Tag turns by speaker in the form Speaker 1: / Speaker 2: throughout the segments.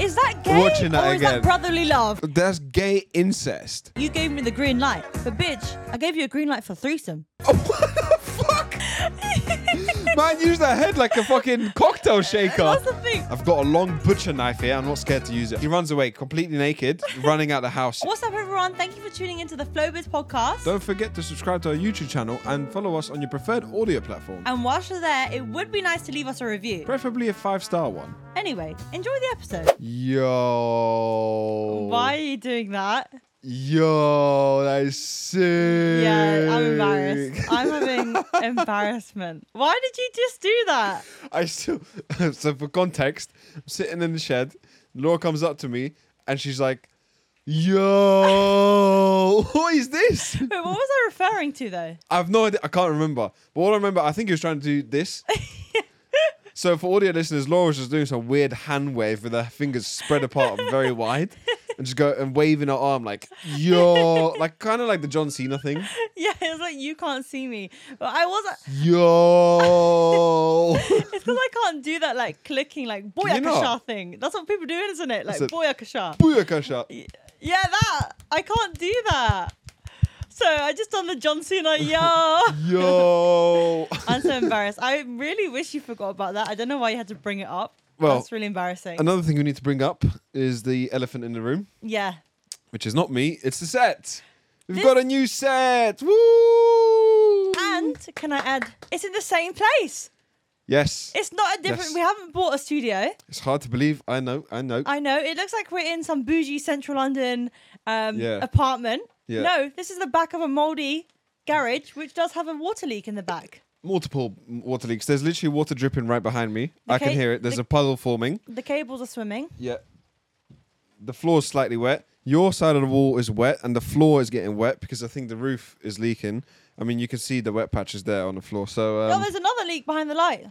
Speaker 1: is that gay
Speaker 2: Watching that
Speaker 1: or is
Speaker 2: again.
Speaker 1: that brotherly love?
Speaker 2: That's gay incest.
Speaker 1: You gave me the green light, but bitch, I gave you a green light for threesome.
Speaker 2: Oh, what the fuck? Man, use that head like a fucking cocktail shaker.
Speaker 1: That's the thing.
Speaker 2: I've got a long butcher knife here. I'm not scared to use it. He runs away completely naked, running out the house.
Speaker 1: What's up, everyone? Thank you for tuning into the Flowbiz podcast.
Speaker 2: Don't forget to subscribe to our YouTube channel and follow us on your preferred audio platform,
Speaker 1: and whilst you're there, it would be nice to leave us a review.
Speaker 2: preferably a five star one.
Speaker 1: Anyway, enjoy the episode.
Speaker 2: Yo.
Speaker 1: Why are you doing that?
Speaker 2: Yo, that is sick.
Speaker 1: Yeah, I'm embarrassed. I'm having embarrassment. Why did you just do that?
Speaker 2: I still so for context, I'm sitting in the shed. Laura comes up to me and she's like, "Yo, what is this?"
Speaker 1: Wait, what was I referring to though?
Speaker 2: I've no idea. I can't remember. But all I remember, I think he was trying to do this. so for audio listeners, Laura was just doing some weird hand wave with her fingers spread apart and very wide, and just go and waving her arm like, "Yo," like kind of like the John Cena thing.
Speaker 1: Yeah, it was like you can't see me. But I wasn't.
Speaker 2: Yo.
Speaker 1: It's because I can't do that like clicking like
Speaker 2: you
Speaker 1: boyakasha
Speaker 2: not?
Speaker 1: thing. That's what people do, isn't it? Like
Speaker 2: That's it.
Speaker 1: boyakasha.
Speaker 2: Booyaka shot.
Speaker 1: Yeah, that. I can't do that. So I just done the John Cena. Yo.
Speaker 2: Yo.
Speaker 1: I'm so embarrassed. I really wish you forgot about that. I don't know why you had to bring it up.
Speaker 2: Well,
Speaker 1: That's really embarrassing.
Speaker 2: Another thing we need to bring up is the elephant in the room,
Speaker 1: yeah.
Speaker 2: which is not me, it's the set. We've
Speaker 1: This-
Speaker 2: got a new set. Woo!
Speaker 1: And can I add, it's in the same place.
Speaker 2: yes,
Speaker 1: It's not a different,
Speaker 2: Yes.
Speaker 1: we haven't bought a studio.
Speaker 2: it's hard to believe. I know, I know.
Speaker 1: I know. It looks like we're in some bougie central London um,
Speaker 2: Yeah.
Speaker 1: apartment.
Speaker 2: Yeah.
Speaker 1: No, this is the back of a mouldy garage, which does have a water leak in the back.
Speaker 2: Multiple m- water leaks. There's literally water dripping right behind me. I can
Speaker 1: Okay,
Speaker 2: hear it. There's
Speaker 1: the-
Speaker 2: a puddle forming.
Speaker 1: The cables are swimming.
Speaker 2: Yeah. The floor's slightly wet. Your side of the wall is wet, and the floor is getting wet because I think the roof is leaking. I mean, you can see the wet patches there on the floor. So,
Speaker 1: oh,
Speaker 2: um,
Speaker 1: there's another leak behind the light.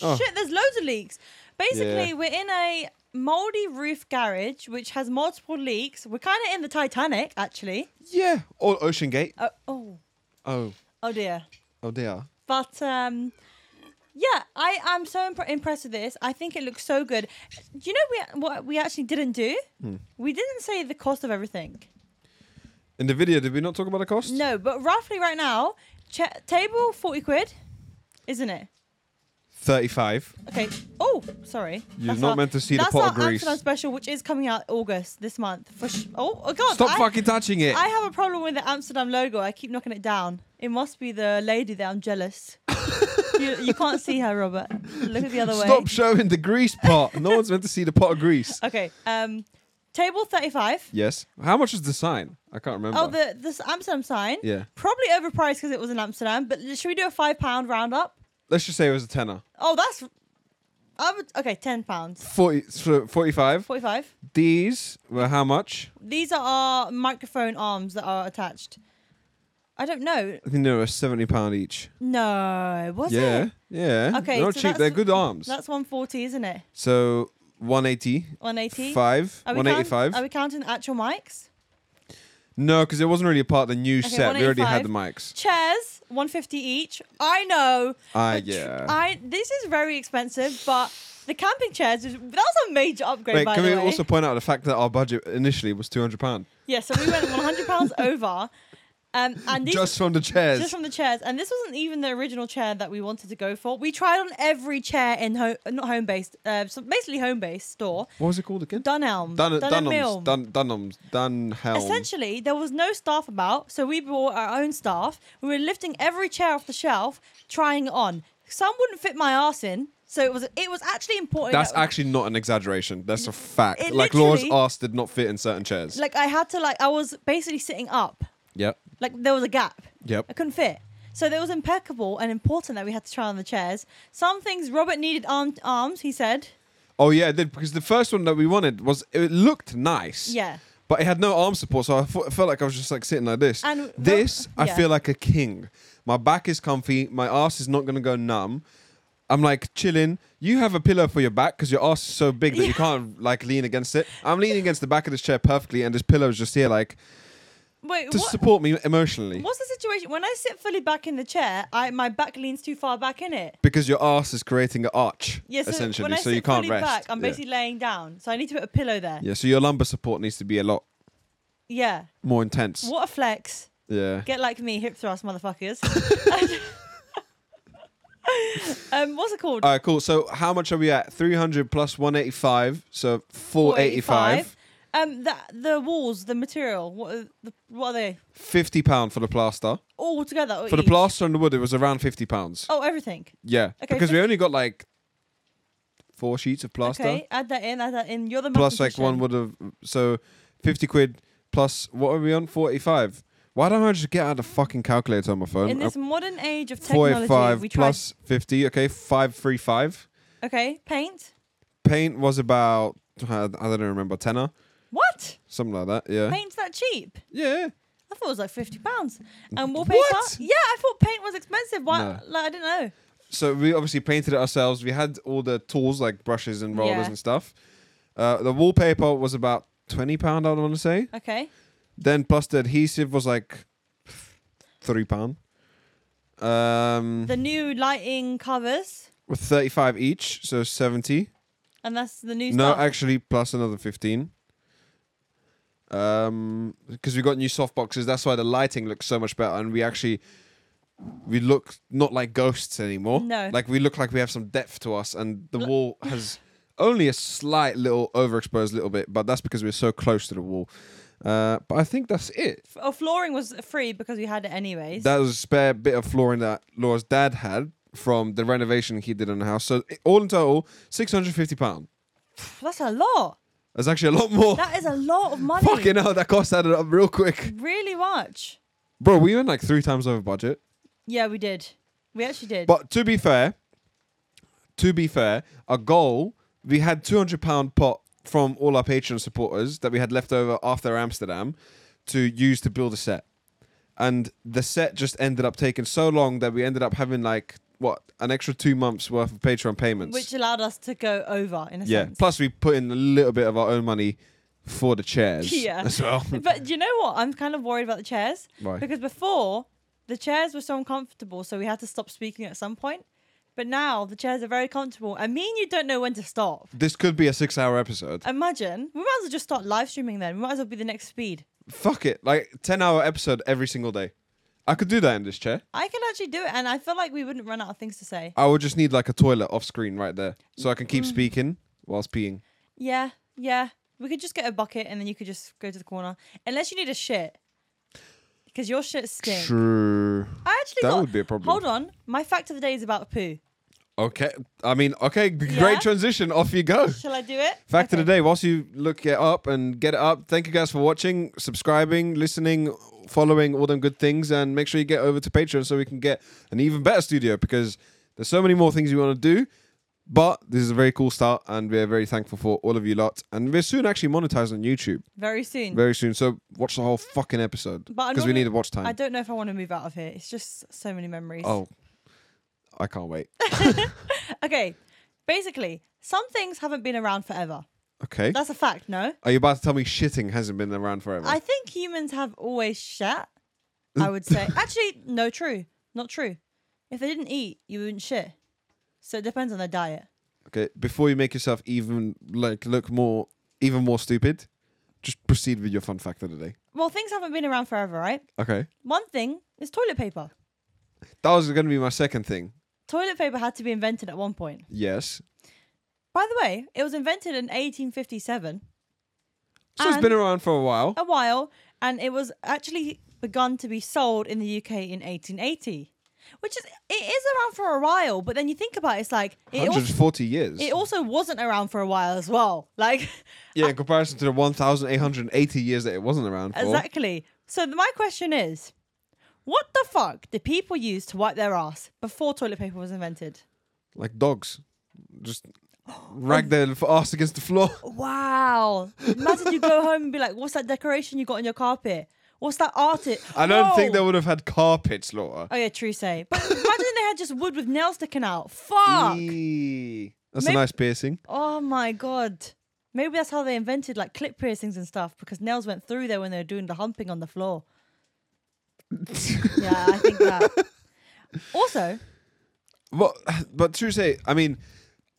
Speaker 2: Oh.
Speaker 1: Shit, there's loads of leaks. Basically,
Speaker 2: Yeah.
Speaker 1: we're in a mouldy roof garage which has multiple leaks. We're kind of in the Titanic, actually.
Speaker 2: yeah, or Ocean Gate.
Speaker 1: Oh, oh,
Speaker 2: Oh,
Speaker 1: oh dear.
Speaker 2: oh, they are.
Speaker 1: But um, yeah, I I'm so impre- impressed with this. I think it looks so good. Do you know we what we actually didn't do?
Speaker 2: Hmm.
Speaker 1: We didn't say the cost of everything.
Speaker 2: In the video, did we not talk about the cost?
Speaker 1: No, but roughly right now, cha- table forty quid, isn't it?
Speaker 2: 35.
Speaker 1: Okay. Oh, sorry.
Speaker 2: You're not meant to see the
Speaker 1: that's
Speaker 2: pot
Speaker 1: our
Speaker 2: of grease.
Speaker 1: Amsterdam special, which is coming out August this month. For sh- oh, oh God!
Speaker 2: Stop
Speaker 1: I,
Speaker 2: fucking touching it.
Speaker 1: I have a problem with the Amsterdam logo. I keep knocking it down. It must be the lady that I'm jealous. you, you can't see her, Robert. Look at the other way.
Speaker 2: Stop showing the grease pot. No one's meant to see the pot of grease.
Speaker 1: Okay. Um, table thirty-five.
Speaker 2: Yes. How much is the sign? I can't remember.
Speaker 1: Oh, the this Amsterdam sign.
Speaker 2: Yeah.
Speaker 1: Probably overpriced because it was in Amsterdam. But should we do a five pound round up?
Speaker 2: Let's just say it was a tenner.
Speaker 1: Oh, that's. I would okay. Ten pounds.
Speaker 2: 40, so 45.
Speaker 1: Forty-five.
Speaker 2: These were how much?
Speaker 1: These are our microphone arms that are attached. I don't know.
Speaker 2: I think they were £70 each.
Speaker 1: No, was
Speaker 2: yeah.
Speaker 1: it?
Speaker 2: Yeah.
Speaker 1: Okay,
Speaker 2: They're not
Speaker 1: so
Speaker 2: cheap. They're
Speaker 1: that's-
Speaker 2: good arms.
Speaker 1: That's one forty, isn't it?
Speaker 2: so 180.
Speaker 1: One eighty.
Speaker 2: 5.
Speaker 1: Are we count-
Speaker 2: 185.
Speaker 1: are we counting the actual mics?
Speaker 2: no, because it wasn't really a part of the new
Speaker 1: Okay,
Speaker 2: set. We already had the
Speaker 1: 185.
Speaker 2: mics.
Speaker 1: Chairs, one fifty each. I know.
Speaker 2: Ah,
Speaker 1: but tr-
Speaker 2: yeah.
Speaker 1: I this is very expensive, but the camping chairs is, that was a major upgrade.
Speaker 2: Wait,
Speaker 1: by
Speaker 2: can
Speaker 1: the
Speaker 2: we
Speaker 1: way.
Speaker 2: also point out the fact that our budget initially was £200?
Speaker 1: Yeah, so we went one hundred pounds over, um, and these
Speaker 2: Just from the chairs.
Speaker 1: just from the chairs. And this wasn't even the original chair that we wanted to go for. We tried on every chair in home, not home based, uh, so basically home based store.
Speaker 2: What was it called again?
Speaker 1: Dunelm,
Speaker 2: Dun-
Speaker 1: Dunelm Mill.
Speaker 2: Dunham's. Dun- Dunham's. Dunhelm.
Speaker 1: Essentially, there was no staff about, so we brought our own staff. We were lifting every chair off the shelf, trying it on. Some wouldn't fit my ass in, so it was it was actually important.
Speaker 2: That's
Speaker 1: that-
Speaker 2: actually not an exaggeration. That's a fact.
Speaker 1: It
Speaker 2: like Laura's
Speaker 1: literally-
Speaker 2: ass did not fit in certain chairs.
Speaker 1: like I had to like I was basically sitting up,
Speaker 2: yep.
Speaker 1: like there was a gap. I
Speaker 2: Yep.
Speaker 1: couldn't fit. So that was impeccable and important that we had to try on the chairs. Some things Robert needed armed arms, he said.
Speaker 2: Oh yeah, it did because the first one that we wanted was it looked nice.
Speaker 1: Yeah.
Speaker 2: But it had no arm support, so I fo- I felt like I was just like sitting like this.
Speaker 1: And-
Speaker 2: this,
Speaker 1: yeah.
Speaker 2: I feel like a king. My back is comfy. My ass is not gonna go numb. I'm like chilling. You have a pillow for your back because your ass is so big that
Speaker 1: Yeah.
Speaker 2: you can't like lean against it. I'm leaning against the back of this chair perfectly, and this pillow is just here, like
Speaker 1: Wait,
Speaker 2: to
Speaker 1: what?
Speaker 2: support me emotionally
Speaker 1: What's the situation? When I sit fully back in the chair, I my back leans too far back in it.
Speaker 2: because your ass is creating an arch
Speaker 1: Yeah, so
Speaker 2: essentially,
Speaker 1: when I
Speaker 2: so
Speaker 1: sit
Speaker 2: you can't
Speaker 1: fully
Speaker 2: rest.
Speaker 1: back, I'm
Speaker 2: yeah.
Speaker 1: basically laying down, so I need to put a pillow there. Yeah.
Speaker 2: yeah, so your lumbar support needs to be a lot more intense.
Speaker 1: What a flex!
Speaker 2: Yeah,
Speaker 1: Get like me, hip thrust, motherfuckers. um, what's it called?
Speaker 2: All right, cool. So how much are we at? 300 plus 185, so 485.
Speaker 1: 485. Um, the the walls, the material. What are, the, what are they?
Speaker 2: 50 pound for the plaster.
Speaker 1: All together. or
Speaker 2: For the
Speaker 1: each?
Speaker 2: plaster and the wood, it was around 50 pounds.
Speaker 1: Oh, everything.
Speaker 2: Yeah,
Speaker 1: Okay,
Speaker 2: because we
Speaker 1: fif-
Speaker 2: only got like four sheets of plaster
Speaker 1: Okay, add that in. Add that in. You're the
Speaker 2: plus like
Speaker 1: mathematician.
Speaker 2: one would have so 50 quid plus what are we on 45. Why don't I just get out a fucking calculator on my phone?
Speaker 1: In
Speaker 2: Uh,
Speaker 1: this modern age of technology,
Speaker 2: 485
Speaker 1: we tried.
Speaker 2: plus 50, okay, 535.
Speaker 1: Okay, paint.
Speaker 2: Paint was about I I don't remember tenner,
Speaker 1: What?
Speaker 2: something like that. Yeah,
Speaker 1: Paint's that cheap?
Speaker 2: yeah.
Speaker 1: I thought it was like fifty pounds. And wallpaper?
Speaker 2: What?
Speaker 1: Yeah, I thought paint was expensive. Why?
Speaker 2: No.
Speaker 1: Like I didn't know.
Speaker 2: so we obviously painted it ourselves. We had all the tools like brushes and rollers
Speaker 1: Yeah.
Speaker 2: and stuff. Uh, the wallpaper was about twenty pound. I want to say.
Speaker 1: Okay.
Speaker 2: Then plus the adhesive was like three pound. Um,
Speaker 1: The new lighting covers,
Speaker 2: with thirty five each, so seventy.
Speaker 1: and that's the new
Speaker 2: No,
Speaker 1: stuff.
Speaker 2: actually, plus another fifteen. Um, because we got new soft boxes, that's why the lighting looks so much better, and we actually we look not like ghosts anymore.
Speaker 1: No.
Speaker 2: like we look like we have some depth to us, and the wall has only a slight little overexposed little bit, but that's because we're so close to the wall. Uh, but I think that's it.
Speaker 1: F- oh, flooring was free because we had it anyways.
Speaker 2: That was a spare bit of flooring that Laura's dad had from the renovation he did on the house. So i- all in total, six hundred fifty pound.
Speaker 1: Pff, that's a lot.
Speaker 2: That's actually a lot more.
Speaker 1: That is a lot of money.
Speaker 2: Fucking hell, that cost added up real quick.
Speaker 1: Really much.
Speaker 2: Bro, we went like three times over budget.
Speaker 1: Yeah, we did. We actually did.
Speaker 2: But to be fair, to be fair, our goal, we had £200 pot from all our Patreon supporters that we had left over after Amsterdam to use to build a set. And the set just ended up taking so long that we ended up having like, what, an extra two months worth of Patreon payments.
Speaker 1: which allowed us to go over in a
Speaker 2: yeah.
Speaker 1: sense.
Speaker 2: Plus, we put in a little bit of our own money for the chairs
Speaker 1: Yeah.
Speaker 2: as well.
Speaker 1: But do you know what? I'm kind of worried about the chairs.
Speaker 2: Why?
Speaker 1: Because before, the chairs were so uncomfortable, so we had to stop speaking at some point. But now the chairs are very comfortable. I mean, you don't know when to stop.
Speaker 2: this could be a six hour episode.
Speaker 1: Imagine. We might as well just start live streaming then. We might as well be the next speed.
Speaker 2: fuck it, like ten hour episode every single day. I could do that in this chair.
Speaker 1: I can actually do it, and I feel like we wouldn't run out of things to say.
Speaker 2: I would just need like a toilet off screen right there, so I can keep speaking whilst peeing.
Speaker 1: Yeah, yeah. We could just get a bucket and then you could just go to the corner. Unless you need a shit. Because your shit stinks.
Speaker 2: True.
Speaker 1: I actually
Speaker 2: That
Speaker 1: got-
Speaker 2: would be a problem.
Speaker 1: Hold on. My fact of the day is about poo.
Speaker 2: Okay. I mean, okay. g-
Speaker 1: Yeah.
Speaker 2: Great transition. Off you go.
Speaker 1: Shall I do it?
Speaker 2: Fact
Speaker 1: Okay.
Speaker 2: of the day. Whilst you look it up and get it up, thank you guys for watching, subscribing, listening, following all them good things, and make sure you get over to Patreon so we can get an even better studio because there's so many more things you want to do. But this is a very cool start, and we're very thankful for all of you lot. And we're soon actually monetized on YouTube.
Speaker 1: Very soon.
Speaker 2: very soon. So watch the whole fucking episode
Speaker 1: Mm. But I'm
Speaker 2: because
Speaker 1: not
Speaker 2: we
Speaker 1: gonna-
Speaker 2: need to watch time.
Speaker 1: I don't know if I want to move out of here. It's just so many memories.
Speaker 2: oh, I can't wait.
Speaker 1: Okay. Basically, some things haven't been around forever.
Speaker 2: Okay,
Speaker 1: That's a fact, no?
Speaker 2: are you about to tell me shitting hasn't been around forever?
Speaker 1: I think humans have always shat, I would say. Actually, no, true. Not true. If they didn't eat, you wouldn't shit. So it depends on their diet.
Speaker 2: okay, before you make yourself even like look more, even more stupid, just proceed with your fun fact of the day.
Speaker 1: Well, things haven't been around forever, right?
Speaker 2: Okay,
Speaker 1: One thing is toilet paper.
Speaker 2: that was going to be my second thing.
Speaker 1: Toilet paper had to be invented at one point.
Speaker 2: Yes,
Speaker 1: By the way, it was invented in 1857.
Speaker 2: so it's been around for a while.
Speaker 1: a while, and it was actually begun to be sold in the UK in 1880, which is it is around for a while. But then you think about it, it's like it also,
Speaker 2: 140 years.
Speaker 1: it also wasn't around for a while as well. Like
Speaker 2: yeah, in comparison to the 1,880 years that it wasn't around for.
Speaker 1: exactly. So th- my question is, what the fuck did people use to wipe their ass before toilet paper was invented?
Speaker 2: Like dogs, just rag their ass against the floor.
Speaker 1: Wow! Imagine you go home and be like, "What's that decoration you got on your carpet? What's that art?" It
Speaker 2: I don't think
Speaker 1: Whoa!
Speaker 2: they would have had carpets, Laura.
Speaker 1: Oh yeah, true say. But imagine they had just wood with nails sticking out. Fuck.
Speaker 2: Eee. That's
Speaker 1: Maybe-
Speaker 2: a nice piercing.
Speaker 1: Oh my god. Maybe that's how they invented like clip piercings and stuff because nails went through there when they were doing the humping on the floor. Yeah, I think that. also,
Speaker 2: But but to say, I mean,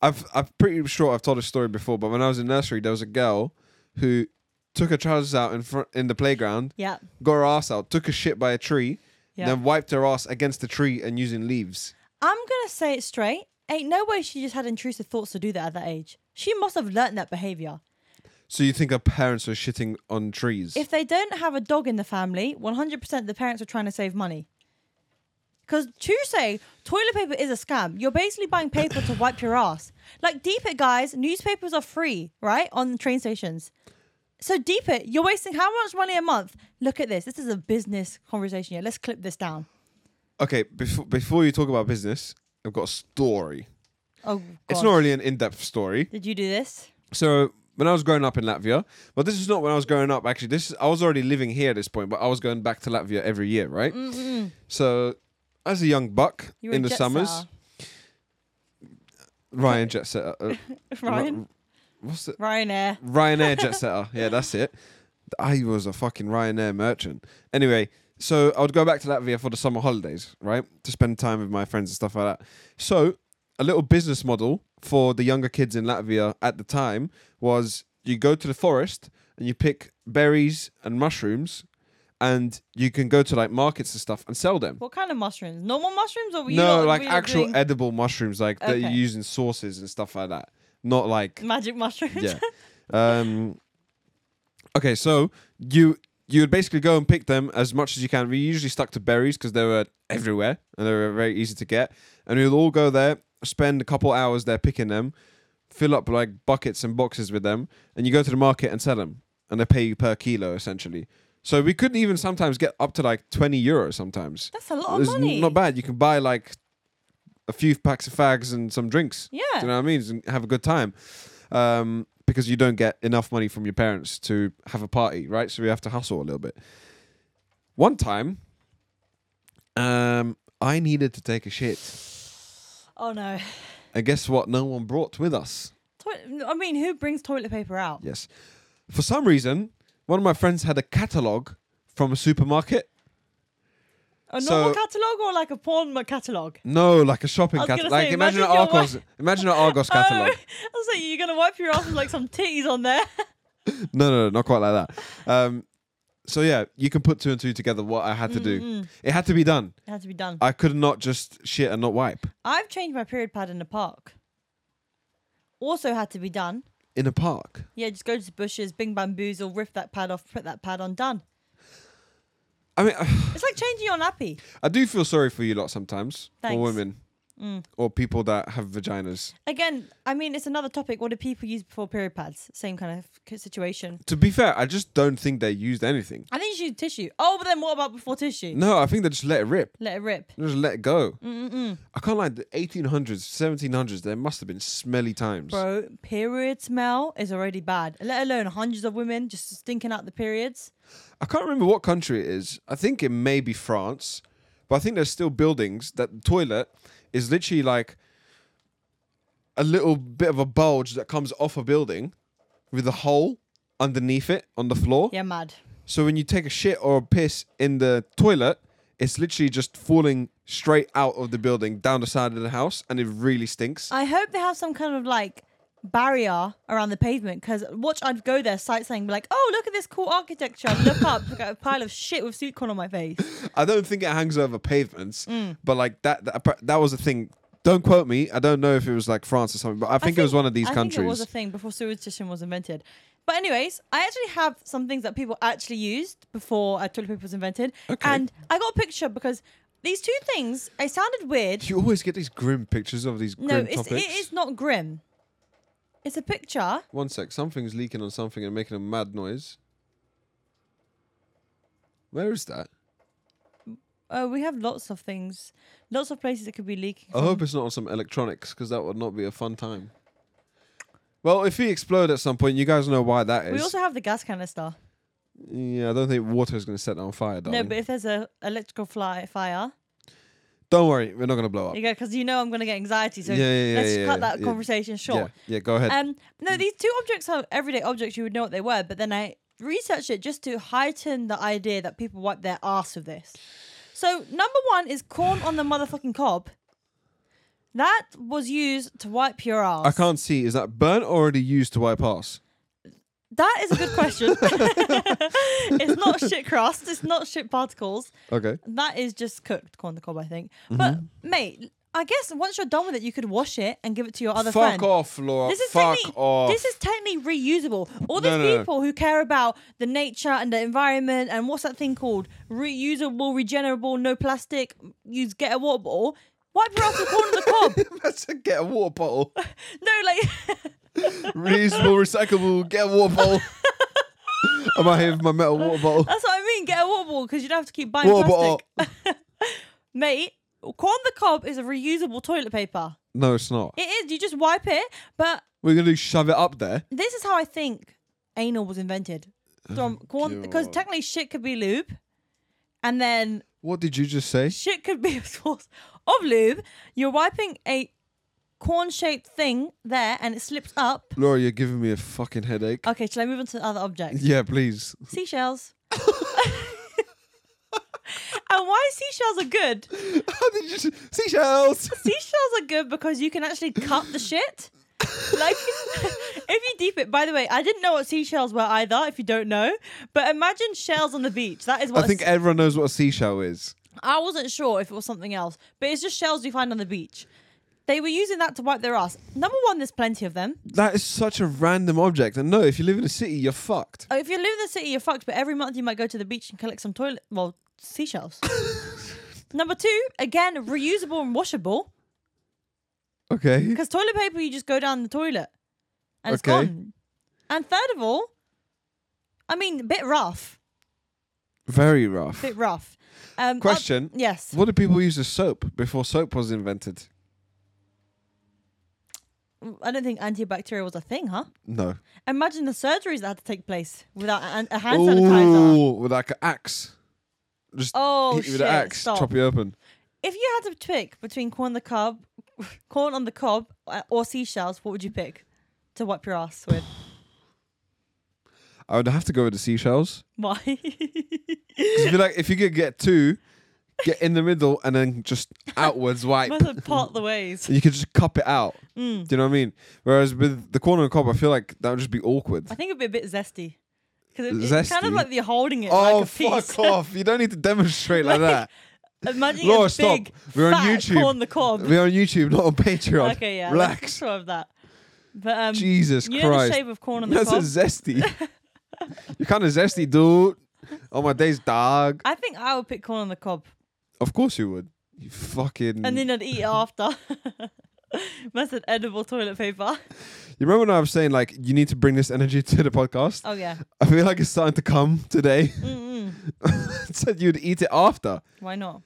Speaker 2: I've I'm pretty sure I've told a story before. But when I was in nursery, there was a girl who took her trousers out in front in the playground,
Speaker 1: yeah,
Speaker 2: got her ass out, took a shit by a tree,
Speaker 1: Yeah.
Speaker 2: then wiped her ass against the tree and using leaves.
Speaker 1: I'm gonna say it straight. Ain't no way she just had intrusive thoughts to do that at that age. She must have learnt that behavior.
Speaker 2: So you think her parents were shitting on trees?
Speaker 1: If they don't have a dog in the family, 100% the parents are trying to save money. Because to say toilet paper is a scam, you're basically buying paper to wipe your ass. Like deep it, guys. Newspapers are free, right, on train stations. So deep it, you're wasting how much money a month? Look at this. This is a business conversation here. Let's clip this down.
Speaker 2: okay, before before you talk about business, I've got a story.
Speaker 1: Oh, God.
Speaker 2: It's not really an in-depth story.
Speaker 1: Did you do this?
Speaker 2: So when I was growing up in Latvia, but this is not when I was growing up. Actually, this is, I was already living here at this point, but I was going back to Latvia every year, right? So as a young buck
Speaker 1: Mm-hmm. You were
Speaker 2: in the
Speaker 1: jet
Speaker 2: summers,
Speaker 1: setter.
Speaker 2: Ryan jet setter, uh,
Speaker 1: Ryan,
Speaker 2: what's it?
Speaker 1: Ryanair.
Speaker 2: Ryanair jet setter. Yeah, that's it. I was a fucking Ryanair merchant. Anyway, so I would go back to Latvia for the summer holidays, right? To spend time with my friends and stuff like that. So, a little business model for the younger kids in Latvia at the time was you go to the forest and you pick berries and mushrooms and you can go to like markets and stuff and sell them.
Speaker 1: What kind of mushrooms? Normal mushrooms or were you
Speaker 2: no,
Speaker 1: lot-
Speaker 2: like
Speaker 1: were you lot
Speaker 2: actual
Speaker 1: doing
Speaker 2: edible mushrooms like that you
Speaker 1: Okay.
Speaker 2: use in sauces and stuff like that. Not like
Speaker 1: magic mushrooms?
Speaker 2: yeah. Um, okay, so you you would basically go and pick them as much as you can. We usually stuck to berries because they were everywhere and they were very easy to get. And we would all go there, spend a couple hours there picking them, fill up like buckets and boxes with them, and you go to the market and sell them. And they pay you per kilo essentially. So we could even sometimes get up to like twenty euros sometimes.
Speaker 1: That's a lot of
Speaker 2: It's n-
Speaker 1: Oh, money.
Speaker 2: not bad. You can buy like a few packs of fags and some drinks.
Speaker 1: Yeah.
Speaker 2: Do you know what I mean? And have a good time. Um, because you don't get enough money from your parents to have a party, right? So we have to hustle a little bit. One time, um, I needed to take a shit.
Speaker 1: Oh no.
Speaker 2: And guess what? No one brought with us.
Speaker 1: Toi- I mean, who brings toilet paper out?
Speaker 2: Yes. For some reason, one of my friends had a catalogue from a supermarket.
Speaker 1: A
Speaker 2: So-
Speaker 1: normal catalogue or like a porn catalogue?
Speaker 2: No, like a shopping
Speaker 1: I was gonna
Speaker 2: catalogue. Like
Speaker 1: say,
Speaker 2: imagine, an
Speaker 1: imagine your
Speaker 2: Argos, imagine an Argos catalogue.
Speaker 1: I was like, you're gonna wipe your ass with like some titties on there.
Speaker 2: No, no, no, not quite like that. Um, so yeah, you can put two and two together. What I had to do,
Speaker 1: Mm-hmm.
Speaker 2: it had to be done.
Speaker 1: it had to be done.
Speaker 2: I could not just shit and not wipe
Speaker 1: I've changed my period pad in the park. Also had to be done.
Speaker 2: in a park.
Speaker 1: Yeah, just go to the bushes, bing bamboozle, rip that pad off, put that pad on, done.
Speaker 2: I mean,
Speaker 1: It's like changing your nappy.
Speaker 2: I do feel sorry for you lot sometimes,
Speaker 1: Thanks.
Speaker 2: for women or people that have vaginas.
Speaker 1: Again, I mean, it's another topic. What do people use before period pads? Same kind of c- situation.
Speaker 2: To be fair, I just don't think they used anything.
Speaker 1: I think you should tissue. Oh, but then what about before tissue?
Speaker 2: No, I think they just let it rip.
Speaker 1: Let it rip.
Speaker 2: They Just let it go. I can't lie. The 1800s, 1700s, there must have been smelly times.
Speaker 1: Bro, period smell is already bad, let alone hundreds of women just stinking out the periods.
Speaker 2: I can't remember what country it is. I think it may be France, but I think there's still buildings that the toilet is literally like a little bit of a bulge that comes off a building with a hole underneath it on the floor.
Speaker 1: Yeah, mad.
Speaker 2: So when you take a shit or a piss in the toilet, it's literally just falling straight out of the building down the side of the house and it really stinks.
Speaker 1: I hope they have some kind of like barrier around the pavement because watch I'd go there sightseeing be like oh look at this cool architecture I'd look up look at a pile of shit with sweet corn on my face
Speaker 2: I don't think it hangs over pavements,
Speaker 1: Mm.
Speaker 2: but like that, that appa- that was a thing. Don't quote me. I don't know if it was like France or something, but I think, it was one of these
Speaker 1: I
Speaker 2: countries.
Speaker 1: think it was a thing before superstition was invented but anyways I actually have some things that people actually used before uh, toilet paper was invented and I got a picture because these two things it sounded weird
Speaker 2: You always get these grim pictures of these
Speaker 1: no
Speaker 2: grim
Speaker 1: it's,
Speaker 2: topics.
Speaker 1: it is not grim it's a picture
Speaker 2: One sec, something's leaking on something and making a mad noise. Where is that?
Speaker 1: Oh, we have lots of things, lots of places that could be leaking.
Speaker 2: I hope it's not on some electronics because that would not be a fun time. Well, if he explode at some point, you guys know why that is.
Speaker 1: we also have the gas canister.
Speaker 2: yeah, I don't think water is going to set that on fire, darling.
Speaker 1: No, but if there's a electrical fly, fire,
Speaker 2: don't worry, we're not going to blow up.
Speaker 1: you go because you know I'm gonna get anxiety. So
Speaker 2: Yeah, yeah,
Speaker 1: let's
Speaker 2: yeah,
Speaker 1: cut
Speaker 2: yeah,
Speaker 1: that
Speaker 2: yeah.
Speaker 1: conversation
Speaker 2: Yeah,
Speaker 1: short.
Speaker 2: yeah, go ahead.
Speaker 1: Um, no, these two objects are everyday objects. You would know what they were, but then I researched it just to heighten the idea that people wipe their ass with this. So number one is corn on the motherfucking cob. That was used to wipe your ass.
Speaker 2: I can't see. Is that burnt or already used to wipe ass?
Speaker 1: That is a good question. it's not shit crust. It's not shit particles.
Speaker 2: Okay.
Speaker 1: That is just cooked corn on the cob, I think.
Speaker 2: Mm-hmm.
Speaker 1: But mate, I guess once you're done with it, you could wash it and give it to your other
Speaker 2: Fuck
Speaker 1: friend.
Speaker 2: off, Laura.
Speaker 1: This is
Speaker 2: Fuck
Speaker 1: technically
Speaker 2: off.
Speaker 1: this is technically reusable. All these
Speaker 2: No, no, no.
Speaker 1: people who care about the nature and the environment and what's that thing called? Reusable, regenerable, no plastic. Use get a water bottle. Wipe your ass with corn on the cob.
Speaker 2: Let's get a water bottle.
Speaker 1: No, like
Speaker 2: Reusable, recyclable, get a water bottle. Am I here with my metal water bottle?
Speaker 1: That's what I mean. Get a water bottle because you don't have to keep buying
Speaker 2: Water
Speaker 1: plastic. Mate, corn the cob is a reusable toilet paper.
Speaker 2: No, it's not.
Speaker 1: It is. You just wipe it. But
Speaker 2: We're going to shove it up there.
Speaker 1: this is how I think anal was invented. From corn, because
Speaker 2: God.
Speaker 1: technically shit could be lube, and then
Speaker 2: What did you just say?
Speaker 1: shit could be a source of lube. You're wiping a corn-shaped thing there, and it slips up.
Speaker 2: Laura, you're giving me a fucking headache.
Speaker 1: Okay, shall I move on to the other object?
Speaker 2: yeah, please.
Speaker 1: Seashells. and why seashells are good
Speaker 2: How did you s- seashells?
Speaker 1: seashells are good because you can actually cut the shit. Like, if you deep it, by the way, I didn't know what seashells were either, if you don't know. But imagine shells on the beach. That is what
Speaker 2: I think everyone knows what a seashell is.
Speaker 1: I wasn't sure if it was something else, but it's just shells you find on the beach. They were using that to wipe their ass. Number one, there's plenty of them.
Speaker 2: That is such a random object. And no, if you live in a city, you're fucked.
Speaker 1: Oh, If you live in the city, you're fucked, but every month you might go to the beach and collect some toilet, well, seashells. Number two, again, reusable and washable.
Speaker 2: Okay.
Speaker 1: Because toilet paper, you just go down the toilet and it's
Speaker 2: Okay.
Speaker 1: gone. And third of all, I mean, bit rough,
Speaker 2: Very rough.
Speaker 1: bit rough. Um, oth-
Speaker 2: Question.
Speaker 1: yes.
Speaker 2: What did people use as soap before soap was invented?
Speaker 1: I don't think antibacterial was a thing, huh?
Speaker 2: No.
Speaker 1: Imagine the surgeries that had to take place without a, a hand sanitizer.
Speaker 2: Oh, with like an axe. Just
Speaker 1: Oh,
Speaker 2: hit you with
Speaker 1: shit,
Speaker 2: an axe,
Speaker 1: stop.
Speaker 2: chop you open.
Speaker 1: If you had to pick between corn on the cob, corn on the cob, uh, or seashells, what would you pick to wipe your ass with?
Speaker 2: I would have to go with the seashells.
Speaker 1: Why?
Speaker 2: 'Cause if you like, if you could get two, get in the middle and then just outwards wipe.
Speaker 1: Must have part the ways.
Speaker 2: And you could just cup it out.
Speaker 1: Mm.
Speaker 2: Do you know what I mean? Whereas with the corner and cob, I feel like that would just be awkward.
Speaker 1: I think it'd be a bit zesty. Because it, it's kind of
Speaker 2: Zesty?
Speaker 1: like you're holding it
Speaker 2: Oh,
Speaker 1: like a piece.
Speaker 2: fuck off. You don't need to demonstrate like that.
Speaker 1: Imagine
Speaker 2: Laura,
Speaker 1: a
Speaker 2: stop.
Speaker 1: big
Speaker 2: We're on
Speaker 1: fat
Speaker 2: YouTube.
Speaker 1: corn the cob.
Speaker 2: We're on YouTube, not on Patreon.
Speaker 1: okay, yeah, let's
Speaker 2: Relax.
Speaker 1: Sure of that. But um,
Speaker 2: Jesus
Speaker 1: you know the
Speaker 2: Christ.
Speaker 1: shape of corn on the
Speaker 2: That's a
Speaker 1: cob.
Speaker 2: zesty. You're kind of zesty, dude. Oh, my days, dog.
Speaker 1: I think I would pick corn on the cob,
Speaker 2: Of course you would. You fucking.
Speaker 1: and then I'd eat it after. That's an edible toilet paper.
Speaker 2: you remember when I was saying, like, you need to bring this energy to the podcast?
Speaker 1: Oh yeah,
Speaker 2: I feel like it's starting to come today.
Speaker 1: Mm-mm.
Speaker 2: Said you'd eat it after.
Speaker 1: why not?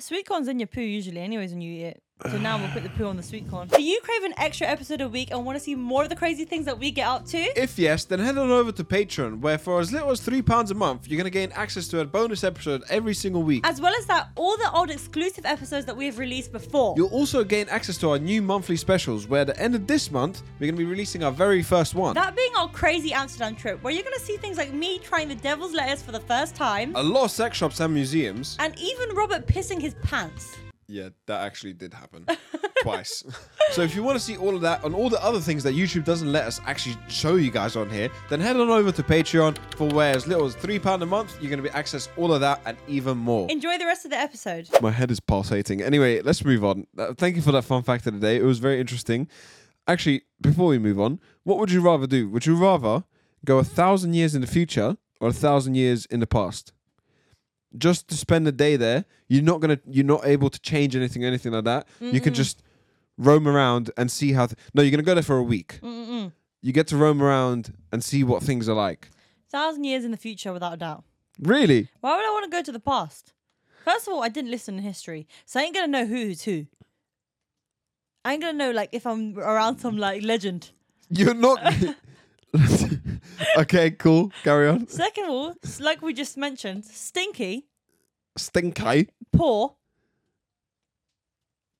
Speaker 1: Sweet corn's in your poo usually, anyways, when you eat it. So now we'll put the poo on the sweet corn. Do you crave an extra episode a week and want to see more of the crazy things that we get up to?
Speaker 2: If yes, then head on over to Patreon, where for as little as £3 a month, you're going to gain access to a bonus episode every single week.
Speaker 1: As well as that, all the old exclusive episodes that we have released before.
Speaker 2: You'll also gain access to our new monthly specials, where at the end of this month, we're going to be releasing our very first one.
Speaker 1: That being our crazy Amsterdam trip, where you're going to see things like me trying the devil's lettuce for the first time,
Speaker 2: a lot of sex shops and museums.
Speaker 1: and even Robert pissing his pants.
Speaker 2: Yeah, that actually did happen. Twice. so if you want to see all of that and all the other things that YouTube doesn't let us actually show you guys on here, then head on over to Patreon for where as little as £3 a month, you're going to be access all of that and even more.
Speaker 1: Enjoy the rest of the episode.
Speaker 2: My head is pulsating. Anyway, let's move on. Uh, Thank you for that fun fact of the day. It was very interesting. Actually, before we move on, what would you rather do? Would you rather go a thousand years in the future or a thousand years in the past? Just to spend a day there, you're not gonna, you're not able to change anything, anything like that. You can just roam around and see how. Th- no, you're gonna go there for a week. You get to roam around and see what things are like.
Speaker 1: Thousand years in the future, without a doubt.
Speaker 2: Really?
Speaker 1: Why would I want to go to the past? First of all, I didn't listen in history, so I ain't going to know who's who. I ain't going to know, like, if I'm around some, like, legend.
Speaker 2: You're not. okay, cool. Carry on.
Speaker 1: Second of all, s- like we just mentioned, stinky,
Speaker 2: Stinky.
Speaker 1: poor,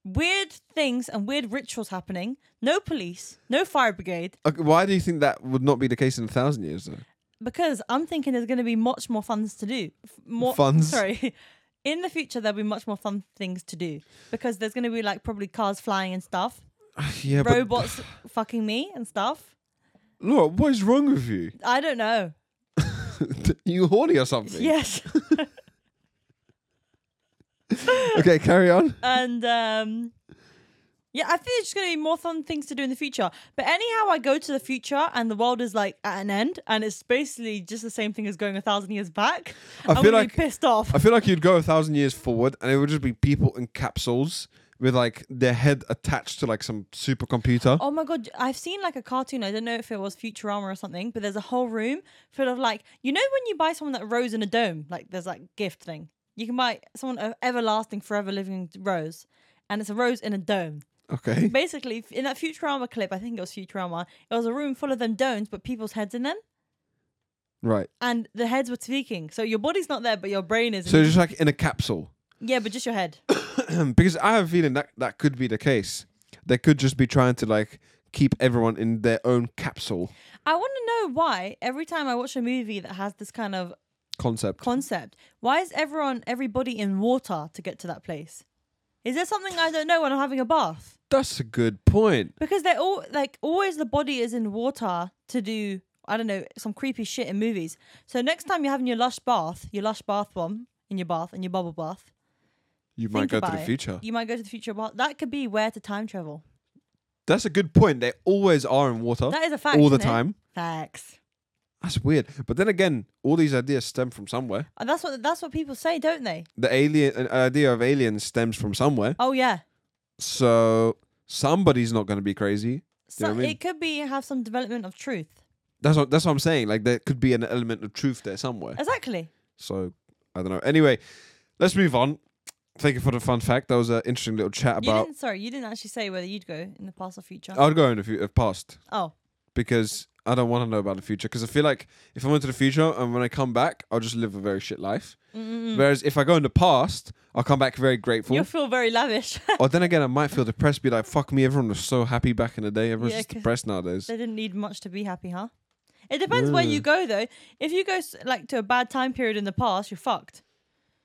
Speaker 1: weird things and weird rituals happening. No police, no fire brigade.
Speaker 2: Okay, why do you think that would not be the case in a thousand years? Though?
Speaker 1: Because I'm thinking there's going to be much more funds to do. F- More
Speaker 2: Funds?
Speaker 1: Sorry. In the future, there'll be much more fun things to do because there's going to be like probably cars flying and stuff,
Speaker 2: Yeah, but
Speaker 1: robots fucking me and stuff.
Speaker 2: Laura, what is wrong with you?
Speaker 1: I don't know.
Speaker 2: you horny or something?
Speaker 1: Yes.
Speaker 2: Okay, carry on.
Speaker 1: and um yeah, I think there's just gonna be more fun things to do in the future. But anyhow, I go to the future and the world is like at an end, and it's basically just the same thing as going a thousand years back. I am
Speaker 2: feel
Speaker 1: gonna
Speaker 2: like-
Speaker 1: be pissed off.
Speaker 2: I feel like you'd go a thousand years forward, and it would just be people in capsules with like their head attached to like some supercomputer.
Speaker 1: Oh my god, I've seen like a cartoon. I don't know if it was Futurama or something, but there's a whole room full of like you know when you buy someone that rose in a dome, like there's like gift thing. You can buy someone an everlasting, forever living rose, and it's a rose in a dome.
Speaker 2: Okay.
Speaker 1: basically f- in that Futurama clip, I think it was Futurama. It was a room full of them domes, but people's heads in them,
Speaker 2: Right.
Speaker 1: and the heads were speaking. So your body's not there, but your brain is.
Speaker 2: So just like in a capsule. Hmm,
Speaker 1: yeah, but just your head.
Speaker 2: because I have a feeling that that could be the case. They could just be trying to like keep everyone in their own capsule
Speaker 1: I want to know why every time I watch a movie that has this kind of
Speaker 2: concept.
Speaker 1: concept, why is everyone everybody in water to get to that place? Is there something I don't know when I'm having a bath?
Speaker 2: That's a good point.
Speaker 1: Because they're all like always the body is in water to do I don't know some creepy shit in movies. So next time you're having your lush bath, your lush bath bomb in your bath and your bubble bath,
Speaker 2: You might
Speaker 1: think
Speaker 2: go to
Speaker 1: about
Speaker 2: the
Speaker 1: it.
Speaker 2: future.
Speaker 1: You might go to the future, but that could be where to time travel.
Speaker 2: That's a good point. They always are in water
Speaker 1: That is a fact.
Speaker 2: all the
Speaker 1: isn't it?
Speaker 2: time.
Speaker 1: Facts.
Speaker 2: That's weird. But then again, all these ideas stem from somewhere.
Speaker 1: And that's what that's what people say, don't they?
Speaker 2: The alien an idea of aliens stems from somewhere.
Speaker 1: Oh yeah.
Speaker 2: So somebody's not going to be crazy.
Speaker 1: So
Speaker 2: what I mean?
Speaker 1: it could be have some development of truth.
Speaker 2: That's what that's what I'm saying. Like there could be an element of truth there somewhere.
Speaker 1: Exactly.
Speaker 2: So I don't know. Anyway, let's move on. Thank you for the fun fact. That was an interesting little chat
Speaker 1: You
Speaker 2: about. Uh,
Speaker 1: didn't sorry, you didn't actually say whether you'd go in the past or future.
Speaker 2: I'd go in if you if past
Speaker 1: oh.
Speaker 2: because I don't want to know about the future because I feel like if I went to the future and when I come back, I'll just live a very shit life. Whereas if I go in the past, I'll come back very grateful.
Speaker 1: You'll feel very lavish.
Speaker 2: or then again, I might feel depressed. Be like, fuck me. Everyone was so happy back in the day. Everyone's
Speaker 1: Yeah,
Speaker 2: just
Speaker 1: 'cause-
Speaker 2: depressed nowadays.
Speaker 1: they didn't need much to be happy, huh? It depends where you go though. If you go s- like to a bad time period in the past, you're fucked.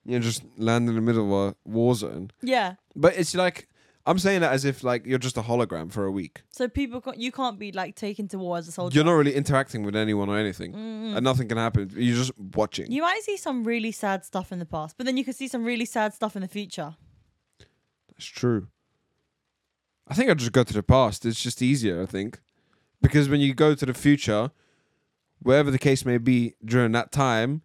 Speaker 2: You know, just land in the middle of a war zone.
Speaker 1: Yeah.
Speaker 2: But it's like I'm saying that as if like you're just a hologram for a week.
Speaker 1: So people can you can't be like taken to war as a soldier.
Speaker 2: You're not really interacting with anyone or anything, and nothing can happen. You're just watching.
Speaker 1: You might see some really sad stuff in the past, but then you could see some really sad stuff in the future.
Speaker 2: That's true. I think I just go to the past. It's just easier, I think, because when you go to the future, wherever the case may be during that time,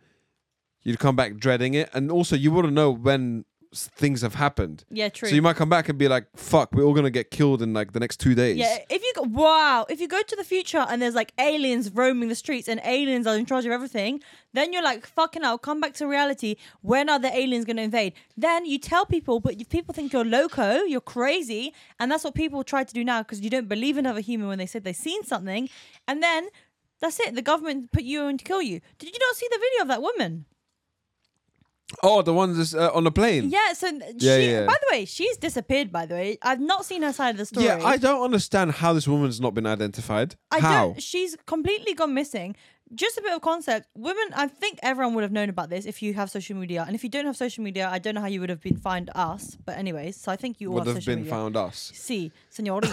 Speaker 2: you'd come back dreading it, and also you wouldn't know when s- things have happened.
Speaker 1: Yeah, true.
Speaker 2: So you might come back and be like, "Fuck, we're all gonna get killed in like the next two days."
Speaker 1: yeah, if you go, wow, if you go to the future and there's like aliens roaming the streets and aliens are in charge of everything, then you're like, fucking hell, come back to reality. When are the aliens going to invade? Then you tell people, but if people think you're loco, you're crazy, and that's what people try to do now because you don't believe another human when they said they seen something, and then that's it. The government put you in to kill you. Did you not see the video of that woman?
Speaker 2: Oh, the ones that's, uh, on the plane.
Speaker 1: Yeah, so th-
Speaker 2: Yeah,
Speaker 1: she,
Speaker 2: yeah.
Speaker 1: by the way, she's disappeared, by the way. I've not seen her side of the story.
Speaker 2: Yeah, I don't understand how this woman's not been identified.
Speaker 1: I
Speaker 2: how?
Speaker 1: don't. She's completely gone missing. Just a bit of concept. Women, I think everyone would have known about this if you have social media. And if you don't have social media, I don't know how you would have been find us. But anyways, so I think you all
Speaker 2: would
Speaker 1: have
Speaker 2: have
Speaker 1: social
Speaker 2: been
Speaker 1: media.
Speaker 2: found us.
Speaker 1: See, senorita.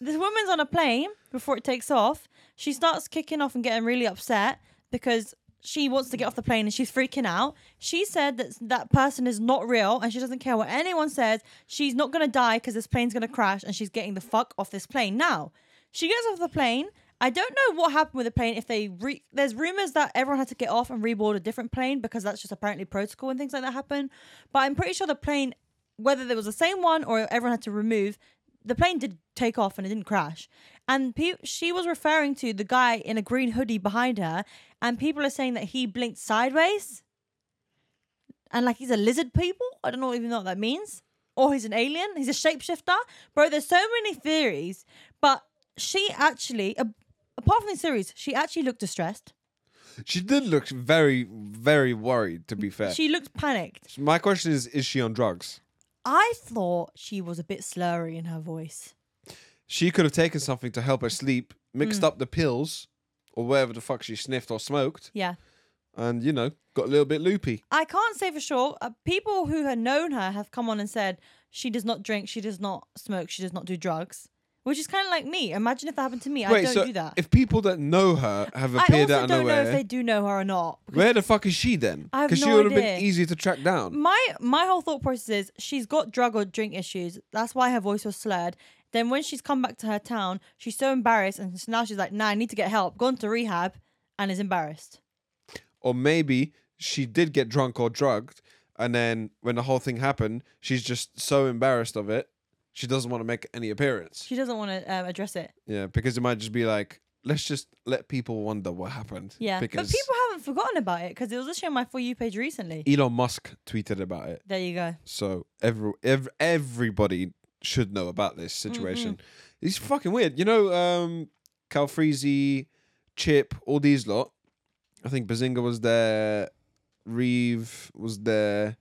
Speaker 1: this woman's on a plane before it takes off. She starts kicking off and getting really upset because she wants to get off the plane and she's freaking out. She said that that person is not real and she doesn't care what anyone says. She's not going to die because this plane's going to crash and she's getting the fuck off this plane now. She gets off the plane. I don't know what happened with the plane. If they re- there's rumors that everyone had to get off and reboard a different plane because that's just apparently protocol and things like that happen. But I'm pretty sure the plane whether there was the same one or everyone had to remove, the plane did take off and it didn't crash. And pe- she was referring to the guy in a green hoodie behind her, and people are saying that he blinked sideways, and like he's a lizard people. I don't know even know what that means, or he's an alien. He's a shapeshifter, bro. There's so many theories, but she actually, a- apart from the series, she actually looked distressed.
Speaker 2: She did look very, very worried. To be fair,
Speaker 1: She looked panicked.
Speaker 2: my question is: Is she on drugs?
Speaker 1: I thought she was a bit slurry in her voice.
Speaker 2: She could have taken something to help her sleep,
Speaker 1: Hmm.
Speaker 2: mixed up the pills or whatever the fuck she sniffed or smoked,
Speaker 1: Yeah.
Speaker 2: and you know, got a little bit loopy.
Speaker 1: I can't say for sure. Uh, people who have known her have come on and said she does not drink, she does not smoke, she does not do drugs, which is kind of like me. Imagine if that happened to me. I
Speaker 2: Wait,
Speaker 1: don't
Speaker 2: so
Speaker 1: do that.
Speaker 2: if people that know her have
Speaker 1: I
Speaker 2: appeared out
Speaker 1: also
Speaker 2: of
Speaker 1: don't know
Speaker 2: nowhere,
Speaker 1: if they do know her or not.
Speaker 2: where the fuck is she then?
Speaker 1: I have
Speaker 2: Because she
Speaker 1: no
Speaker 2: would have been
Speaker 1: idea.
Speaker 2: easier to track down.
Speaker 1: My my whole thought process is she's got drug or drink issues. That's why her voice was slurred. Then when she's come back to her town, she's so embarrassed, and so now she's like, "Nah, I need to get help." Gone to rehab, and is embarrassed.
Speaker 2: Or maybe she did get drunk or drugged, and then when the whole thing happened, she's just so embarrassed of it, she doesn't want to make any appearance.
Speaker 1: She doesn't want to um, address it.
Speaker 2: Yeah, because it might just be like, let's just let people wonder what happened.
Speaker 1: Yeah,
Speaker 2: Because E
Speaker 1: but people haven't forgotten about it because it was actually on my for you page recently.
Speaker 2: Elon Musk tweeted about it.
Speaker 1: There you go.
Speaker 2: So every, ev everybody should know about this situation. It's fucking weird. You know, um Calfreezy, Chip, all these lot. I think Bazinga was there, Reeve was there.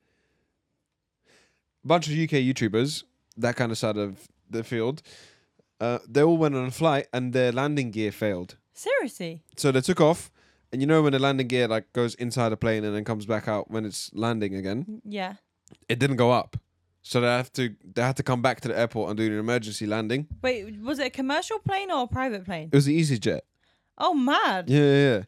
Speaker 2: Bunch of UK YouTubers, that kind of side of the field. Uh, they all went on a flight and their landing gear failed.
Speaker 1: Seriously.
Speaker 2: So they took off, and you know when the landing gear like goes inside a plane and then comes back out when it's landing again,
Speaker 1: Yeah.
Speaker 2: it didn't go up. So they have to they had to come back to the airport and do an emergency landing.
Speaker 1: Wait, was it a commercial plane or a private plane?
Speaker 2: It was the EasyJet.
Speaker 1: Oh, mad.
Speaker 2: Yeah, yeah. yeah.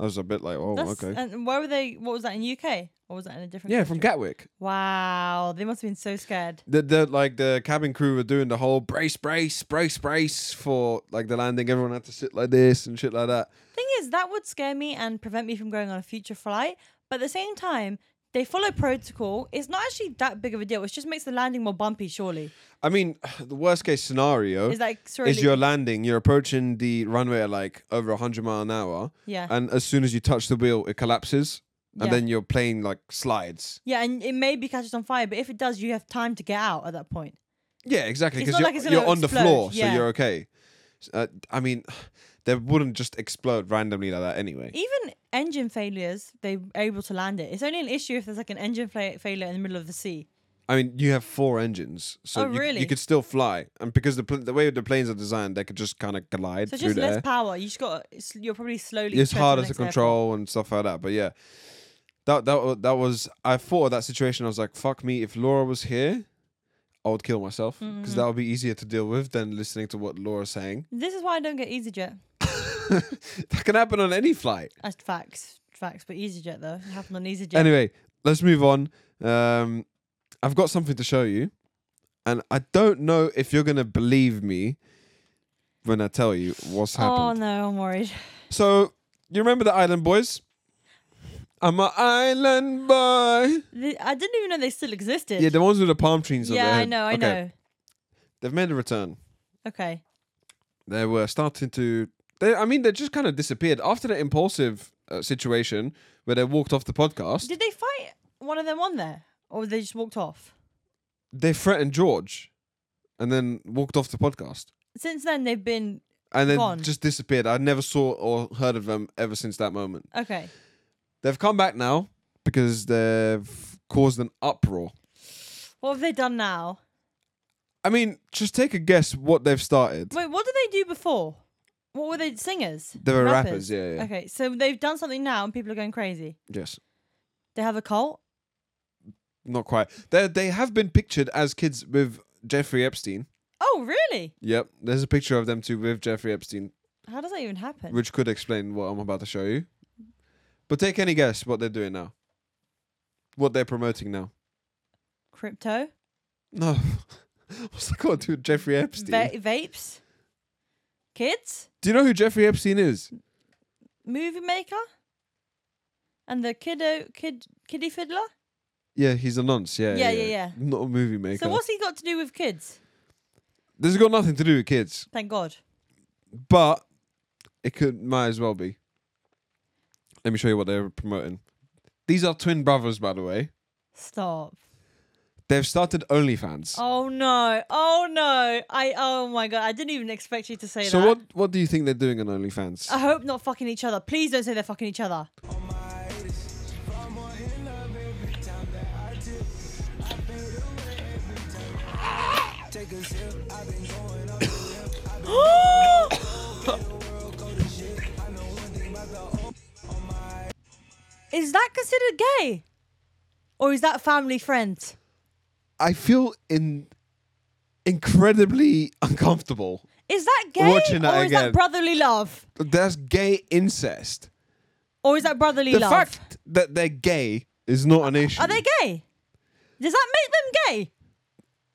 Speaker 2: I was a bit like, oh,
Speaker 1: That's-
Speaker 2: okay.
Speaker 1: And where were they? What was that in UK or was that in a different?
Speaker 2: yeah, from
Speaker 1: country?
Speaker 2: Gatwick.
Speaker 1: Wow, they must have been so scared.
Speaker 2: The, the like the cabin crew were doing the whole brace, brace, brace, brace for like the landing. Everyone had to sit like this and shit like that.
Speaker 1: Thing is, that would scare me and prevent me from going on a future flight. But at the same time, they follow protocol. It's not actually that big of a deal. It just makes the landing more bumpy. Surely,
Speaker 2: I mean, the worst case scenario
Speaker 1: it's like surely,
Speaker 2: is you're landing, you're approaching the runway at like over 100 mile an hour.
Speaker 1: yeah,
Speaker 2: and as soon as you touch the wheel, it collapses, and
Speaker 1: Yeah.
Speaker 2: then your plane like slides.
Speaker 1: yeah, and it maybe catches on fire. But if it does, you have time to get out at that point.
Speaker 2: Yeah, exactly.
Speaker 1: It's not
Speaker 2: Because you're,
Speaker 1: like it's gonna
Speaker 2: you're on the
Speaker 1: explode,
Speaker 2: floor,
Speaker 1: yeah.
Speaker 2: so you're okay. S- Uh, I mean, they wouldn't just explode randomly like that anyway.
Speaker 1: Even engine failures, they're able to land it. It's only an issue if there's like an engine fa- failure in the middle of the sea.
Speaker 2: I mean, you have four engines, so
Speaker 1: Oh,
Speaker 2: you,
Speaker 1: really?
Speaker 2: you could still fly. And because the pl- the way the planes are designed, they could just kind of collide
Speaker 1: So
Speaker 2: through
Speaker 1: just
Speaker 2: the
Speaker 1: less
Speaker 2: air.
Speaker 1: power. You just got. You're probably slowly.
Speaker 2: It's
Speaker 1: spread
Speaker 2: harder
Speaker 1: the
Speaker 2: to
Speaker 1: next airport.
Speaker 2: control and stuff like that. But yeah, that that wa- that was. I thought of that situation. I was like, "Fuck me! If Laura was here, I would kill myself because
Speaker 1: Mm-hmm.
Speaker 2: that would be easier to deal with than listening to what Laura's saying."
Speaker 1: This is why I don't get EasyJet.
Speaker 2: that can happen on any flight.
Speaker 1: That's facts, facts. But EasyJet though, it happened on EasyJet.
Speaker 2: Anyway, let's move on. Um, I've got something to show you, and I don't know if you're gonna believe me when I tell you what's
Speaker 1: oh
Speaker 2: happened.
Speaker 1: no, I'm worried.
Speaker 2: So you remember the Island Boys? I'm a island boy.
Speaker 1: The- I didn't even know they still existed.
Speaker 2: Yeah, the ones with the palm trees. on
Speaker 1: Yeah,
Speaker 2: their
Speaker 1: I
Speaker 2: head.
Speaker 1: know, I
Speaker 2: Okay,
Speaker 1: know.
Speaker 2: They've made a return.
Speaker 1: Okay.
Speaker 2: They were starting to. They, I mean, they just kind of disappeared after the impulsive uh, situation where they walked off the podcast.
Speaker 1: Did they fight one of them on there, or they just walked off?
Speaker 2: they threatened George and then walked off the podcast
Speaker 1: Since then, they've been
Speaker 2: and then
Speaker 1: Gone.
Speaker 2: just disappeared. I never saw or heard of them ever since that moment.
Speaker 1: okay.
Speaker 2: They've come back now because they've caused an uproar.
Speaker 1: What have they done now?
Speaker 2: I mean, just take a guess what they've started.
Speaker 1: Wait, what did they do before? What were they singers?
Speaker 2: They were rappers, yeah, yeah.
Speaker 1: Okay, so they've done something now, and people are going crazy.
Speaker 2: Yes.
Speaker 1: They have a cult.
Speaker 2: Not quite. They they have been pictured as kids with Jeffrey Epstein.
Speaker 1: Oh, really?
Speaker 2: Yep. There's a picture of them two with Jeffrey Epstein,
Speaker 1: How does that even happen?
Speaker 2: which could explain what I'm about to show you. But take any guess what they're doing now. What they're promoting now.
Speaker 1: Crypto,
Speaker 2: No. What's that got to do with Jeffrey Epstein?
Speaker 1: Va- vapes, kids,
Speaker 2: Do you know who Jeffrey Epstein is?
Speaker 1: movie maker, and the kiddo kid kiddie fiddler.
Speaker 2: Yeah, he's a nonce. Yeah,
Speaker 1: Yeah, yeah, yeah.
Speaker 2: Not a movie maker.
Speaker 1: So what's he got to do with kids?
Speaker 2: This has got nothing to do with kids,
Speaker 1: Thank God.
Speaker 2: but it could might as well be. Let me show you what they're promoting. These are twin brothers, by the way.
Speaker 1: Stop.
Speaker 2: They've started OnlyFans.
Speaker 1: Oh no. Oh no. I oh my god. I didn't even expect you to say
Speaker 2: so
Speaker 1: that. Uh,
Speaker 2: what what do you think they're doing on OnlyFans?
Speaker 1: I hope not fucking each other. Please don't say they're fucking each other. is that considered gay? Or is that family friend?
Speaker 2: I feel in incredibly uncomfortable.
Speaker 1: Is that gay?
Speaker 2: Watching that
Speaker 1: or is
Speaker 2: again.
Speaker 1: that brotherly love?
Speaker 2: That's gay incest.
Speaker 1: Or is that brotherly
Speaker 2: The
Speaker 1: love?
Speaker 2: fact that they're gay is not an issue.
Speaker 1: Are they gay? Does that make them gay?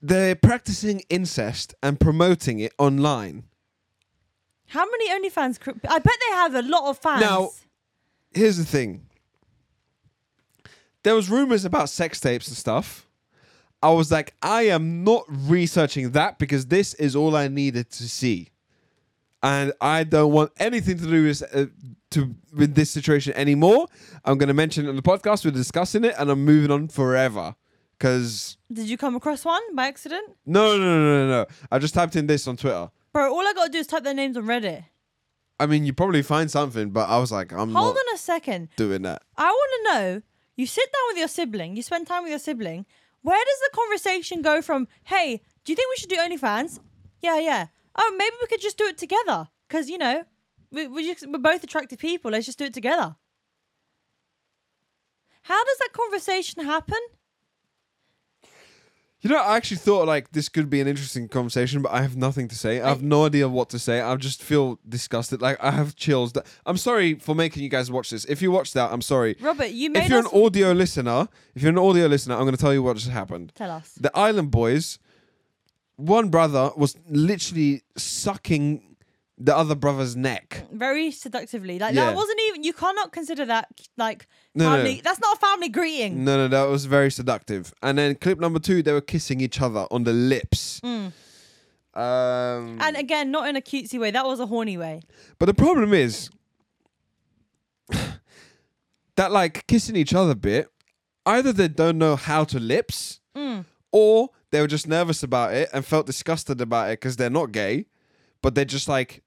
Speaker 2: They're practicing incest and promoting it online.
Speaker 1: How many OnlyFans? cr- I bet they have a lot of fans.
Speaker 2: Now- Here's the thing. There was rumors about sex tapes and stuff. I was like, I am not researching that because this is all I needed to see, and I don't want anything to do with uh, to with this situation anymore. I'm going to mention it on the podcast. We're discussing it, and I'm moving on forever because
Speaker 1: Did you come across one by accident?
Speaker 2: No, no, no, no, no. I just typed in this on Twitter.
Speaker 1: Bro, all I gotta do is type their names on Reddit.
Speaker 2: I mean, you probably find something, but I was like, I'm
Speaker 1: Hold
Speaker 2: not
Speaker 1: on a second.
Speaker 2: doing that.
Speaker 1: I wanna know you sit down with your sibling, you spend time with your sibling. Where does the conversation go from, hey, do you think we should do OnlyFans? Yeah, yeah. Oh, maybe we could just do it together. Because, you know, we, we just, we're both attractive people. Let's just do it together. How does that conversation happen?
Speaker 2: You know, I actually thought like this could be an interesting conversation, but I have nothing to say. I have no idea what to say. I just feel disgusted. Like I have chills. That I'm sorry for making you guys watch this. If you watch that, I'm sorry.
Speaker 1: Robert, you made
Speaker 2: If you're an
Speaker 1: us
Speaker 2: audio listener, if you're an audio listener, I'm going to tell you what just happened.
Speaker 1: tell us.
Speaker 2: The Island Boys, one brother was literally sucking the other brother's neck.
Speaker 1: very seductively. Like
Speaker 2: Yeah.
Speaker 1: that wasn't even. You cannot consider that like
Speaker 2: No, no.
Speaker 1: family. That's not a family greeting.
Speaker 2: No, no, that was very seductive. And then clip number two, they were kissing each other on the lips. Um,
Speaker 1: And again, not in a cutesy way. That was a horny way.
Speaker 2: but the problem is that, like, kissing each other bit, either they don't know how to lips,
Speaker 1: Mm.
Speaker 2: or they were just nervous about it and felt disgusted about it because they're not gay, but they're just like,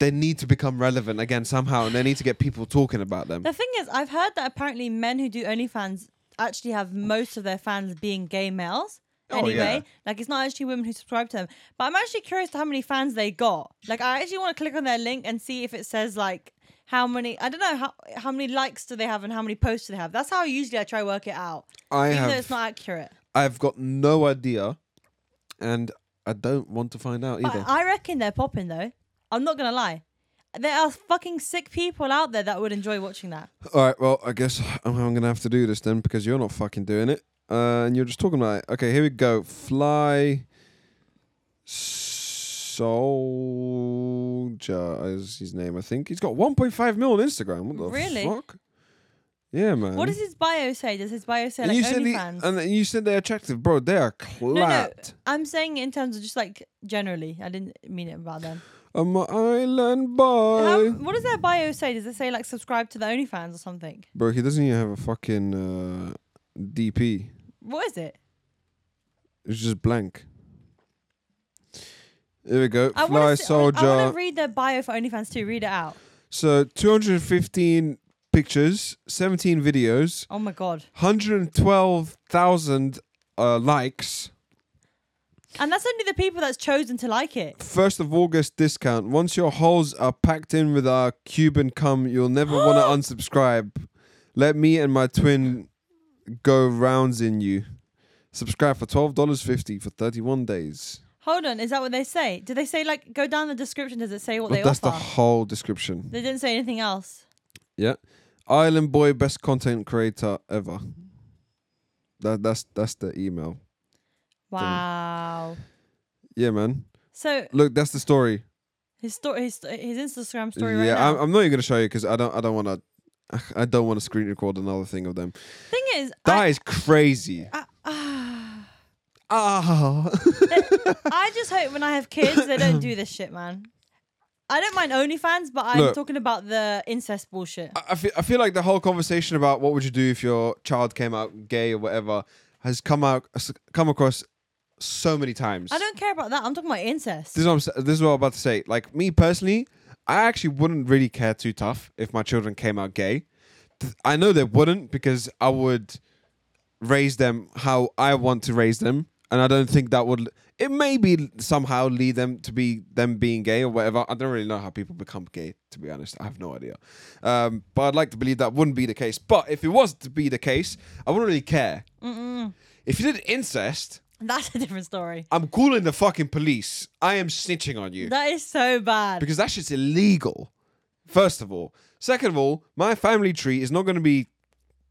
Speaker 2: they need to become relevant again somehow, and they need to get people talking about them.
Speaker 1: The thing is, I've heard that apparently men who do OnlyFans actually have most of their fans being gay males.
Speaker 2: Oh,
Speaker 1: Anyway,
Speaker 2: yeah.
Speaker 1: like it's not actually women who subscribe to them. But I'm actually curious to how many fans they got. Like I actually want to click on their link and see if it says like how many. I don't know how how many likes do they have and how many posts do they have. That's how usually I try to work it out,
Speaker 2: I
Speaker 1: even though
Speaker 2: have
Speaker 1: it's not accurate.
Speaker 2: I've got no idea, and I don't want to find out either.
Speaker 1: But I reckon they're popping though. I'm not gonna lie. There are fucking sick people out there that would enjoy watching that.
Speaker 2: All right, well, I guess I'm, I'm gonna have to do this then because you're not fucking doing it, uh, and you're just talking about it. Okay, here we go. Fly soldier is his name, I think. He's got 1.5 mil on Instagram. What the
Speaker 1: Really?
Speaker 2: fuck? Yeah, man.
Speaker 1: What does his bio say? Does his bio say
Speaker 2: and
Speaker 1: like
Speaker 2: you said he-
Speaker 1: OnlyFans?
Speaker 2: and then you said they're attractive, bro. They are
Speaker 1: no, no.
Speaker 2: clapped.
Speaker 1: I'm saying in terms of just like generally. I didn't mean it about them.
Speaker 2: I'm an island boy.
Speaker 1: How, what does their bio say? Does it say like subscribe to the OnlyFans or something?
Speaker 2: Bro, he doesn't even have a fucking uh, DP.
Speaker 1: What is it?
Speaker 2: It's just blank. Here we go.
Speaker 1: I
Speaker 2: Fly
Speaker 1: want to. I
Speaker 2: soldier.
Speaker 1: want to read their bio for OnlyFans too. Read it out.
Speaker 2: so 215 pictures, 17 videos,
Speaker 1: Oh my god!
Speaker 2: 112,000 uh, likes.
Speaker 1: And that's only the people that's chosen to like it.
Speaker 2: First of August discount. Once your holes are packed in with our Cuban cum, you'll never want to unsubscribe. Let me and my twin go rounds in you. Subscribe for twelve dollars fifty for thirty-one days.
Speaker 1: Hold on, is that what they say? Do they say like go down the description? Does it say what
Speaker 2: But
Speaker 1: they
Speaker 2: that's
Speaker 1: offer?
Speaker 2: the whole description.
Speaker 1: They didn't say anything else.
Speaker 2: Yeah. Island Boy best content creator ever. That that's that's the email.
Speaker 1: Wow.
Speaker 2: Yeah, man.
Speaker 1: So
Speaker 2: Look, that's the story.
Speaker 1: his story, his, his Instagram story right
Speaker 2: yeah,
Speaker 1: now.
Speaker 2: I'm, I'm not even gonna show you because I don't I don't want to I don't want to screen record another thing of them.
Speaker 1: Thing is,
Speaker 2: That
Speaker 1: I,
Speaker 2: is crazy. Ah.
Speaker 1: I just hope when I have kids they don't do this shit, man. I don't mind OnlyFans, but I'm
Speaker 2: Look.
Speaker 1: talking about the incest bullshit.
Speaker 2: I- I feel I feel like the whole conversation about what would you do if your child came out gay or whatever has come out has come across so many times.
Speaker 1: I don't care about that. I'm talking about incest.
Speaker 2: this is, what I'm, sa- this is what I'm about to say. Like me personally, I actually wouldn't really care too tough if my children came out gay. Th- I know they wouldn't because I would raise them how I want to raise them and I don't think that would. It maybe somehow lead them to be them being gay or whatever. I don't really know how people become gay, to be honest. I have no idea. Um, but I'd like to believe that wouldn't be the case. But if it was to be the case, I wouldn't really care. If you did incest,
Speaker 1: That's a different story.
Speaker 2: I'm calling the fucking police. I am snitching on you
Speaker 1: That is so bad.
Speaker 2: because that shit's illegal. First of all, second of all, my family tree is not going to be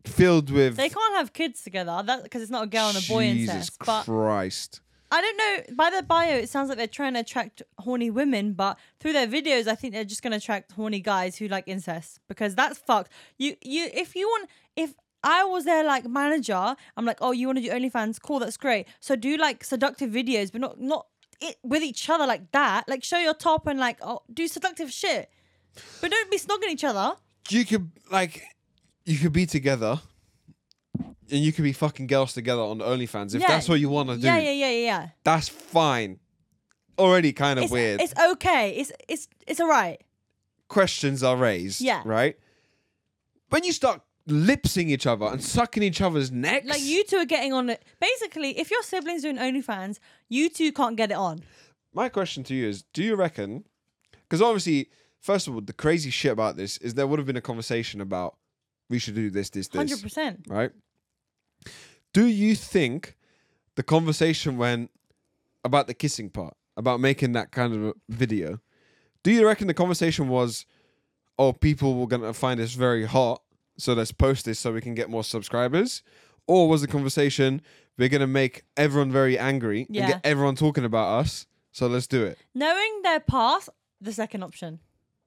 Speaker 2: filled with
Speaker 1: they can't have kids together because it's not a girl and a boy
Speaker 2: Jesus
Speaker 1: incest. But
Speaker 2: Christ.
Speaker 1: I don't know. By their bio, it sounds like they're trying to attract horny women, but through their videos, I think they're just going to attract horny guys who like incest because that's fucked. You, you, if you want, if I was their like manager, I'm like, oh, you want to do OnlyFans? Cool, that's great. So do like seductive videos, but not not it, with each other like that. Like show your top and like oh, do seductive shit, but don't be snogging each other.
Speaker 2: you could like you could be together and you could be fucking girls together on OnlyFans if
Speaker 1: Yeah.
Speaker 2: that's what you want to do.
Speaker 1: Yeah, yeah, yeah, yeah, yeah.
Speaker 2: That's fine. Already kind of
Speaker 1: It's,
Speaker 2: weird.
Speaker 1: it's okay. It's it's it's alright.
Speaker 2: Questions are raised.
Speaker 1: Yeah.
Speaker 2: Right? When you start lipsing each other and sucking each other's necks,
Speaker 1: Like you two are getting on it. Basically, if your siblings are in OnlyFans, you two can't get it on.
Speaker 2: my question to you is do you reckon because obviously first of all the crazy shit about this is there would have been a conversation about we should do this this this
Speaker 1: Hundred percent.
Speaker 2: right? Do you think the conversation went about the kissing part, about making that kind of a video? Do you reckon the conversation was, oh, people were going to find this very hot, so let's post this so we can get more subscribers? Or was the conversation, we're going to make everyone very angry
Speaker 1: Yeah.
Speaker 2: and get everyone talking about us, so let's do it?
Speaker 1: Knowing their past, the second option.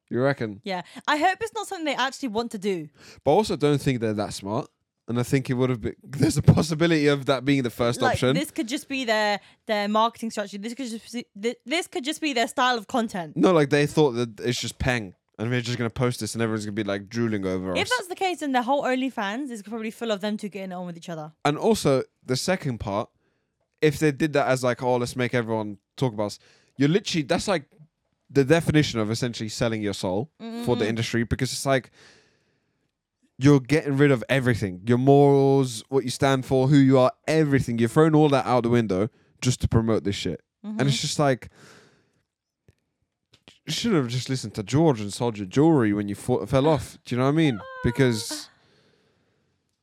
Speaker 2: You reckon?
Speaker 1: Yeah, I hope it's not something they actually want to do.
Speaker 2: But I also don't think they're that smart. And I think it would have been, there's a possibility of that being the first
Speaker 1: like
Speaker 2: option.
Speaker 1: this could just be their their marketing strategy. This could just be- thi- this could just be their style of content.
Speaker 2: No, like they thought that it's just Peng, and we're just gonna post this, and everyone's gonna be like drooling over
Speaker 1: If
Speaker 2: us.
Speaker 1: that's the case, then their whole OnlyFans is probably full of them two getting it on with each other.
Speaker 2: And also the second part, if they did that as like, oh, let's make everyone talk about us, you're literally that's like the definition of essentially selling your soul for the industry because it's like you're getting rid of everything, your morals, what you stand for, who you are, everything. You're throwing all that out the window just to promote this shit, and it's just like. you Should have just listened to George and sold your jewelry when you fo- fell off. Do you know what I mean? Because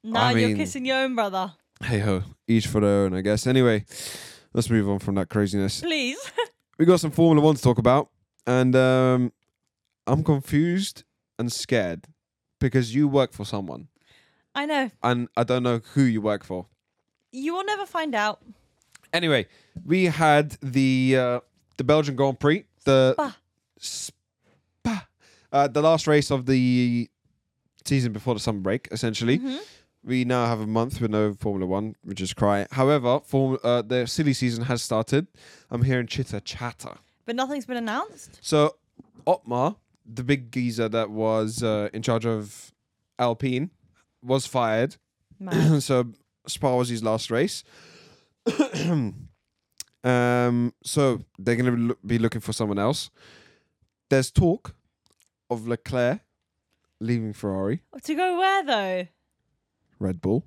Speaker 1: Now you're
Speaker 2: mean-
Speaker 1: kissing your own brother.
Speaker 2: hey ho, each for their own, I guess. Anyway, let's move on from that craziness.
Speaker 1: Please.
Speaker 2: We got some Formula One to talk about, and um, I'm confused and scared because you work for someone,
Speaker 1: I know.
Speaker 2: and I don't know who you work for.
Speaker 1: You will never find out.
Speaker 2: Anyway, we had the uh, the Belgian Grand Prix, the
Speaker 1: Spa.
Speaker 2: Spa. uh, the last race of the season before the summer break. Essentially, we now have a month with no Formula One, which is cry. However, form, uh, the silly season has started. I'm hearing chitter chatter.
Speaker 1: But nothing's been announced.
Speaker 2: So, Otmar, the big geezer that was uh, in charge of Alpine, was fired.
Speaker 1: Man.
Speaker 2: so Spa was his last race. um, so they're going to be, loo- be looking for someone else. There's talk of Leclerc leaving Ferrari,
Speaker 1: to go where though?
Speaker 2: Red Bull.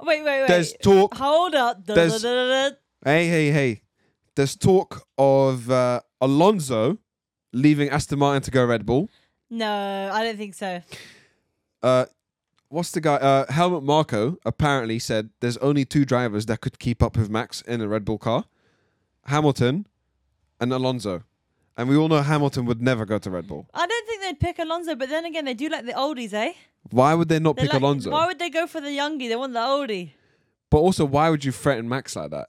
Speaker 1: Wait, wait, wait.
Speaker 2: There's talk.
Speaker 1: Hold up. Da- da-
Speaker 2: There's-
Speaker 1: da- da- da.
Speaker 2: Hey, hey, hey. There's talk of uh, Alonso leaving Aston Martin to go Red Bull.
Speaker 1: No, I don't think so.
Speaker 2: Uh, what's the guy? Uh, Helmut Marco apparently said there's only two drivers that could keep up with Max in a Red Bull car Hamilton and Alonso. And we all know Hamilton would never go to Red Bull.
Speaker 1: I don't think they'd pick Alonso, but then again, they do like the oldies, eh?
Speaker 2: Why would they not
Speaker 1: They
Speaker 2: pick
Speaker 1: like-
Speaker 2: Alonso?
Speaker 1: Why would they go for the youngie? They want the oldie.
Speaker 2: but also, why would you threaten Max like that?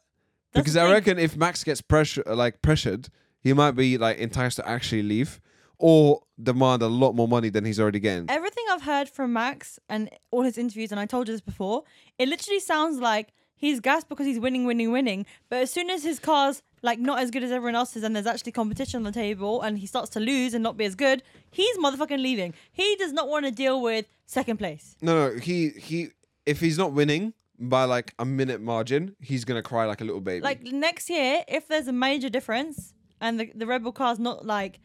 Speaker 1: That's
Speaker 2: because
Speaker 1: the
Speaker 2: I
Speaker 1: thing.
Speaker 2: reckon if Max gets pressure, like pressured, he might be like enticed to actually leave or demand a lot more money than he's already getting.
Speaker 1: Everything I've heard from Max and all his interviews, and I told you this before, it literally sounds like he's gassed because he's winning, winning, winning. But as soon as his car's like not as good as everyone else's, and there's actually competition on the table, and he starts to lose and not be as good, he's motherfucking leaving. He does not want to deal with second place.
Speaker 2: No, no, he he. If he's not winning by like a minute margin, he's gonna cry like a little baby.
Speaker 1: like next year, if there's a major difference and the, the Red Bull car's not like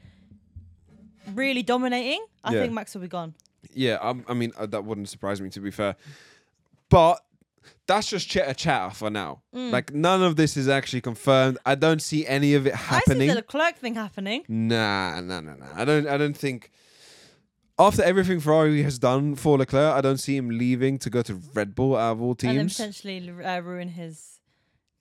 Speaker 1: really dominating, I
Speaker 2: Yeah.
Speaker 1: think Max will be gone.
Speaker 2: yeah, i I mean uh, that wouldn't surprise me to be fair, but that's just chitter chatter for now. Like none of this is actually confirmed. I don't see any of it happening.
Speaker 1: I see the Leclerc thing happening.
Speaker 2: Nah, nah, nah, nah. I don't. I don't think. After everything Ferrari has done for Leclerc, I don't see him leaving to go to Red Bull out of all
Speaker 1: And then
Speaker 2: teams.
Speaker 1: potentially uh, ruin his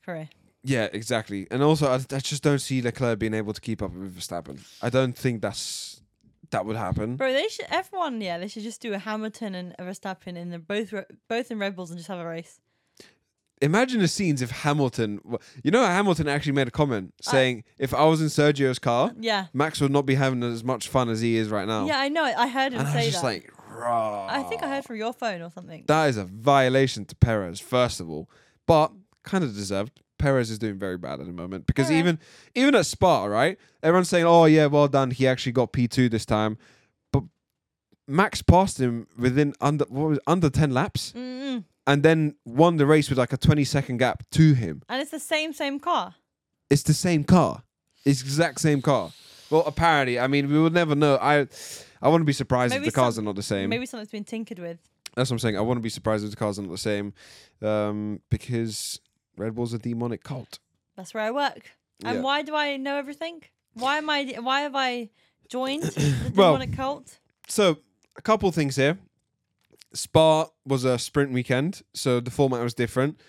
Speaker 1: career.
Speaker 2: Yeah, exactly. And also, I, I just don't see Leclerc being able to keep up with Verstappen. I don't think that's that would happen.
Speaker 1: Bro, they should F1. Yeah, they should just do a Hamilton and a Verstappen in the both re- both in Red Bulls and just have a race.
Speaker 2: Imagine the scenes if Hamilton, you know, Hamilton actually made a comment saying, "If I was in Sergio's car,
Speaker 1: Yeah,
Speaker 2: Max would not be having as much fun as he is right now."
Speaker 1: yeah, I know. I heard him
Speaker 2: Oh. and I was
Speaker 1: say
Speaker 2: just
Speaker 1: that.
Speaker 2: like, "Rah."
Speaker 1: I think I heard from your phone or something.
Speaker 2: that is a violation to Perez, first of all, but kind of deserved. Perez is doing very bad at the moment because
Speaker 1: Alright.
Speaker 2: even even at Spa, right? Everyone's saying, "Oh yeah, well done. He actually got P two this time," but Max passed him within under what was it, under ten laps,
Speaker 1: Mm-mm.
Speaker 2: and then won the race with like a twenty second gap to him.
Speaker 1: And it's the same same car.
Speaker 2: It's the same car. It's the exact same car. Well, apparently, I mean, we will never know. I I wouldn't be surprised
Speaker 1: Maybe
Speaker 2: if the cars
Speaker 1: some-
Speaker 2: are not the same.
Speaker 1: Maybe something's been tinkered with.
Speaker 2: That's what I'm saying. I wouldn't be surprised if the cars are not the same, um, because Red Bull's a demonic cult.
Speaker 1: That's where I work. And
Speaker 2: Yeah.
Speaker 1: why do I know everything? Why am I? Why have I joined the
Speaker 2: Well-
Speaker 1: demonic cult?
Speaker 2: So a couple things here. Spa was a sprint weekend, so the format was different.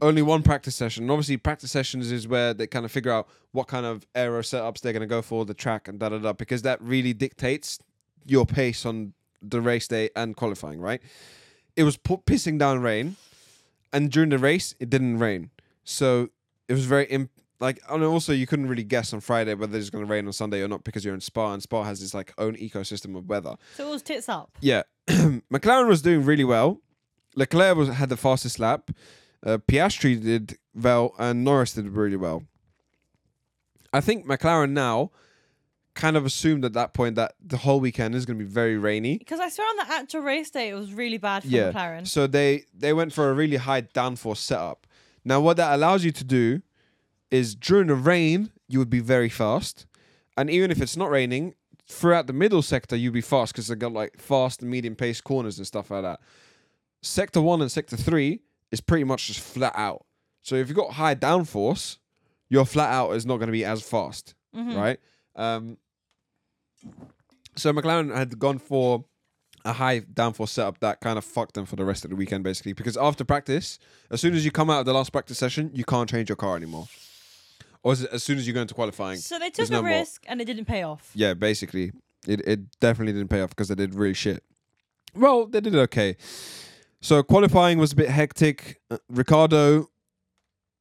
Speaker 2: Only one practice session. And obviously, practice sessions is where they kind of figure out what kind of aero setups they're going to go for, the track, and da da da, because that really dictates your pace on the race day and qualifying, right? It was p- pissing down rain, and during the race, it didn't rain. So it was very imp- like, and also you couldn't really guess on Friday whether it's going to rain on Sunday or not because you're in Spa, and Spa has this like own ecosystem of weather.
Speaker 1: So it was tits up.
Speaker 2: Yeah, McLaren was doing really well. Leclerc was had the fastest lap. Uh, Piastri did well, and Norris did really well. I think McLaren now kind of assumed at that point that the whole weekend is going to be very rainy.
Speaker 1: Because I swear on the actual race day, it was really bad for
Speaker 2: Yeah.
Speaker 1: McLaren.
Speaker 2: So they they went for a really high downforce setup. Now what that allows you to do is during the rain you would be very fast, and even if it's not raining, throughout the middle sector you'd be fast because they got like fast and medium pace corners and stuff like that. Sector one and sector three is pretty much just flat out. So if you've got high downforce, your flat out is not going to be as fast, right? Um, so McLaren had gone for a high downforce setup that kind of fucked them for the rest of the weekend, basically. Because after practice, as soon as you come out of the last practice session, you can't change your car anymore. Or is it as soon as you go into qualifying?
Speaker 1: So they
Speaker 2: There's
Speaker 1: took
Speaker 2: no
Speaker 1: a
Speaker 2: more.
Speaker 1: risk and it didn't pay off.
Speaker 2: Yeah, basically, it it definitely didn't pay off because they did really shit. Well, they did okay. So qualifying was a bit hectic. Uh, Ricardo,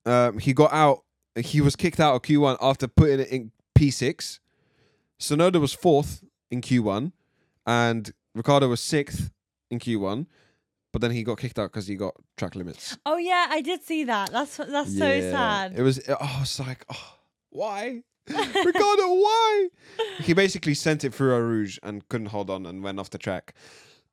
Speaker 2: um, he got out. He was kicked out of Q1 after putting it in P6. Sonoda was fourth in Q1, and Ricardo was sixth in Q1. But then he got kicked out because he got track limits.
Speaker 1: Oh yeah, I did see that. That's that's so
Speaker 2: Yeah.
Speaker 1: sad.
Speaker 2: It was. Oh, it's like, oh, why, Ricardo? Why? He basically sent it through a rouge and couldn't hold on and went off the track,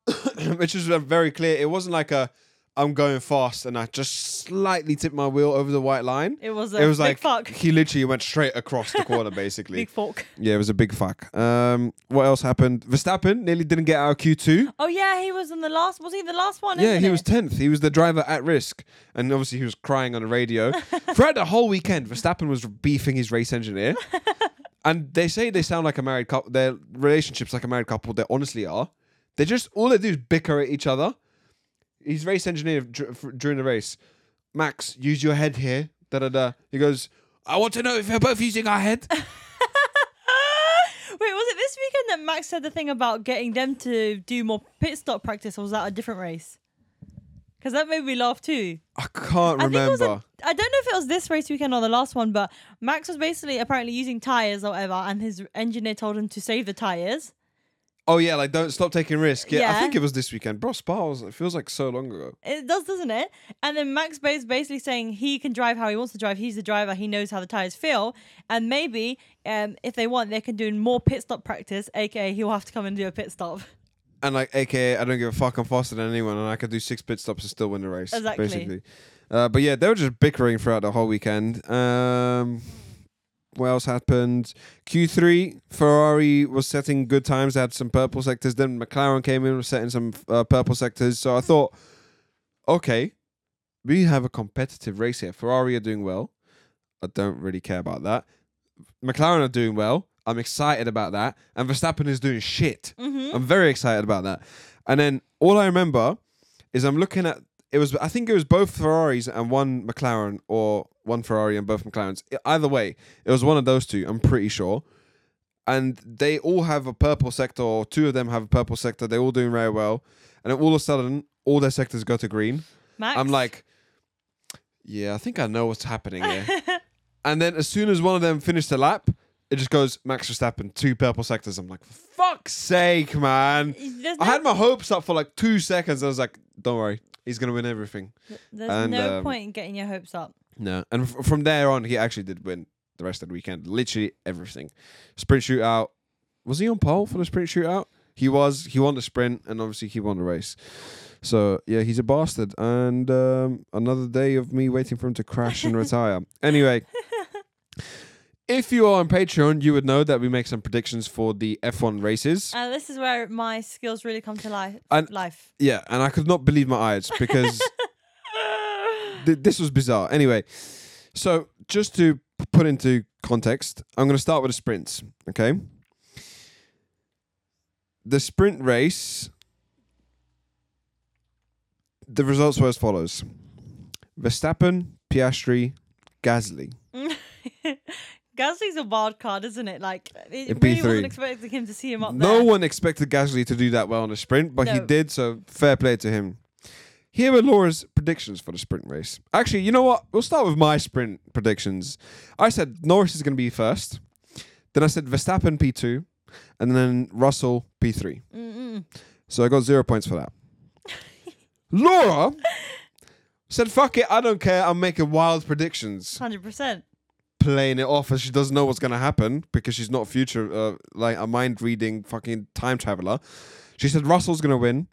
Speaker 2: which is uh, very clear. It wasn't like a I'm going fast and I just slightly tipped my wheel over the white line.
Speaker 1: It was a
Speaker 2: It was
Speaker 1: big
Speaker 2: like
Speaker 1: fuck,
Speaker 2: he literally went straight across the corner, basically.
Speaker 1: big fork.
Speaker 2: Yeah, it was a big fuck. Um, what else happened? Verstappen nearly didn't get out of Q two.
Speaker 1: Oh yeah, he was in the last. Was he the last one?
Speaker 2: Yeah,
Speaker 1: isn't
Speaker 2: he
Speaker 1: it?
Speaker 2: was tenth. He was the driver at risk, and obviously he was crying on the radio throughout the whole weekend. Verstappen was beefing his race engineer, and they say they sound like a married couple. Their relationships like a married couple. They honestly are. They just all they do is bicker at each other. His race engineer dr- f- during the race, Max, use your head here. Da da da. He goes, I want to know if we are both using our head.
Speaker 1: Wait, was it this weekend that Max said the thing about getting them to do more pit stop practice, or was that a different race? Because that made me laugh too.
Speaker 2: I can't
Speaker 1: I think it was
Speaker 2: remember.
Speaker 1: a, I don't know if it was this race weekend or the last one, but Max was basically apparently using tires or whatever, and his engineer told him to save the tires.
Speaker 2: oh yeah, like don't stop taking risks. Yeah, I
Speaker 1: Yeah.
Speaker 2: think it was this weekend. Bro, Spa was, it feels like so long ago.
Speaker 1: It does, doesn't it? And then Max Bay's basically saying he can drive how he wants to drive. He's the driver. He knows how the tires feel. And maybe, um, if they want, they can do more pit stop practice. AKA, he'll have to come and do a pit stop.
Speaker 2: and like aka I don't give a fuck I'm faster than anyone and I could do six pit stops and still win the race
Speaker 1: Exactly.
Speaker 2: basically uh, but yeah they were just bickering throughout the whole weekend um what else happened Q3 Ferrari was setting good times they had some purple sectors then McLaren came in was setting some uh, purple sectors so I thought okay we have a competitive race here. Ferrari are doing well. I don't really care about that. McLaren are doing well. I'm excited about that. And Verstappen is doing shit. I'm very excited about that. And then all I remember is I'm looking at it was I think it was both Ferraris and one McLaren or one Ferrari and both McLarens. E- Either way, it was one of those two. I'm pretty sure. And they all have a purple sector, or two of them have a purple sector. They're all doing very well. And then all of a sudden, all their sectors go to green.
Speaker 1: Max.
Speaker 2: I'm like, yeah, I think I know what's happening here. and then as soon as one of them finished the lap, it just goes Max Verstappen, two purple sectors. I'm like, for fuck's sake, man.
Speaker 1: there's no,
Speaker 2: I had my hopes up for like two seconds. I was like, don't worry, he's going to win everything.
Speaker 1: there's
Speaker 2: and,
Speaker 1: no
Speaker 2: um,
Speaker 1: point in getting your hopes up.
Speaker 2: No. And f- from there on, he actually did win the rest of the weekend. Literally everything. Sprint shootout. Was he on pole for the sprint shootout? He was. He won the sprint, and obviously he won the race. So yeah, he's a bastard. And um, another day of me waiting for him to crash and retire. Anyway. If you are on Patreon, you would know that we make some predictions for the F1 races.
Speaker 1: And Uh, this is where my skills really come to life.
Speaker 2: And-
Speaker 1: life.
Speaker 2: Yeah, and I could not believe my eyes because th- this was bizarre. Anyway, so just to p- put into context, I'm going to start with the sprints. Okay, the sprint race. The results were as follows: Verstappen, Piastri, Gasly.
Speaker 1: Gasly's a wild card, isn't it? Like, it
Speaker 2: In
Speaker 1: really
Speaker 2: P3.
Speaker 1: wasn't expecting him to see him up
Speaker 2: No
Speaker 1: there.
Speaker 2: one expected Gasly to do that well in a sprint, but he
Speaker 1: No.
Speaker 2: did, so fair play to him. Here are Laura's predictions for the sprint race. Actually, you know what? We'll start with my sprint predictions. I said Norris is going to be first. Then I said Verstappen P2, and then Russell P3.
Speaker 1: Mm-mm.
Speaker 2: So I got zero points for that. Laura said, fuck it, I don't care. I'm making wild predictions.
Speaker 1: 100%.
Speaker 2: Playing it off as she doesn't know what's going to happen because she's not future, uh, like a mind reading fucking time traveler. She said Russell's going to win,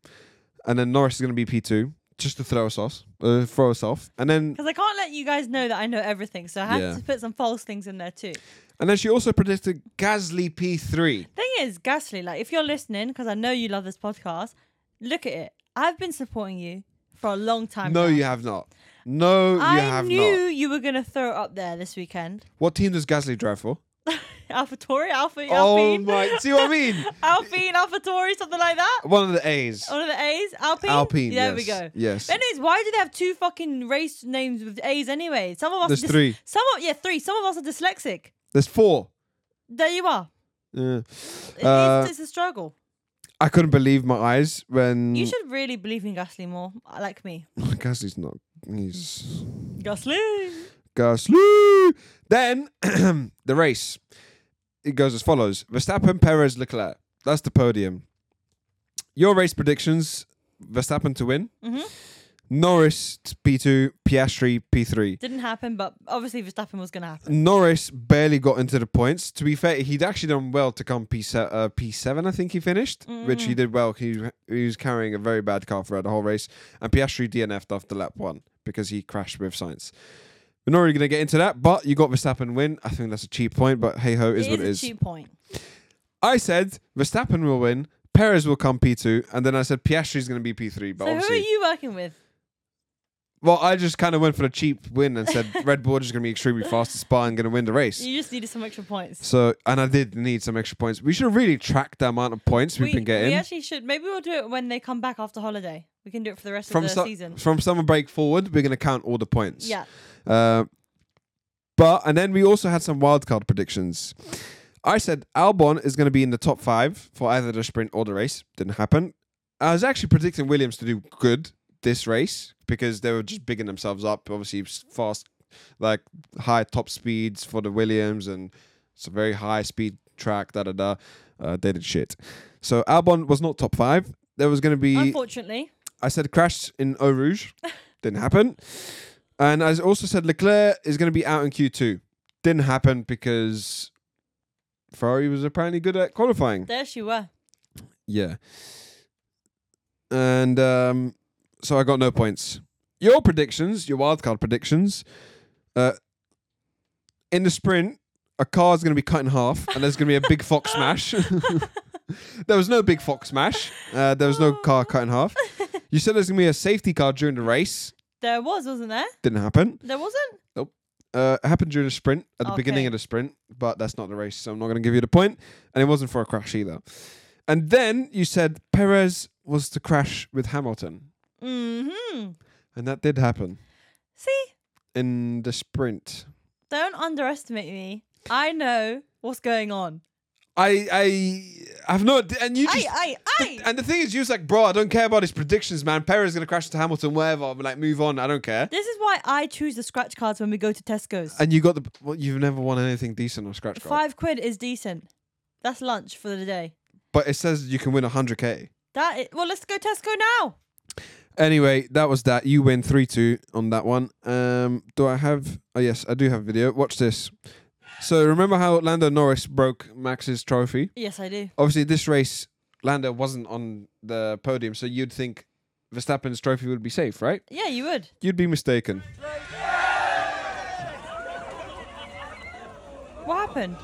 Speaker 2: and then Norris is going to be P2, just to throw us off. Uh, throw us off. And then
Speaker 1: Because I can't let you guys know that I know everything, so I had
Speaker 2: Yeah.
Speaker 1: to put some false things in there too.
Speaker 2: and then she also predicted Gasly P3.
Speaker 1: Thing is, Gasly, like, if you're listening, because I know you love this podcast, look at it. I've been supporting you for a long time.
Speaker 2: No,
Speaker 1: now.
Speaker 2: you have not. No, you
Speaker 1: I
Speaker 2: have
Speaker 1: knew
Speaker 2: not.
Speaker 1: you were going to throw it up there this weekend.
Speaker 2: What team does Gasly drive for?
Speaker 1: Alpha Tori, Alpha,
Speaker 2: Oh
Speaker 1: Alpine.
Speaker 2: my! See what I mean?
Speaker 1: Alpine, Alpha Tori, something like that.
Speaker 2: One of the A's.
Speaker 1: One of the A's, Alpine.
Speaker 2: Alpine.
Speaker 1: There we
Speaker 2: yes,
Speaker 1: go.
Speaker 2: Yes.
Speaker 1: But anyways, why do they have two fucking race names with A's anyway? Some of us
Speaker 2: There's
Speaker 1: are dys-
Speaker 2: three.
Speaker 1: Some of yeah, three. Some of us are dyslexic.
Speaker 2: There's four.
Speaker 1: There you are.
Speaker 2: Yeah.
Speaker 1: It-
Speaker 2: Uh,
Speaker 1: it's, it's a struggle.
Speaker 2: I couldn't believe my eyes when
Speaker 1: You should really believe in Gasly more, like me.
Speaker 2: Gasly's not. He's
Speaker 1: Gasly.
Speaker 2: Gasly. Then the race. It goes as follows: Verstappen, Perez, Leclerc. That's the podium. Your race predictions: Verstappen to win.
Speaker 1: Mhm.
Speaker 2: Norris P two, Piastri P three.
Speaker 1: Didn't happen, but obviously Verstappen was going to happen.
Speaker 2: Norris barely got into the points. To be fair, he'd actually done well to come P se- uh, P7, I think he finished, which
Speaker 1: Mm.
Speaker 2: he did well. He, he was carrying a very bad car throughout the whole race. And Piastri DNF'd after lap one because he crashed with science. We're not really going to get into that, but you got Verstappen win. I think that's a cheap point, but hey ho, is
Speaker 1: it
Speaker 2: what
Speaker 1: is
Speaker 2: it
Speaker 1: a
Speaker 2: is.
Speaker 1: cheap point.
Speaker 2: I said Verstappen will win, Perez will come P2, and then I said Piastri's going to be P3. But
Speaker 1: so who
Speaker 2: obviously,
Speaker 1: are you working with?
Speaker 2: well, I just kind of went for the cheap win and said Red Bull is going to be extremely fast at Spa and going to win the race.
Speaker 1: You just needed some extra points.
Speaker 2: So, and I did need some extra points. We should really track the amount of points we've
Speaker 1: we,
Speaker 2: been getting
Speaker 1: we actually should. Maybe we'll do it when they come back after holiday. We can do it for the rest
Speaker 2: from
Speaker 1: of the
Speaker 2: su-
Speaker 1: season.
Speaker 2: from summer break forward. We're going to count all the points.
Speaker 1: Yeah.
Speaker 2: Uh, but and then we also had some wildcard predictions. I said Albon is going to be in the top five for either the sprint or the race. Didn't happen. I was actually predicting Williams to do good this race because they were just bigging themselves up. Obviously, s- fast, like high top speeds for the Williams, and it's a very high speed track. Da da da. Uh, they did shit. So Albon was not top five. There was going to be
Speaker 1: Unfortunately,
Speaker 2: I said crash in Eau Rouge. Didn't happen. And I also said Leclerc is going to be out in Q2. Didn't happen because Ferrari was apparently good at qualifying.
Speaker 1: there she were.
Speaker 2: Yeah. And um, so I got no points. Your predictions, your wildcard predictions, uh, in the sprint, a car's going to be cut in half and there's going to be a big fox smash. there was no big fox smash. Uh, there was no car cut in half. You said there's going to be a safety car during the race.
Speaker 1: There was, wasn't there?
Speaker 2: Didn't happen.
Speaker 1: There wasn't.
Speaker 2: Uh, it happened during a sprint at the beginning
Speaker 1: Okay.
Speaker 2: of the sprint, but that's not the race, so I'm not going to give you the point. And it wasn't for a crash either. And then you said Perez was to crash with Hamilton,
Speaker 1: Mm-hmm.
Speaker 2: and that did happen
Speaker 1: See,
Speaker 2: in the sprint.
Speaker 1: don't underestimate me. I know what's going on.
Speaker 2: I I have not, and you just.
Speaker 1: I, I, I.
Speaker 2: and the thing is, you was like, bro, I don't care about his predictions, man. Perez is gonna crash to Hamilton, whatever. I'm like, move on, I don't care.
Speaker 1: This is why I choose the scratch cards when we go to Tesco's.
Speaker 2: And you got the, well, you've never won anything decent on scratch card,
Speaker 1: Five quid is decent. That's lunch for the day.
Speaker 2: but it says you can win 100k.
Speaker 1: That is, well, let's go Tesco now.
Speaker 2: Anyway, that was that. You win 3 2 on that one. Um, do I have. Oh, yes, I do have a video. Watch this. So, remember how Lando Norris broke Max's trophy?
Speaker 1: Yes, I do.
Speaker 2: Obviously, this race, Lando wasn't on the podium, so you'd think Verstappen's trophy would be safe, right?
Speaker 1: Yeah, you would.
Speaker 2: You'd be mistaken.
Speaker 1: What happened?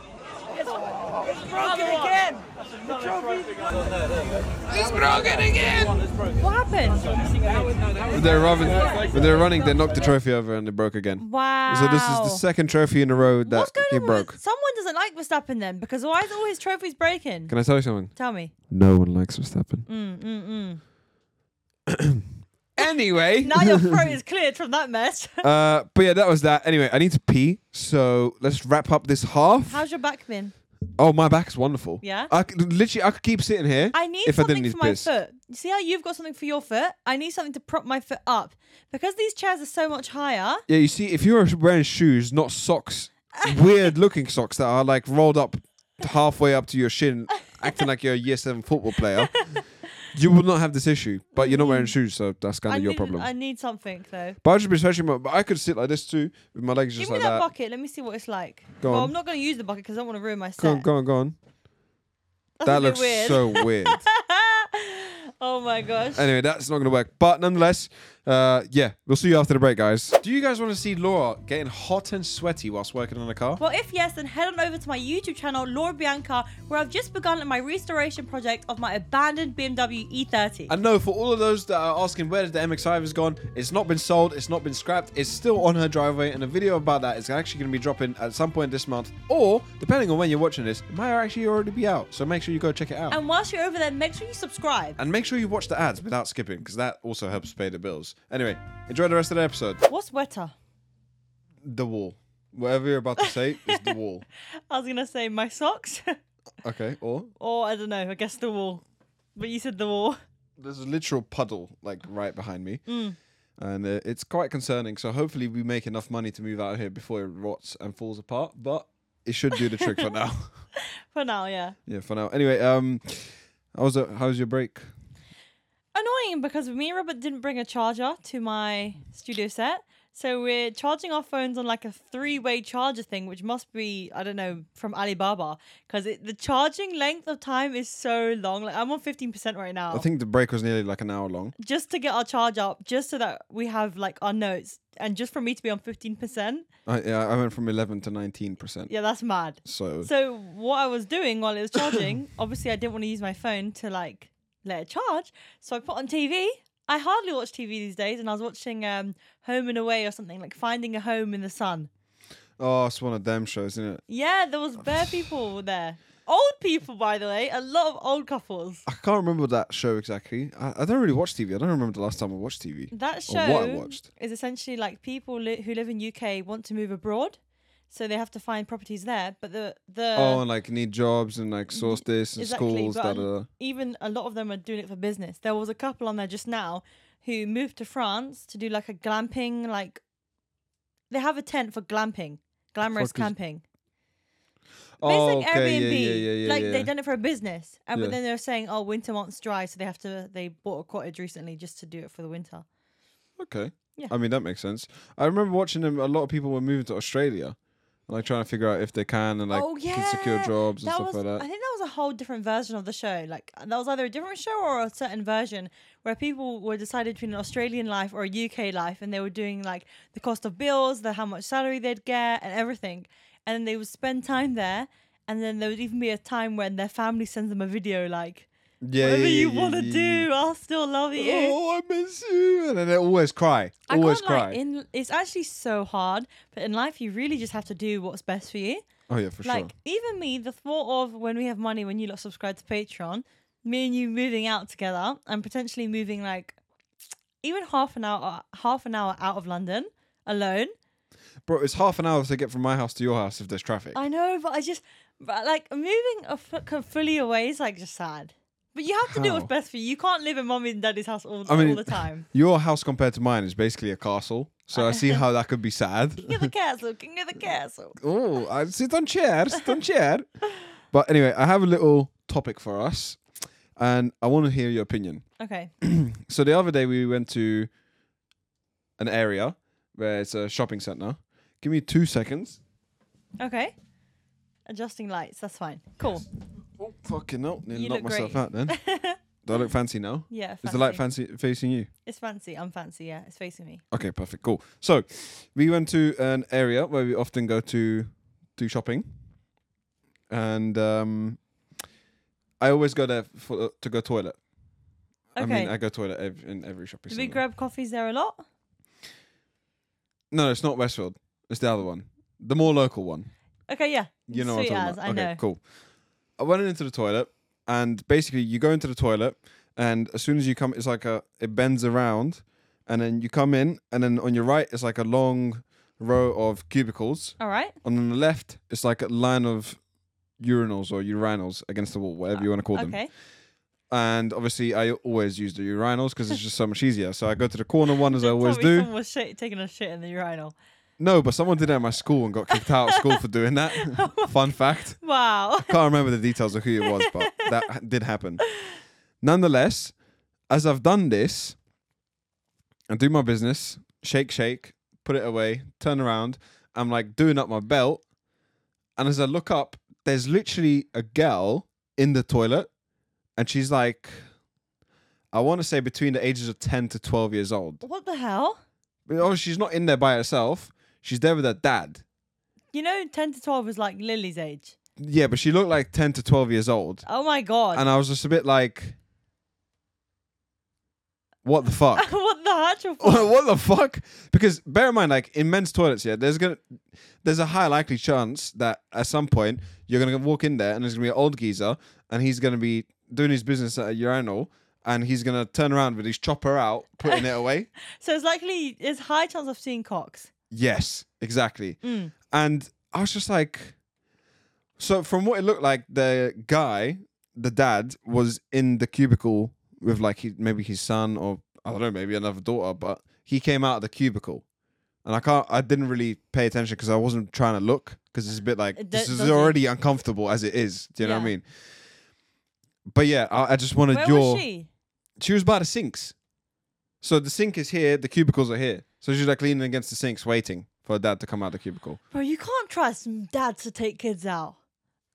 Speaker 1: What happened?
Speaker 2: When they're, running, when they're running, they knocked the trophy over and they broke again.
Speaker 1: Wow.
Speaker 2: So, this is the second trophy in a row that
Speaker 1: What's going
Speaker 2: he
Speaker 1: on?
Speaker 2: broke.
Speaker 1: With, someone doesn't like Verstappen then, because why is all his trophies breaking?
Speaker 2: Can I tell you something?
Speaker 1: Tell me.
Speaker 2: No one likes Verstappen.
Speaker 1: Mm, mm, mm.
Speaker 2: Anyway.
Speaker 1: Now your throat is cleared from that mess.
Speaker 2: Uh, but yeah, that was that. Anyway, I need to pee, so let's wrap up this half.
Speaker 1: How's your back been?
Speaker 2: oh, my back's wonderful.
Speaker 1: Yeah?
Speaker 2: I could, literally I could keep sitting here.
Speaker 1: I need
Speaker 2: if I
Speaker 1: something
Speaker 2: didn't need
Speaker 1: for my
Speaker 2: piss.
Speaker 1: foot. You see how you've got something for your foot? I need something to prop my foot up. Because these chairs are so much higher,
Speaker 2: Yeah, you see, if you were wearing shoes, not socks, weird looking socks that are like rolled up halfway up to your shin, acting like you're a year seven football player, you would not have this issue. But you're not wearing shoes, so that's kind
Speaker 1: I
Speaker 2: of your
Speaker 1: need,
Speaker 2: problem.
Speaker 1: I need something though.
Speaker 2: but I should be especially, my, but I could sit like this too, with my legs
Speaker 1: Give
Speaker 2: just
Speaker 1: me
Speaker 2: like
Speaker 1: that,
Speaker 2: that.
Speaker 1: bucket. Let me see what it's like.
Speaker 2: Go
Speaker 1: well,
Speaker 2: on.
Speaker 1: I'm not going to use the bucket because I don't want to ruin my set.
Speaker 2: Go on, go on, go on.
Speaker 1: That's
Speaker 2: that
Speaker 1: a bit
Speaker 2: looks
Speaker 1: weird.
Speaker 2: so weird.
Speaker 1: oh my gosh.
Speaker 2: Anyway, that's not going to work. But nonetheless, uh, yeah, we'll see you after the break, guys. Do you guys want to see Laura getting hot and sweaty whilst working on a car?
Speaker 1: Well, if yes, then head on over to my YouTube channel, Laura Bianca, where I've just begun my restoration project of my abandoned BMW E30.
Speaker 2: And no, for all of those that are asking where the MX-5 has gone, it's not been sold, it's not been scrapped, it's still on her driveway, and a video about that is actually going to be dropping at some point this month, or depending on when you're watching this, it might actually already be out. So make sure you go check it out.
Speaker 1: and whilst you're over there, make sure you subscribe.
Speaker 2: and make sure you watch the ads without skipping, because that also helps pay the bills. Anyway, enjoy the rest of the episode.
Speaker 1: What's wetter?
Speaker 2: The wall. Whatever you're about to say is the wall.
Speaker 1: I was going to say my socks.
Speaker 2: Okay, or
Speaker 1: or I don't know, I guess the wall. But you said the wall.
Speaker 2: there's a literal puddle like right behind me,
Speaker 1: Mm.
Speaker 2: and uh, it's quite concerning. So hopefully we make enough money to move out of here before it rots and falls apart. But it should do the trick for now.
Speaker 1: For now, yeah.
Speaker 2: yeah, for now. Anyway, um, how was it? How was your break?
Speaker 1: Annoying because me and Robert didn't bring a charger to my studio set. So we're charging our phones on like a three-way charger thing, which must be I don't know from Alibaba because the charging length of time is so long. Like I'm on fifteen percent right now,
Speaker 2: I think the break was nearly like an hour long.
Speaker 1: just to get our charge up, just so that we have like our notes, and just for me to be on fifteen percent.
Speaker 2: I, yeah, I went from eleven to nineteen percent.
Speaker 1: Yeah, that's mad.
Speaker 2: So,
Speaker 1: So what I was doing while it was charging, obviously I didn't want to use my phone to like let it charge. So I put on TV. I hardly watch TV these days, and I was watching um, Home and Away or something like Finding a Home in the Sun.
Speaker 2: oh, it's one of them shows, isn't it?
Speaker 1: Yeah, there was bare people there. Old people, by the way, a lot of old couples.
Speaker 2: I can't remember that show exactly. I, I don't really watch TV. I don't remember the last time I watched TV.
Speaker 1: That
Speaker 2: Or Oh, what I
Speaker 1: show
Speaker 2: watched.
Speaker 1: is essentially like people li- who live in UK want to move abroad, so they have to find properties there. But the the
Speaker 2: oh, and like need jobs and like source this and schools.
Speaker 1: Uh, but
Speaker 2: Da,
Speaker 1: a-
Speaker 2: da, da.
Speaker 1: even a lot of them are doing it for business. There was a couple on there just now who moved to France to do like a glamping, like they have a tent for glamping, glamorous
Speaker 2: Fuck is-
Speaker 1: camping. But
Speaker 2: Oh,
Speaker 1: it's like Airbnb.
Speaker 2: Yeah, yeah, yeah, yeah,
Speaker 1: like
Speaker 2: yeah.
Speaker 1: they've done it for a business, and
Speaker 2: Yeah.
Speaker 1: but then they're saying, oh, winter wants dry, so they have to. They bought a cottage recently just to do it for the winter.
Speaker 2: Okay.
Speaker 1: Yeah.
Speaker 2: I mean that makes sense. I remember watching them. A lot of people were moving to Australia, like trying to figure out if they can and like
Speaker 1: oh yeah,
Speaker 2: can secure jobs and
Speaker 1: That
Speaker 2: stuff
Speaker 1: was,
Speaker 2: like that.
Speaker 1: I think that was a whole different version of the show. Like that was either a different show or a certain version where people were decided between an Australian life or a UK life, and they were doing like the cost of bills, the how much salary they'd get, and everything. And then they would spend time there, and then there would even be a time when their family sends them a video like.
Speaker 2: Yeah,
Speaker 1: Whatever
Speaker 2: yeah,
Speaker 1: you
Speaker 2: yeah,
Speaker 1: want to
Speaker 2: yeah, yeah,
Speaker 1: do, I'll still love you.
Speaker 2: Oh, I miss you, and then they always cry,
Speaker 1: I
Speaker 2: always
Speaker 1: can't, like,
Speaker 2: cry.
Speaker 1: in, it's actually so hard, but in life, you really just have to do what's best for you.
Speaker 2: oh yeah, for sure.
Speaker 1: Like, even me, the thought of when we have money, when you lot subscribe to Patreon, me and you moving out together and potentially moving like even half an hour, half an hour out of London alone.
Speaker 2: Bro, it's half an hour to get from my house to your house if there's traffic.
Speaker 1: I know, but I just, but like moving a f- c- fully away is like just sad. But you have to do what's
Speaker 2: How?
Speaker 1: best for you. You can't live in mommy and daddy's house all,
Speaker 2: I mean-
Speaker 1: all the time.
Speaker 2: Your house compared to mine is basically a castle, so I see how that could be sad.
Speaker 1: King of the castle, king of the castle.
Speaker 2: oh, I sit on chair, sit on chair. But anyway, I have a little topic for us, and I want to hear your opinion.
Speaker 1: Okay.
Speaker 2: So the other day we went to an area where it's a shopping center. Give me two seconds.
Speaker 1: Okay. Adjusting lights. That's fine. Cool.
Speaker 2: Oh fucking no! Nearly
Speaker 1: You
Speaker 2: knocked
Speaker 1: look
Speaker 2: myself
Speaker 1: great.
Speaker 2: out. Then do I look fancy now?
Speaker 1: Yeah.
Speaker 2: Is the light fancy facing you?
Speaker 1: It's fancy. I'm fancy. Yeah. It's facing me.
Speaker 2: Okay, perfect, cool. So we went to an area where we often go to do shopping, and um, I always go there for, to go toilet. I mean,
Speaker 1: Okay.
Speaker 2: I go toilet ev- in every shopping.
Speaker 1: Do we
Speaker 2: centre.
Speaker 1: grab coffees there a lot?
Speaker 2: No, it's not Westfield. It's the other one, the more local one.
Speaker 1: Okay. Yeah.
Speaker 2: You know
Speaker 1: Sweet
Speaker 2: what I'm
Speaker 1: as,
Speaker 2: talking
Speaker 1: I
Speaker 2: about. okay,
Speaker 1: know.
Speaker 2: cool. I went into the toilet, and basically, you go into the toilet, and as soon as you come, it's like a it bends around, and then you come in, and then on your right it's like a long row of cubicles,
Speaker 1: All right.
Speaker 2: and on the left it's like a line of urinals or urinals against the wall, whatever you want to call them.
Speaker 1: Okay.
Speaker 2: And obviously, I always use the urinals because it's just so much easier. So I go to the corner one as I always
Speaker 1: Tell me
Speaker 2: do.
Speaker 1: Someone was shit, taking a shit in the urinal.
Speaker 2: No, but someone did it at my school and got kicked out of school for doing that.
Speaker 1: Oh
Speaker 2: Fun fact.
Speaker 1: Wow.
Speaker 2: Can't remember the details of who it was, but that ha- did happen. Nonetheless, as I've done this, I do my business, shake, shake, put it away, turn around. I'm like doing up my belt. And as I look up, there's literally a girl in the toilet. And she's like, I want to say between the ages of 10 to 12 years old.
Speaker 1: What the hell?
Speaker 2: But obviously, she's not in there by herself. She's there with her dad.
Speaker 1: You know, 10 to 12 is like Lily's age.
Speaker 2: Yeah, but she looked like 10 to 12 years old.
Speaker 1: Oh my God.
Speaker 2: and I was just a bit like, "What the fuck?
Speaker 1: what the actual fuck?
Speaker 2: what the fuck?" Because bear in mind, like in men's toilets, yeah, there's gonna there's a high likely chance that at some point you're gonna walk in there and there's gonna be an old geezer and he's gonna be doing his business at a urinal and he's gonna turn around with his chopper out, putting it away.
Speaker 1: So it's likely, it's high chance of seeing cocks.
Speaker 2: Yes, exactly.
Speaker 1: Mm.
Speaker 2: And I was just like, so from what it looked like, the guy, the dad, was in the cubicle with like he, maybe his son or I don't know, maybe another daughter, but he came out of the cubicle. And I can't, I didn't really pay attention because I wasn't trying to look because it's a bit like
Speaker 1: It
Speaker 2: this
Speaker 1: do-
Speaker 2: is
Speaker 1: doesn't-
Speaker 2: already uncomfortable as it is. Do you know what I
Speaker 1: Yeah.
Speaker 2: mean? But yeah, I, I just wanted
Speaker 1: Where
Speaker 2: your.
Speaker 1: was she?
Speaker 2: She was by the sinks. So the sink is here, the cubicles are here. So she's like leaning against the sinks, waiting for her dad to come out of the cubicle.
Speaker 1: Bro, you can't trust dads to take kids out.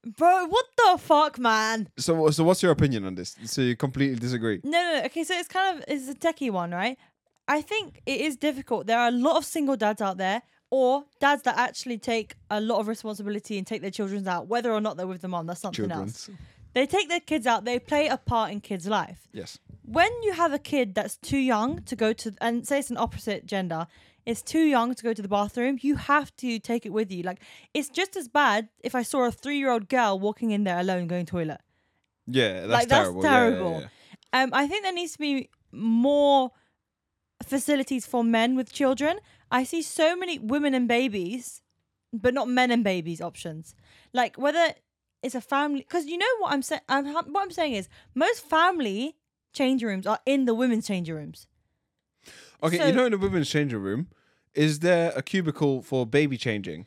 Speaker 1: Bro, what the fuck, man?
Speaker 2: So, so what's your opinion on this? So you completely disagree?
Speaker 1: No, no, no. Okay, so it's kind of it's a techie one, right? I think it is difficult. There are a lot of single dads out there, or dads that actually take a lot of responsibility and take their children out, whether or not they're with the mom. That's something else.
Speaker 2: Children's.
Speaker 1: They take their kids out. They play a part in kids' life.
Speaker 2: Yes.
Speaker 1: When you have a kid that's too young to go to, and say it's an opposite gender, it's too young to go to the bathroom. You have to take it with you. Like it's just as bad if I saw a three-year-old girl walking in there alone going toilet.
Speaker 2: Yeah, that's
Speaker 1: Like, that's
Speaker 2: terrible. Yeah, yeah,
Speaker 1: terrible.
Speaker 2: yeah.
Speaker 1: Um, I think there needs to be more facilities for men with children. I see so many women and babies, but not men and babies options. Like whether it's a family, because you know what I'm saying. I'm, ha- what I'm saying is most family change rooms are in the women's change rooms.
Speaker 2: Okay,
Speaker 1: So-
Speaker 2: you know, in the women's changing room, is there a cubicle for baby changing?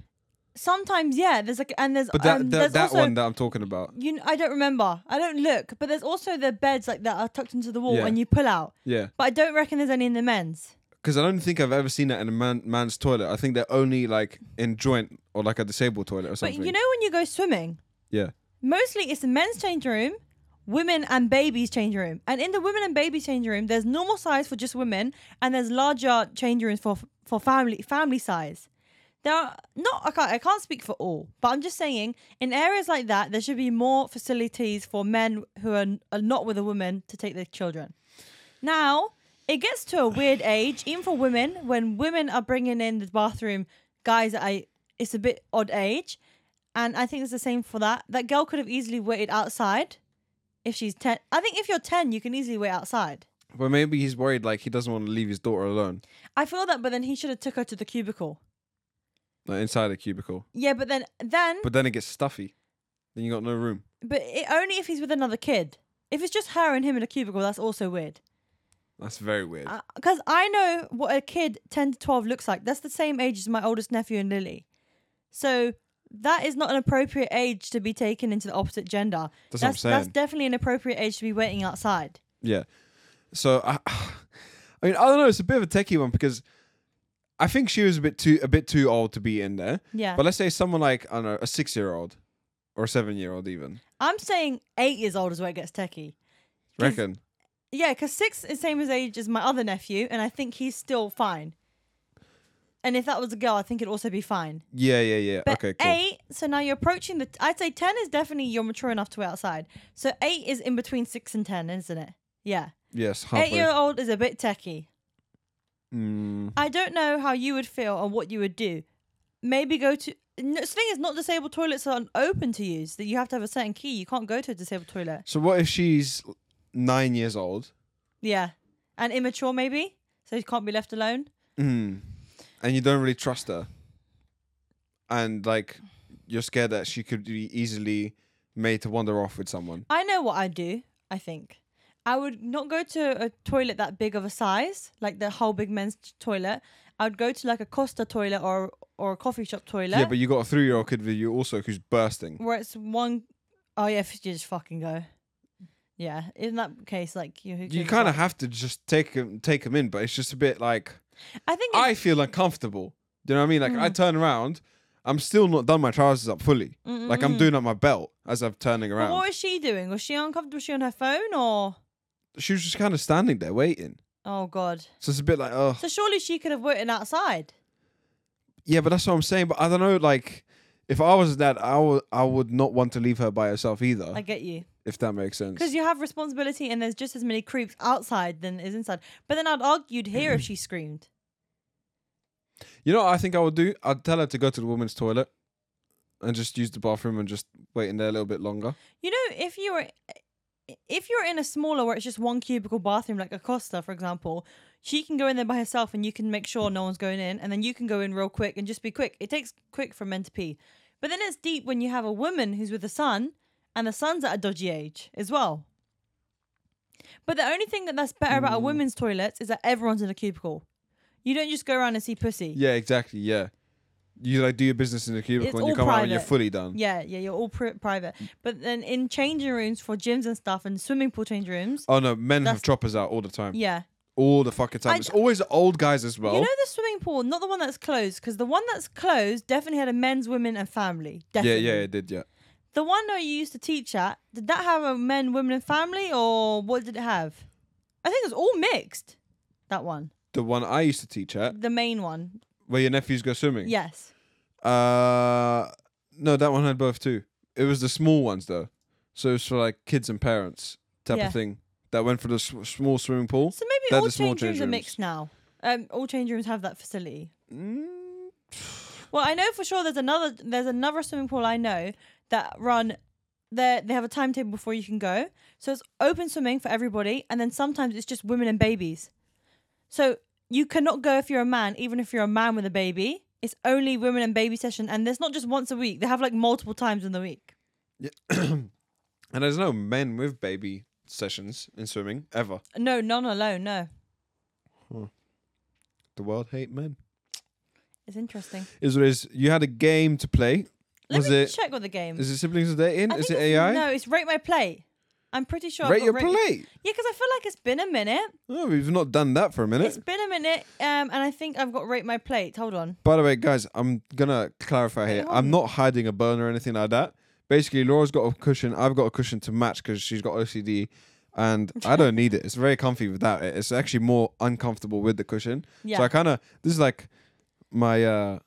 Speaker 1: Sometimes, yeah, there's like, and there's
Speaker 2: But that
Speaker 1: um,
Speaker 2: that,
Speaker 1: there's
Speaker 2: that
Speaker 1: also,
Speaker 2: one that I'm talking about.
Speaker 1: You, kn- I don't remember. I don't look, but there's also the beds like that are tucked into the wall
Speaker 2: Yeah.
Speaker 1: and you pull out.
Speaker 2: Yeah,
Speaker 1: But I don't reckon there's any in the men's.
Speaker 2: because I don't think I've ever seen that in a man, man's toilet. I think they're only like in joint or like a disabled toilet or
Speaker 1: But
Speaker 2: something.
Speaker 1: you know when you go swimming,
Speaker 2: yeah.
Speaker 1: mostly it's the men's change room, women and babies change room. And in the women and babies change room, there's normal size for just women, and there's larger change rooms for for family family size. there are not I can't I can't speak for all, but I'm just saying in areas like that there should be more facilities for men who are, are not with a woman to take their children. Now it gets to a weird age, even for women, when women are bringing in the bathroom guys. At a, it's a bit odd age, and I think it's the same for that. That girl could have easily waited outside if she's ten. I think if you're ten, you can easily wait outside.
Speaker 2: But maybe he's worried like he doesn't want to leave his daughter alone,
Speaker 1: I feel that, but then he should have took her to the cubicle.
Speaker 2: like inside a cubicle.
Speaker 1: Yeah, but then then
Speaker 2: But then it gets stuffy. Then you got no room.
Speaker 1: But it, only if he's with another kid. If it's just her and him in a cubicle, that's also weird.
Speaker 2: That's very weird.
Speaker 1: Because I know what a kid 10 to 12 looks like. That's the same age as my oldest nephew and Lily. So that is not an appropriate age to be taken into the opposite gender.
Speaker 2: That's what I'm
Speaker 1: that's
Speaker 2: saying.
Speaker 1: definitely an appropriate age to be waiting outside.
Speaker 2: Yeah. So I, I mean, I don't know. It's a bit of a techie one because I think she was a bit too a bit too old to be in there.
Speaker 1: Yeah.
Speaker 2: But let's say someone like I don't know a six year old or a seven year old even
Speaker 1: I'm saying eight years old is where it gets techie.
Speaker 2: reckon.
Speaker 1: Yeah, because six is same as age as my other nephew, and I think he's still fine. And if that was a girl, I think it'd also be fine.
Speaker 2: Yeah, yeah, yeah.
Speaker 1: But
Speaker 2: okay, cool.
Speaker 1: eight, so now you're approaching the. I'd say ten is definitely you're mature enough to wait outside. So eight is in between six and ten, isn't it? Yeah.
Speaker 2: yes,
Speaker 1: Eight year
Speaker 2: halfway.
Speaker 1: old is a bit techie.
Speaker 2: Mm,
Speaker 1: I don't know how you would feel or what you would do. Maybe go to. No, the thing is, not disabled toilets are open to use. That you have to have a certain key. You can't go to a disabled toilet.
Speaker 2: so what if she's nine years old
Speaker 1: Yeah, and immature maybe, so you can't be left alone.
Speaker 2: mm, and you don't really trust her, and like you're scared that she could be easily made to wander off with someone?
Speaker 1: I know what I do. I think I would not go to a toilet that big of a size, like the whole big men's t- toilet. I would go to like a Costa toilet or or a coffee shop toilet
Speaker 2: Yeah, but you got a three year old kid with you also who's bursting.
Speaker 1: where it's one oh yeah, if you just fucking go. Yeah, in that case, like you, who
Speaker 2: you
Speaker 1: gives a
Speaker 2: kind of
Speaker 1: fuck?
Speaker 2: have to just take him take him in but it's just a bit like
Speaker 1: I think
Speaker 2: i feel uncomfortable do you know what i mean like i
Speaker 1: Mm.
Speaker 2: turn around i'm still not done my trousers up fully like i'm doing up my belt as i'm turning
Speaker 1: But
Speaker 2: around
Speaker 1: what was she doing? Was she uncomfortable? Was she on her phone or?
Speaker 2: she was just kind of standing there waiting
Speaker 1: Oh god!
Speaker 2: so it's a bit like oh
Speaker 1: So surely she could have waited outside.
Speaker 2: yeah but that's what i'm saying but i don't know like if i was that i would i would not want to leave her by herself either
Speaker 1: I get you.
Speaker 2: if that makes sense
Speaker 1: Because you have responsibility, and there's just as many creeps outside than is inside. But then I'd argue you'd hear if she screamed.
Speaker 2: you know what i think i would do i'd tell her to go to the women's toilet and just use the bathroom and just wait in there a little bit longer
Speaker 1: You know, if you were, if you're in a smaller where it's just one cubicle bathroom, like a Costa, for example, she can go in there by herself, and you can make sure no one's going in, and then you can go in real quick and just be quick. It takes quick for men to pee, but then it's deep when you have a woman who's with a son, and the son's at a dodgy age as well. But the only thing that that's better about a women's toilets is that everyone's in a cubicle. You don't just go around and see pussy.
Speaker 2: Yeah, exactly. Yeah, you like do your business in the cubicle
Speaker 1: It's
Speaker 2: and you
Speaker 1: all
Speaker 2: come out and you're
Speaker 1: private.
Speaker 2: fully done.
Speaker 1: Yeah, yeah, you're all pri- private.
Speaker 2: Mm.
Speaker 1: But then in changing rooms for gyms and stuff and swimming pool change rooms,
Speaker 2: Oh no, men
Speaker 1: That's-
Speaker 2: have choppers out all the time,
Speaker 1: yeah.
Speaker 2: all the fucking time.
Speaker 1: I-
Speaker 2: it's always old guys as well.
Speaker 1: You know the swimming pool, not the one that's closed, because the one that's closed definitely had a men's, women, and family.
Speaker 2: yeah,
Speaker 1: Definitely.
Speaker 2: yeah, it did. Yeah,
Speaker 1: The one that you used to teach at, did that have a men, women, and family, or what did it have? I think it was all mixed. That one,
Speaker 2: the one I used to teach at,
Speaker 1: the main one.
Speaker 2: where your nephews go swimming.
Speaker 1: Yes.
Speaker 2: Uh, no, that one had both too. It was the small ones though, so it was for like kids and parents type
Speaker 1: Yeah.
Speaker 2: of thing. That went for the sw- small swimming pool.
Speaker 1: So maybe
Speaker 2: They're
Speaker 1: all
Speaker 2: the small
Speaker 1: change rooms
Speaker 2: change
Speaker 1: are
Speaker 2: rooms.
Speaker 1: mixed now. Um, all change rooms have that facility.
Speaker 2: Mm,
Speaker 1: Well, I know for sure there's another there's another swimming pool I know that run they they have a timetable before you can go. So it's open swimming for everybody and then sometimes it's just women and babies. So you cannot go if you're a man, even if you're a man with a baby. It's only women and baby session and there's not just once a week. They have like multiple times in the week.
Speaker 2: and there's no men with baby sessions in swimming ever.
Speaker 1: No, none alone, no.
Speaker 2: The world hate men.
Speaker 1: It's interesting.
Speaker 2: Is what it is. You had a game to play.
Speaker 1: Let
Speaker 2: was
Speaker 1: me
Speaker 2: it?
Speaker 1: check with the game.
Speaker 2: Is it siblings are dating?
Speaker 1: I
Speaker 2: Is it
Speaker 1: think it's-
Speaker 2: AI?
Speaker 1: No, it's rate my plate. I'm pretty sure I've
Speaker 2: Rate
Speaker 1: got
Speaker 2: your plate.
Speaker 1: Yeah, because I feel like it's been a minute.
Speaker 2: Oh, we've not done that for a minute.
Speaker 1: It's been a minute, um, and I think I've got rate my plate. Hold on.
Speaker 2: By the way, guys, I'm gonna clarify here.
Speaker 1: hold
Speaker 2: I'm not hiding a bone or anything like that. Basically, Laura's got a cushion. I've got a cushion to match because she's got OCD, and I don't need it. It's very comfy without it. It's actually more uncomfortable with the cushion.
Speaker 1: Yeah.
Speaker 2: So I kind of this is like my uh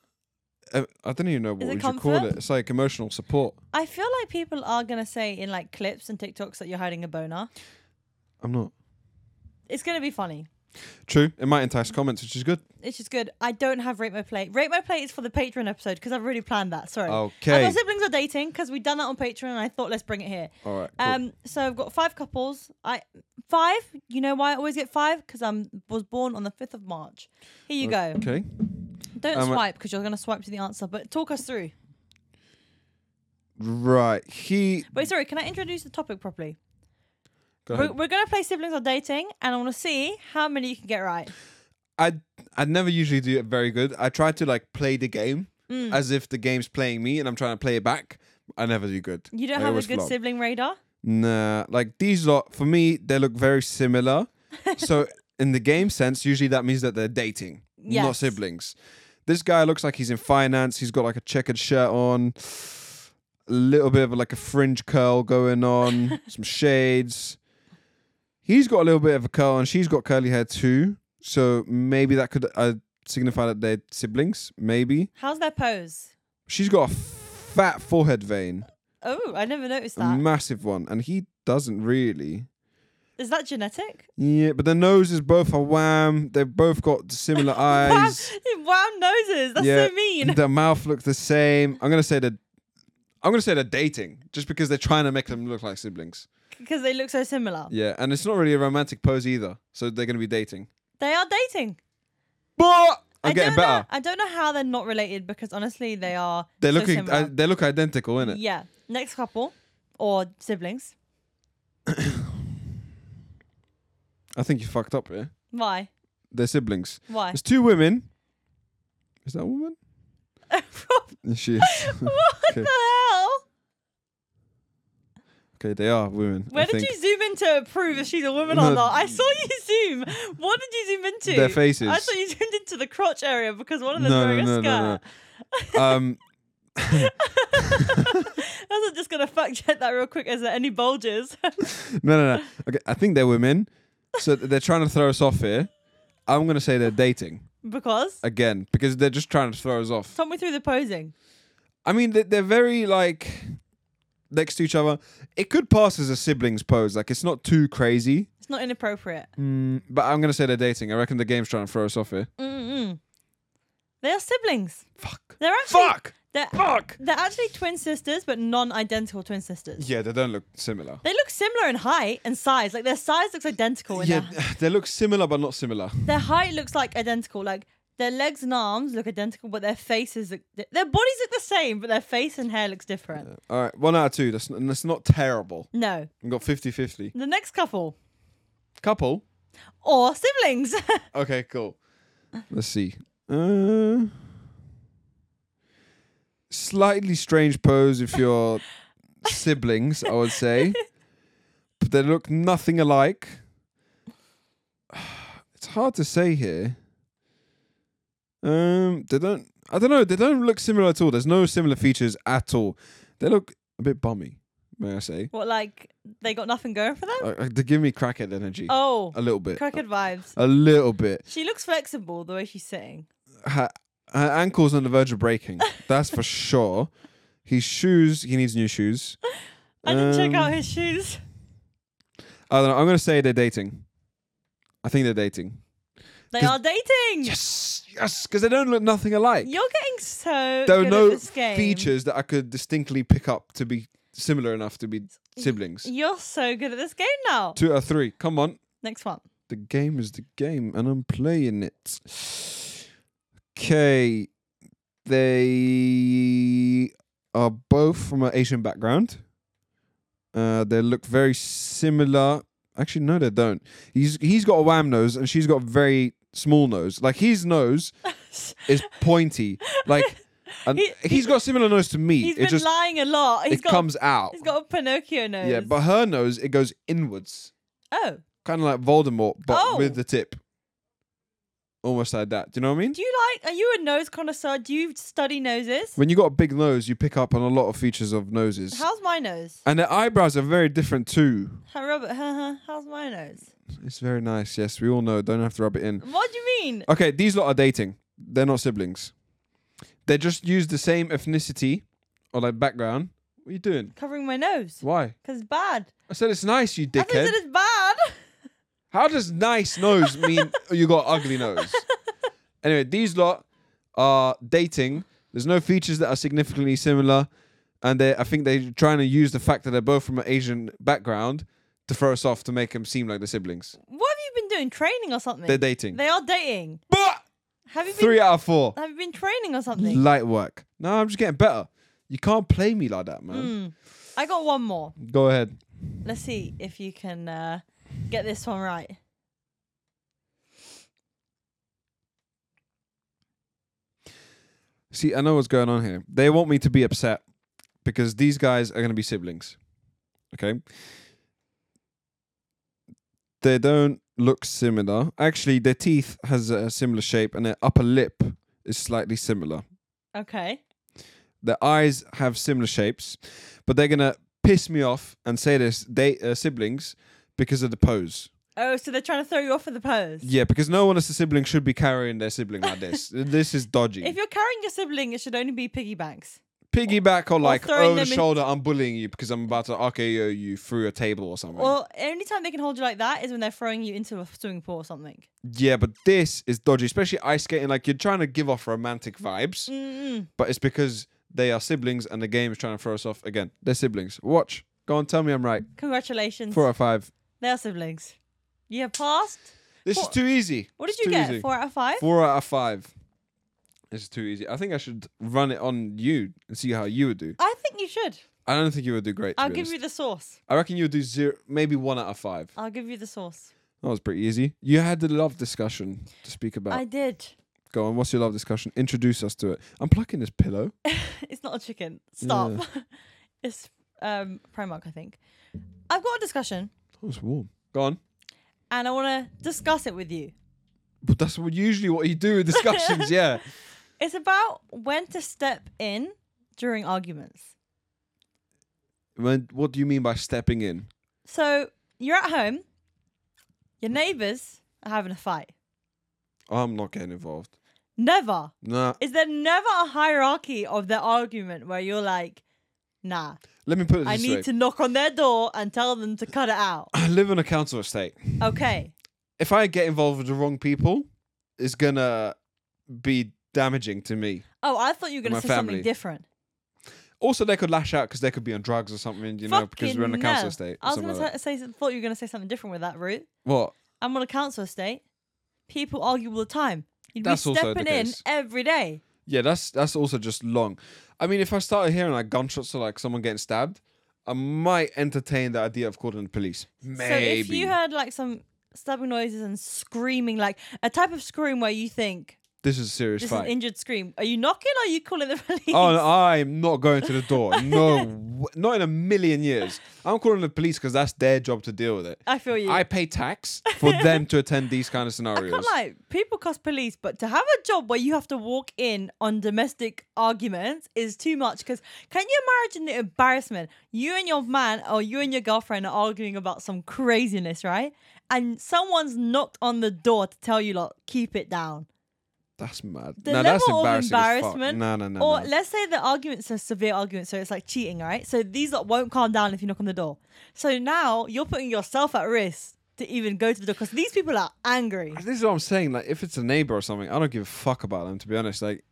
Speaker 2: uh, I don't even know what
Speaker 1: it
Speaker 2: we should call
Speaker 1: comfort?
Speaker 2: it. It's like emotional support.
Speaker 1: I feel like people are gonna say in like clips and TikToks that you're hiding a boner.
Speaker 2: I'm not
Speaker 1: It's gonna be funny.
Speaker 2: true. It might entice comments, which is good.
Speaker 1: It's just good. I don't have rate my plate. Rate my plate is for the Patreon episode because I've already planned that. Sorry. And
Speaker 2: Okay.
Speaker 1: my siblings are dating because we done that on Patreon, and I thought let's bring it here.
Speaker 2: All right. cool.
Speaker 1: Um, so I've got five couples. I five. You know why I always get five? Because I was born on the fifth of March. Here you go.
Speaker 2: Okay.
Speaker 1: Don't
Speaker 2: Um, uh,
Speaker 1: swipe because you're gonna swipe to the answer. But talk us through.
Speaker 2: Right. He.
Speaker 1: Wait, sorry. Can I introduce the topic properly?
Speaker 2: Go
Speaker 1: We're,
Speaker 2: ahead.
Speaker 1: we're gonna play siblings are dating, and I want to see how many you can get right.
Speaker 2: I I never usually do it very good. I try to like play the game
Speaker 1: Mm.
Speaker 2: as if the game's playing me and I'm trying to play it back. I never do good.
Speaker 1: You
Speaker 2: I
Speaker 1: don't have a
Speaker 2: always
Speaker 1: good
Speaker 2: flop.
Speaker 1: sibling radar.
Speaker 2: Nah, like these lot for me, they look very similar. so in the game sense, usually that means that they're dating, not
Speaker 1: Yes.
Speaker 2: siblings. This guy looks like he's in finance. He's got like a checkered shirt on, a little bit of like a fringe curl going on, some shades. He's got a little bit of a curl, and she's got curly hair too. So maybe that could uh, signify that they're siblings. Maybe
Speaker 1: How's their pose?
Speaker 2: she's got a fat forehead vein,
Speaker 1: Oh, I never noticed
Speaker 2: a
Speaker 1: that.
Speaker 2: massive one, and he doesn't really.
Speaker 1: Is that genetic?
Speaker 2: Yeah, but their noses both are wham. They've both got similar
Speaker 1: Wow,
Speaker 2: eyes.
Speaker 1: wow noses. That's
Speaker 2: yeah,
Speaker 1: so mean.
Speaker 2: Their mouth look the same. I'm gonna say that. I'm gonna say they're dating just because they're trying to make them look like siblings.
Speaker 1: Because they look so similar.
Speaker 2: Yeah, and it's not really a romantic pose either, so they're gonna be dating.
Speaker 1: They are dating.
Speaker 2: But I'm
Speaker 1: I
Speaker 2: getting
Speaker 1: don't
Speaker 2: better.
Speaker 1: Know, I don't know how they're not related because honestly, they are.
Speaker 2: They
Speaker 1: so
Speaker 2: look
Speaker 1: similar.
Speaker 2: I, they look identical, innit?
Speaker 1: yeah. Next couple or siblings.
Speaker 2: I think you fucked up here.
Speaker 1: Why?
Speaker 2: They're siblings.
Speaker 1: Why?
Speaker 2: There's two women. Is that a woman? She is.
Speaker 1: what the
Speaker 2: Okay.
Speaker 1: hell?
Speaker 2: okay, they are women. I
Speaker 1: Where did
Speaker 2: think.
Speaker 1: you zoom in to prove if she's a woman or
Speaker 2: No.
Speaker 1: not? I saw you zoom. What did you zoom into?
Speaker 2: Their faces.
Speaker 1: I thought you zoomed into the crotch area because one of them's
Speaker 2: No,
Speaker 1: wearing
Speaker 2: no,
Speaker 1: a
Speaker 2: no, no,
Speaker 1: skirt.
Speaker 2: no. um,
Speaker 1: I was just gonna fact check that real quick. Is there any bulges?
Speaker 2: No, no, no. Okay, I think they're women. So th- they're trying to throw us off here. I'm going to say they're dating
Speaker 1: because
Speaker 2: again because they're just trying to throw us off.
Speaker 1: talk me through the posing.
Speaker 2: I mean, they- they're very like next to each other. It could pass as a siblings pose. Like, it's not too crazy.
Speaker 1: It's not inappropriate.
Speaker 2: Mm, but I'm going to say they're dating. I reckon the game's trying to throw us off here.
Speaker 1: Mm-mm. They are siblings.
Speaker 2: Fuck.
Speaker 1: They're actually
Speaker 2: Fuck.
Speaker 1: They're,
Speaker 2: Fuck.
Speaker 1: they're actually twin sisters, but non-identical twin sisters.
Speaker 2: Yeah, they don't look similar.
Speaker 1: They look similar in height and size. Like their size looks identical. In
Speaker 2: Yeah,
Speaker 1: their,
Speaker 2: they look similar but not similar.
Speaker 1: their height looks like identical. Like their legs and arms look identical, but their faces look. di- Their bodies look the same, but their face and hair looks different.
Speaker 2: All right, one out of two. That's, n- that's not terrible.
Speaker 1: No,
Speaker 2: We've got 50 50.
Speaker 1: the next couple
Speaker 2: Couple.
Speaker 1: or siblings.
Speaker 2: Okay, cool. Let's see. Uh, slightly strange pose if you're siblings, I would say. But they look nothing alike. It's hard to say here. Um, they don't. I don't know. They don't look similar at all. There's no similar features at all. They look a bit bummy, may I say?
Speaker 1: what? Like they got nothing going for them?
Speaker 2: Like, like, they give me crackhead energy
Speaker 1: Oh,
Speaker 2: a little bit.
Speaker 1: crackhead vibes.
Speaker 2: A little bit.
Speaker 1: She looks flexible the way she's sitting.
Speaker 2: her, her ankle's on the verge of breaking. That's for sure. His shoes, he needs new shoes.
Speaker 1: I didn't check
Speaker 2: Um,
Speaker 1: out his shoes.
Speaker 2: I don't know. I'm going to say they're dating. I think they're dating.
Speaker 1: They
Speaker 2: 'cause-
Speaker 1: are dating.
Speaker 2: Yes, yes, because they don't look nothing alike.
Speaker 1: You're getting so
Speaker 2: there are
Speaker 1: good at
Speaker 2: no
Speaker 1: this game.
Speaker 2: features that I could distinctly pick up to be similar enough to be siblings.
Speaker 1: You're so good at this game now.
Speaker 2: Two or three. Come on.
Speaker 1: Next one.
Speaker 2: The game is the game, and I'm playing it. Okay. They are both from an Asian background. Uh, they look very similar. Actually, no, they don't. He's he's got a wham nose, and she's got a very small nose. Like his nose is pointy. Like, and
Speaker 1: He-
Speaker 2: he, has got a similar nose to me.
Speaker 1: He's
Speaker 2: It
Speaker 1: been
Speaker 2: just
Speaker 1: lying a lot. He's
Speaker 2: it
Speaker 1: got
Speaker 2: comes out.
Speaker 1: he's got a Pinocchio nose.
Speaker 2: yeah, but her nose it goes inwards
Speaker 1: oh,
Speaker 2: kind of like Voldemort, but
Speaker 1: Oh.
Speaker 2: with the tip. Almost like that. Do you know what I mean?
Speaker 1: do you like? Are you a nose connoisseur? Do you study noses?
Speaker 2: When you got a big nose, you pick up on a lot of features of noses.
Speaker 1: How's my nose?
Speaker 2: and their eyebrows are very different too.
Speaker 1: Hi, Robert. How's my nose?
Speaker 2: It's very nice. Yes, we all know. Don't have to rub it in.
Speaker 1: What do you mean?
Speaker 2: Okay, these lot are dating. They're not siblings. They just use the same ethnicity or like background. What are you doing?
Speaker 1: Covering my nose.
Speaker 2: Why?
Speaker 1: Because it's bad.
Speaker 2: I said it's nice, you
Speaker 1: I think
Speaker 2: dickhead.
Speaker 1: that it's bad.
Speaker 2: How does nice nose mean you got ugly nose? Anyway, these lot are dating. There's no features that are significantly similar, and they I think they're trying to use the fact that they're both from an Asian background to throw us off to make them seem like they're siblings.
Speaker 1: What have you been doing? Training or something?
Speaker 2: They're dating.
Speaker 1: They are dating.
Speaker 2: but
Speaker 1: Have you been?
Speaker 2: three out of four.
Speaker 1: Have you been training or something?
Speaker 2: Light work. No, I'm just getting better. You can't play me like that, man.
Speaker 1: Mm. I got one more.
Speaker 2: Go ahead.
Speaker 1: Let's see if you can uh, get this one right.
Speaker 2: See, I know what's going on here. They want me to be upset because these guys are going to be siblings. Okay. They don't look similar. Actually, their teeth has a similar shape and their upper lip is slightly similar.
Speaker 1: Okay.
Speaker 2: Their eyes have similar shapes, but they're going to piss me off and say this they uh, siblings because of the pose.
Speaker 1: Oh, so they're trying to throw you off with the pose.
Speaker 2: Yeah, because no one as a sibling should be carrying their sibling like this. this is dodgy.
Speaker 1: If you're carrying your sibling, it should only be piggy banks.
Speaker 2: piggyback or like
Speaker 1: throwing
Speaker 2: over the
Speaker 1: them in-
Speaker 2: shoulder. I'm bullying you because I'm about to RKO you through a table or something.
Speaker 1: Well, only time they can hold you like that is when they're throwing you into a swimming pool or something.
Speaker 2: yeah, but this is dodgy, especially ice skating. Like you're trying to give off romantic vibes,
Speaker 1: Mm-mm.
Speaker 2: but it's because they are siblings and the game is trying to throw us off again. They're siblings. Watch. Go on, tell me I'm right.
Speaker 1: Congratulations.
Speaker 2: Four out of five.
Speaker 1: They are siblings. You have passed.
Speaker 2: This is
Speaker 1: Four-
Speaker 2: too easy.
Speaker 1: What did
Speaker 2: It's
Speaker 1: you
Speaker 2: too
Speaker 1: get?
Speaker 2: easy.
Speaker 1: Four out of five?
Speaker 2: Four out of five. This is too easy. I think I should run it on you and see how you would do.
Speaker 1: I think you should.
Speaker 2: I don't think you would do great. to
Speaker 1: I'll
Speaker 2: be
Speaker 1: give
Speaker 2: honest.
Speaker 1: you the sauce.
Speaker 2: I reckon you would do zero, maybe one out of five.
Speaker 1: I'll give you the sauce.
Speaker 2: That was pretty easy. You had the love discussion to speak about.
Speaker 1: I did.
Speaker 2: Go on, what's your love discussion? Introduce us to it. I'm plucking this pillow.
Speaker 1: It's not a chicken. Stop. it's um Primark, I think. I've got a discussion
Speaker 2: Oh, it's warm. Go on.
Speaker 1: and I want to discuss it with you.
Speaker 2: But that's what, usually what you do with discussions, yeah.
Speaker 1: It's about when to step in during arguments.
Speaker 2: When, what do you mean by stepping in?
Speaker 1: So you're at home, your neighbors are having a fight.
Speaker 2: I'm not getting involved.
Speaker 1: Never.
Speaker 2: Nah.
Speaker 1: Is there never a hierarchy of their argument where you're like, nah,
Speaker 2: Let me put it this
Speaker 1: I
Speaker 2: way.
Speaker 1: need to knock on their door and tell them to cut it out?
Speaker 2: I live in a council estate.
Speaker 1: Okay.
Speaker 2: If I get involved with the wrong people, it's gonna be damaging to me.
Speaker 1: Oh, I thought you were going
Speaker 2: My
Speaker 1: to say
Speaker 2: family.
Speaker 1: something different.
Speaker 2: Also, they could lash out because they could be on drugs or something, you know, because
Speaker 1: Fucking
Speaker 2: we're in a council
Speaker 1: no.
Speaker 2: estate. or
Speaker 1: I was
Speaker 2: something
Speaker 1: going
Speaker 2: like
Speaker 1: to
Speaker 2: that.
Speaker 1: say, thought you were going to say something different with that route.
Speaker 2: What?
Speaker 1: I'm on a council estate. People argue all the time. You'd
Speaker 2: That's
Speaker 1: be
Speaker 2: also the
Speaker 1: stepping in
Speaker 2: case.
Speaker 1: every day.
Speaker 2: Yeah, that's that's also just long. I mean, if I started hearing like gunshots or like someone getting stabbed, I might entertain the idea of calling the police. Maybe.
Speaker 1: So if you heard like some stabbing noises and screaming, like a type of scream where you think
Speaker 2: this is a serious
Speaker 1: this is
Speaker 2: fight.
Speaker 1: an injured scream, are you knocking or are you calling the police?
Speaker 2: Oh, no, I'm not going to the door. No, w- not in a million years. I'm calling the police because that's their job to deal with it.
Speaker 1: I feel you.
Speaker 2: I pay tax for them to attend these kind
Speaker 1: Oh,
Speaker 2: of
Speaker 1: I
Speaker 2: scenarios.
Speaker 1: can't lie, people cost police, but to have a job where you have to walk in on domestic arguments is too much. Because can you imagine the embarrassment? You and your man or you and your girlfriend are arguing about some craziness, right? And someone's knocked on the door to tell you, like, keep it down.
Speaker 2: That's mad.
Speaker 1: The
Speaker 2: no, that's
Speaker 1: level
Speaker 2: embarrassing.
Speaker 1: of
Speaker 2: as fuck.
Speaker 1: embarrassment.
Speaker 2: No, no, no.
Speaker 1: Or
Speaker 2: no.
Speaker 1: let's say the argument's a severe argument, so it's like cheating, right? So these lot won't calm down if you knock on the door. So now you're putting yourself at risk to even go to the door because these people are angry.
Speaker 2: This is what I'm saying. Like, if it's a neighbor or something, I don't give a fuck about them. To be honest, like,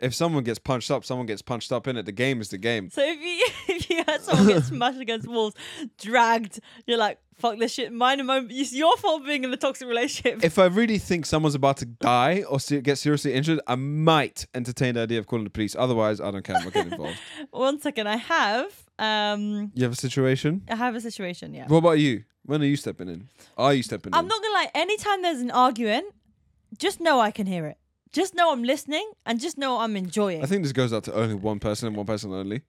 Speaker 2: if someone gets punched up, someone gets punched up in it. The game is the game.
Speaker 1: So if you if you had someone get smashed against walls, dragged, you're like, fuck this shit. Mine and mine. It's your fault being in a toxic relationship.
Speaker 2: If I really think someone's about to die or se- get seriously injured, I might entertain the idea of calling the police. Otherwise, I don't care. I'm not getting involved.
Speaker 1: One second, I have um
Speaker 2: You have a situation.
Speaker 1: I have a situation. Yeah,
Speaker 2: What about you? When are you stepping in? Are you stepping
Speaker 1: I'm
Speaker 2: in?
Speaker 1: not gonna lie. Anytime there's an arguing, just know I can hear it. Just know I'm listening, and just know I'm enjoying.
Speaker 2: I think this goes out to only one person and one person only.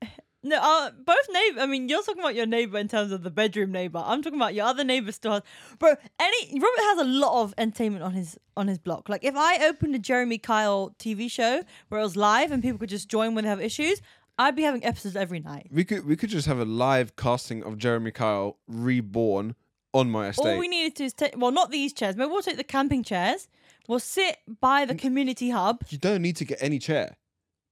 Speaker 1: No, uh, both neighbor. I mean, you're talking about your neighbor in terms of the bedroom neighbor. I'm talking about your other neighbor still has, bro. Any Robert has a lot of entertainment on his on his block. Like if I opened a Jeremy Kyle TV show where it was live and people could just join when they have issues, I'd be having episodes every night.
Speaker 2: We could we could just have a live casting of Jeremy Kyle reborn on my estate.
Speaker 1: All we needed to is take well, not these chairs. Maybe we'll
Speaker 2: Mm.
Speaker 1: take the camping chairs. We'll sit by the community hub.
Speaker 2: you don't need to get any chair.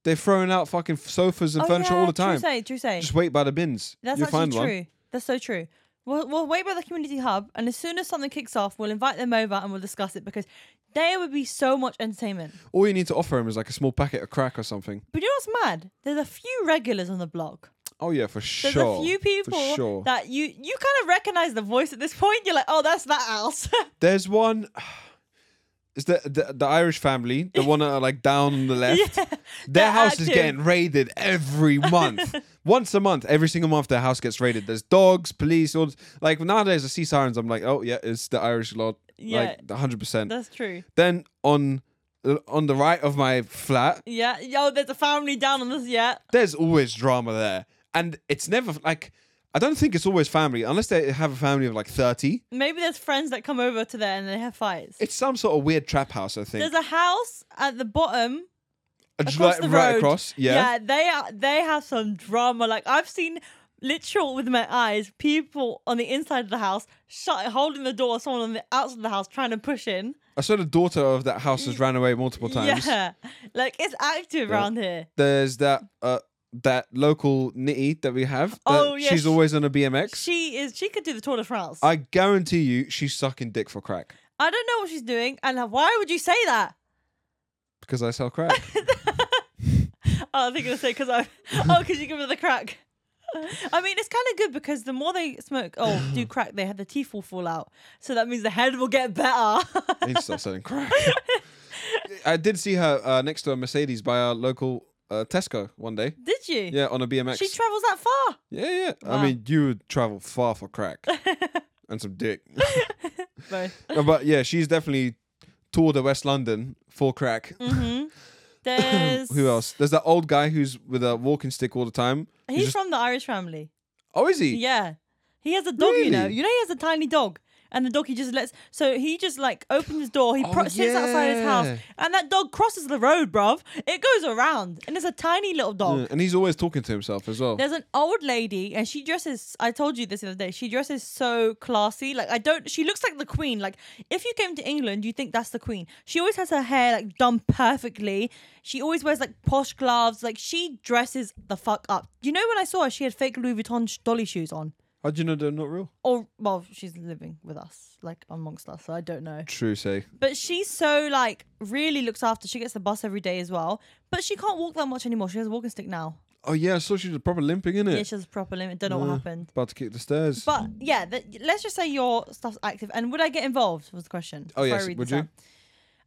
Speaker 2: They're throwing out fucking sofas and
Speaker 1: Oh,
Speaker 2: furniture
Speaker 1: yeah,
Speaker 2: all the time.
Speaker 1: True say, true say.
Speaker 2: Just wait by the bins.
Speaker 1: That's
Speaker 2: You'll
Speaker 1: actually
Speaker 2: find
Speaker 1: true.
Speaker 2: one.
Speaker 1: That's so true. We'll, we'll wait by the community hub, and as soon as something kicks off, we'll invite them over and we'll discuss it because there would be so much entertainment.
Speaker 2: All you need to offer him is like a small packet of crack or something.
Speaker 1: But you know what's mad? There's a few regulars on the block.
Speaker 2: Oh yeah, for
Speaker 1: There's
Speaker 2: sure.
Speaker 1: a few people
Speaker 2: For sure.
Speaker 1: that you you kind of recognize the voice at this point. You're like, oh, that's that house.
Speaker 2: There's one. Is the, the the Irish family the one that are like down on the left? their
Speaker 1: they're
Speaker 2: house is
Speaker 1: active.
Speaker 2: getting raided every month. Once a month, every single month, their house gets raided. There's dogs, police, all like nowadays. I see sirens. I'm like, oh yeah, it's the Irish lot.
Speaker 1: Yeah.
Speaker 2: like 100. percent
Speaker 1: that's true.
Speaker 2: Then on on the right of my flat,
Speaker 1: Yeah. Yo, there's a family down on this. Yeah.
Speaker 2: there's always drama there, and it's never like I don't think it's always family unless they have a family of like 30.
Speaker 1: Maybe there's friends that come over to there and they have fights.
Speaker 2: It's some sort of weird trap house. I think
Speaker 1: There's a house at the bottom
Speaker 2: Just
Speaker 1: across
Speaker 2: like
Speaker 1: the road.
Speaker 2: right across.
Speaker 1: yeah, they are. They have some drama. Like I've seen, literal with my eyes, people on the inside of the house shut, holding the door. Someone on the outside of the house trying to push in.
Speaker 2: I saw the daughter of that house has ran away multiple times.
Speaker 1: Mm. Yeah, like it's active around here.
Speaker 2: There's that uh that local nitty that we have. that
Speaker 1: Oh, yeah,
Speaker 2: She's
Speaker 1: she-
Speaker 2: always on a BMX.
Speaker 1: She is. She could do the Tour de France. I,
Speaker 2: I guarantee you she's sucking dick for crack.
Speaker 1: don't know what she's doing, and why would you say that?
Speaker 2: Because I sell crack.
Speaker 1: Oh, I think gonna say because I. oh, because you give her the crack. I mean, it's kind of good because the more they smoke, oh, do crack, they have the teeth will fall out. So that means the head will get better.
Speaker 2: I need to stop selling crack. I did see her uh, next to a Mercedes by our local uh, Tesco one day.
Speaker 1: Did you?
Speaker 2: Yeah, on a BMX.
Speaker 1: She travels that far.
Speaker 2: yeah, yeah. I
Speaker 1: Wow.
Speaker 2: mean, you would travel far for crack and some dick.
Speaker 1: Both.
Speaker 2: No, but yeah, she's definitely toured the West London for crack.
Speaker 1: There's
Speaker 2: Who else? There's that old guy who's with a walking stick all the time.
Speaker 1: He's, from the Irish family.
Speaker 2: Oh, is he?
Speaker 1: Yeah, he has a dog. You know,
Speaker 2: Really?
Speaker 1: you know he has a tiny dog, and the dog he just lets. So he just like opens his door. He pro-
Speaker 2: Oh,
Speaker 1: sits outside his
Speaker 2: yeah.
Speaker 1: house, and that dog crosses the road, bruv. It goes around, and it's a tiny little dog.
Speaker 2: Yeah, Uh, And he's always talking to himself as well.
Speaker 1: There's an old lady, and she dresses. I told you this the other day. She dresses so classy. Like I don't. She looks like the queen. Like if you came to England, you think that's the queen. She always has her hair like done perfectly. She always wears like posh gloves. Like she dresses the fuck up. You know when I saw her, she had fake Louis Vuitton sh- dolly shoes on.
Speaker 2: How do you know they're not real?
Speaker 1: Or well, she's living with us, like amongst us. So I don't know.
Speaker 2: True, say.
Speaker 1: But she's so like really looks after. She gets the bus every day as well. But she can't walk that much anymore. She has a walking stick now.
Speaker 2: Oh yeah, I saw she was proper limping, innit?
Speaker 1: Yeah, she has a proper limit. Don't know what happened.
Speaker 2: About to kick the stairs.
Speaker 1: But yeah, th- let's just say your stuff's active. And would I get involved? Was the question. before
Speaker 2: Oh,
Speaker 1: I
Speaker 2: yes,
Speaker 1: read
Speaker 2: would
Speaker 1: this
Speaker 2: you?
Speaker 1: out.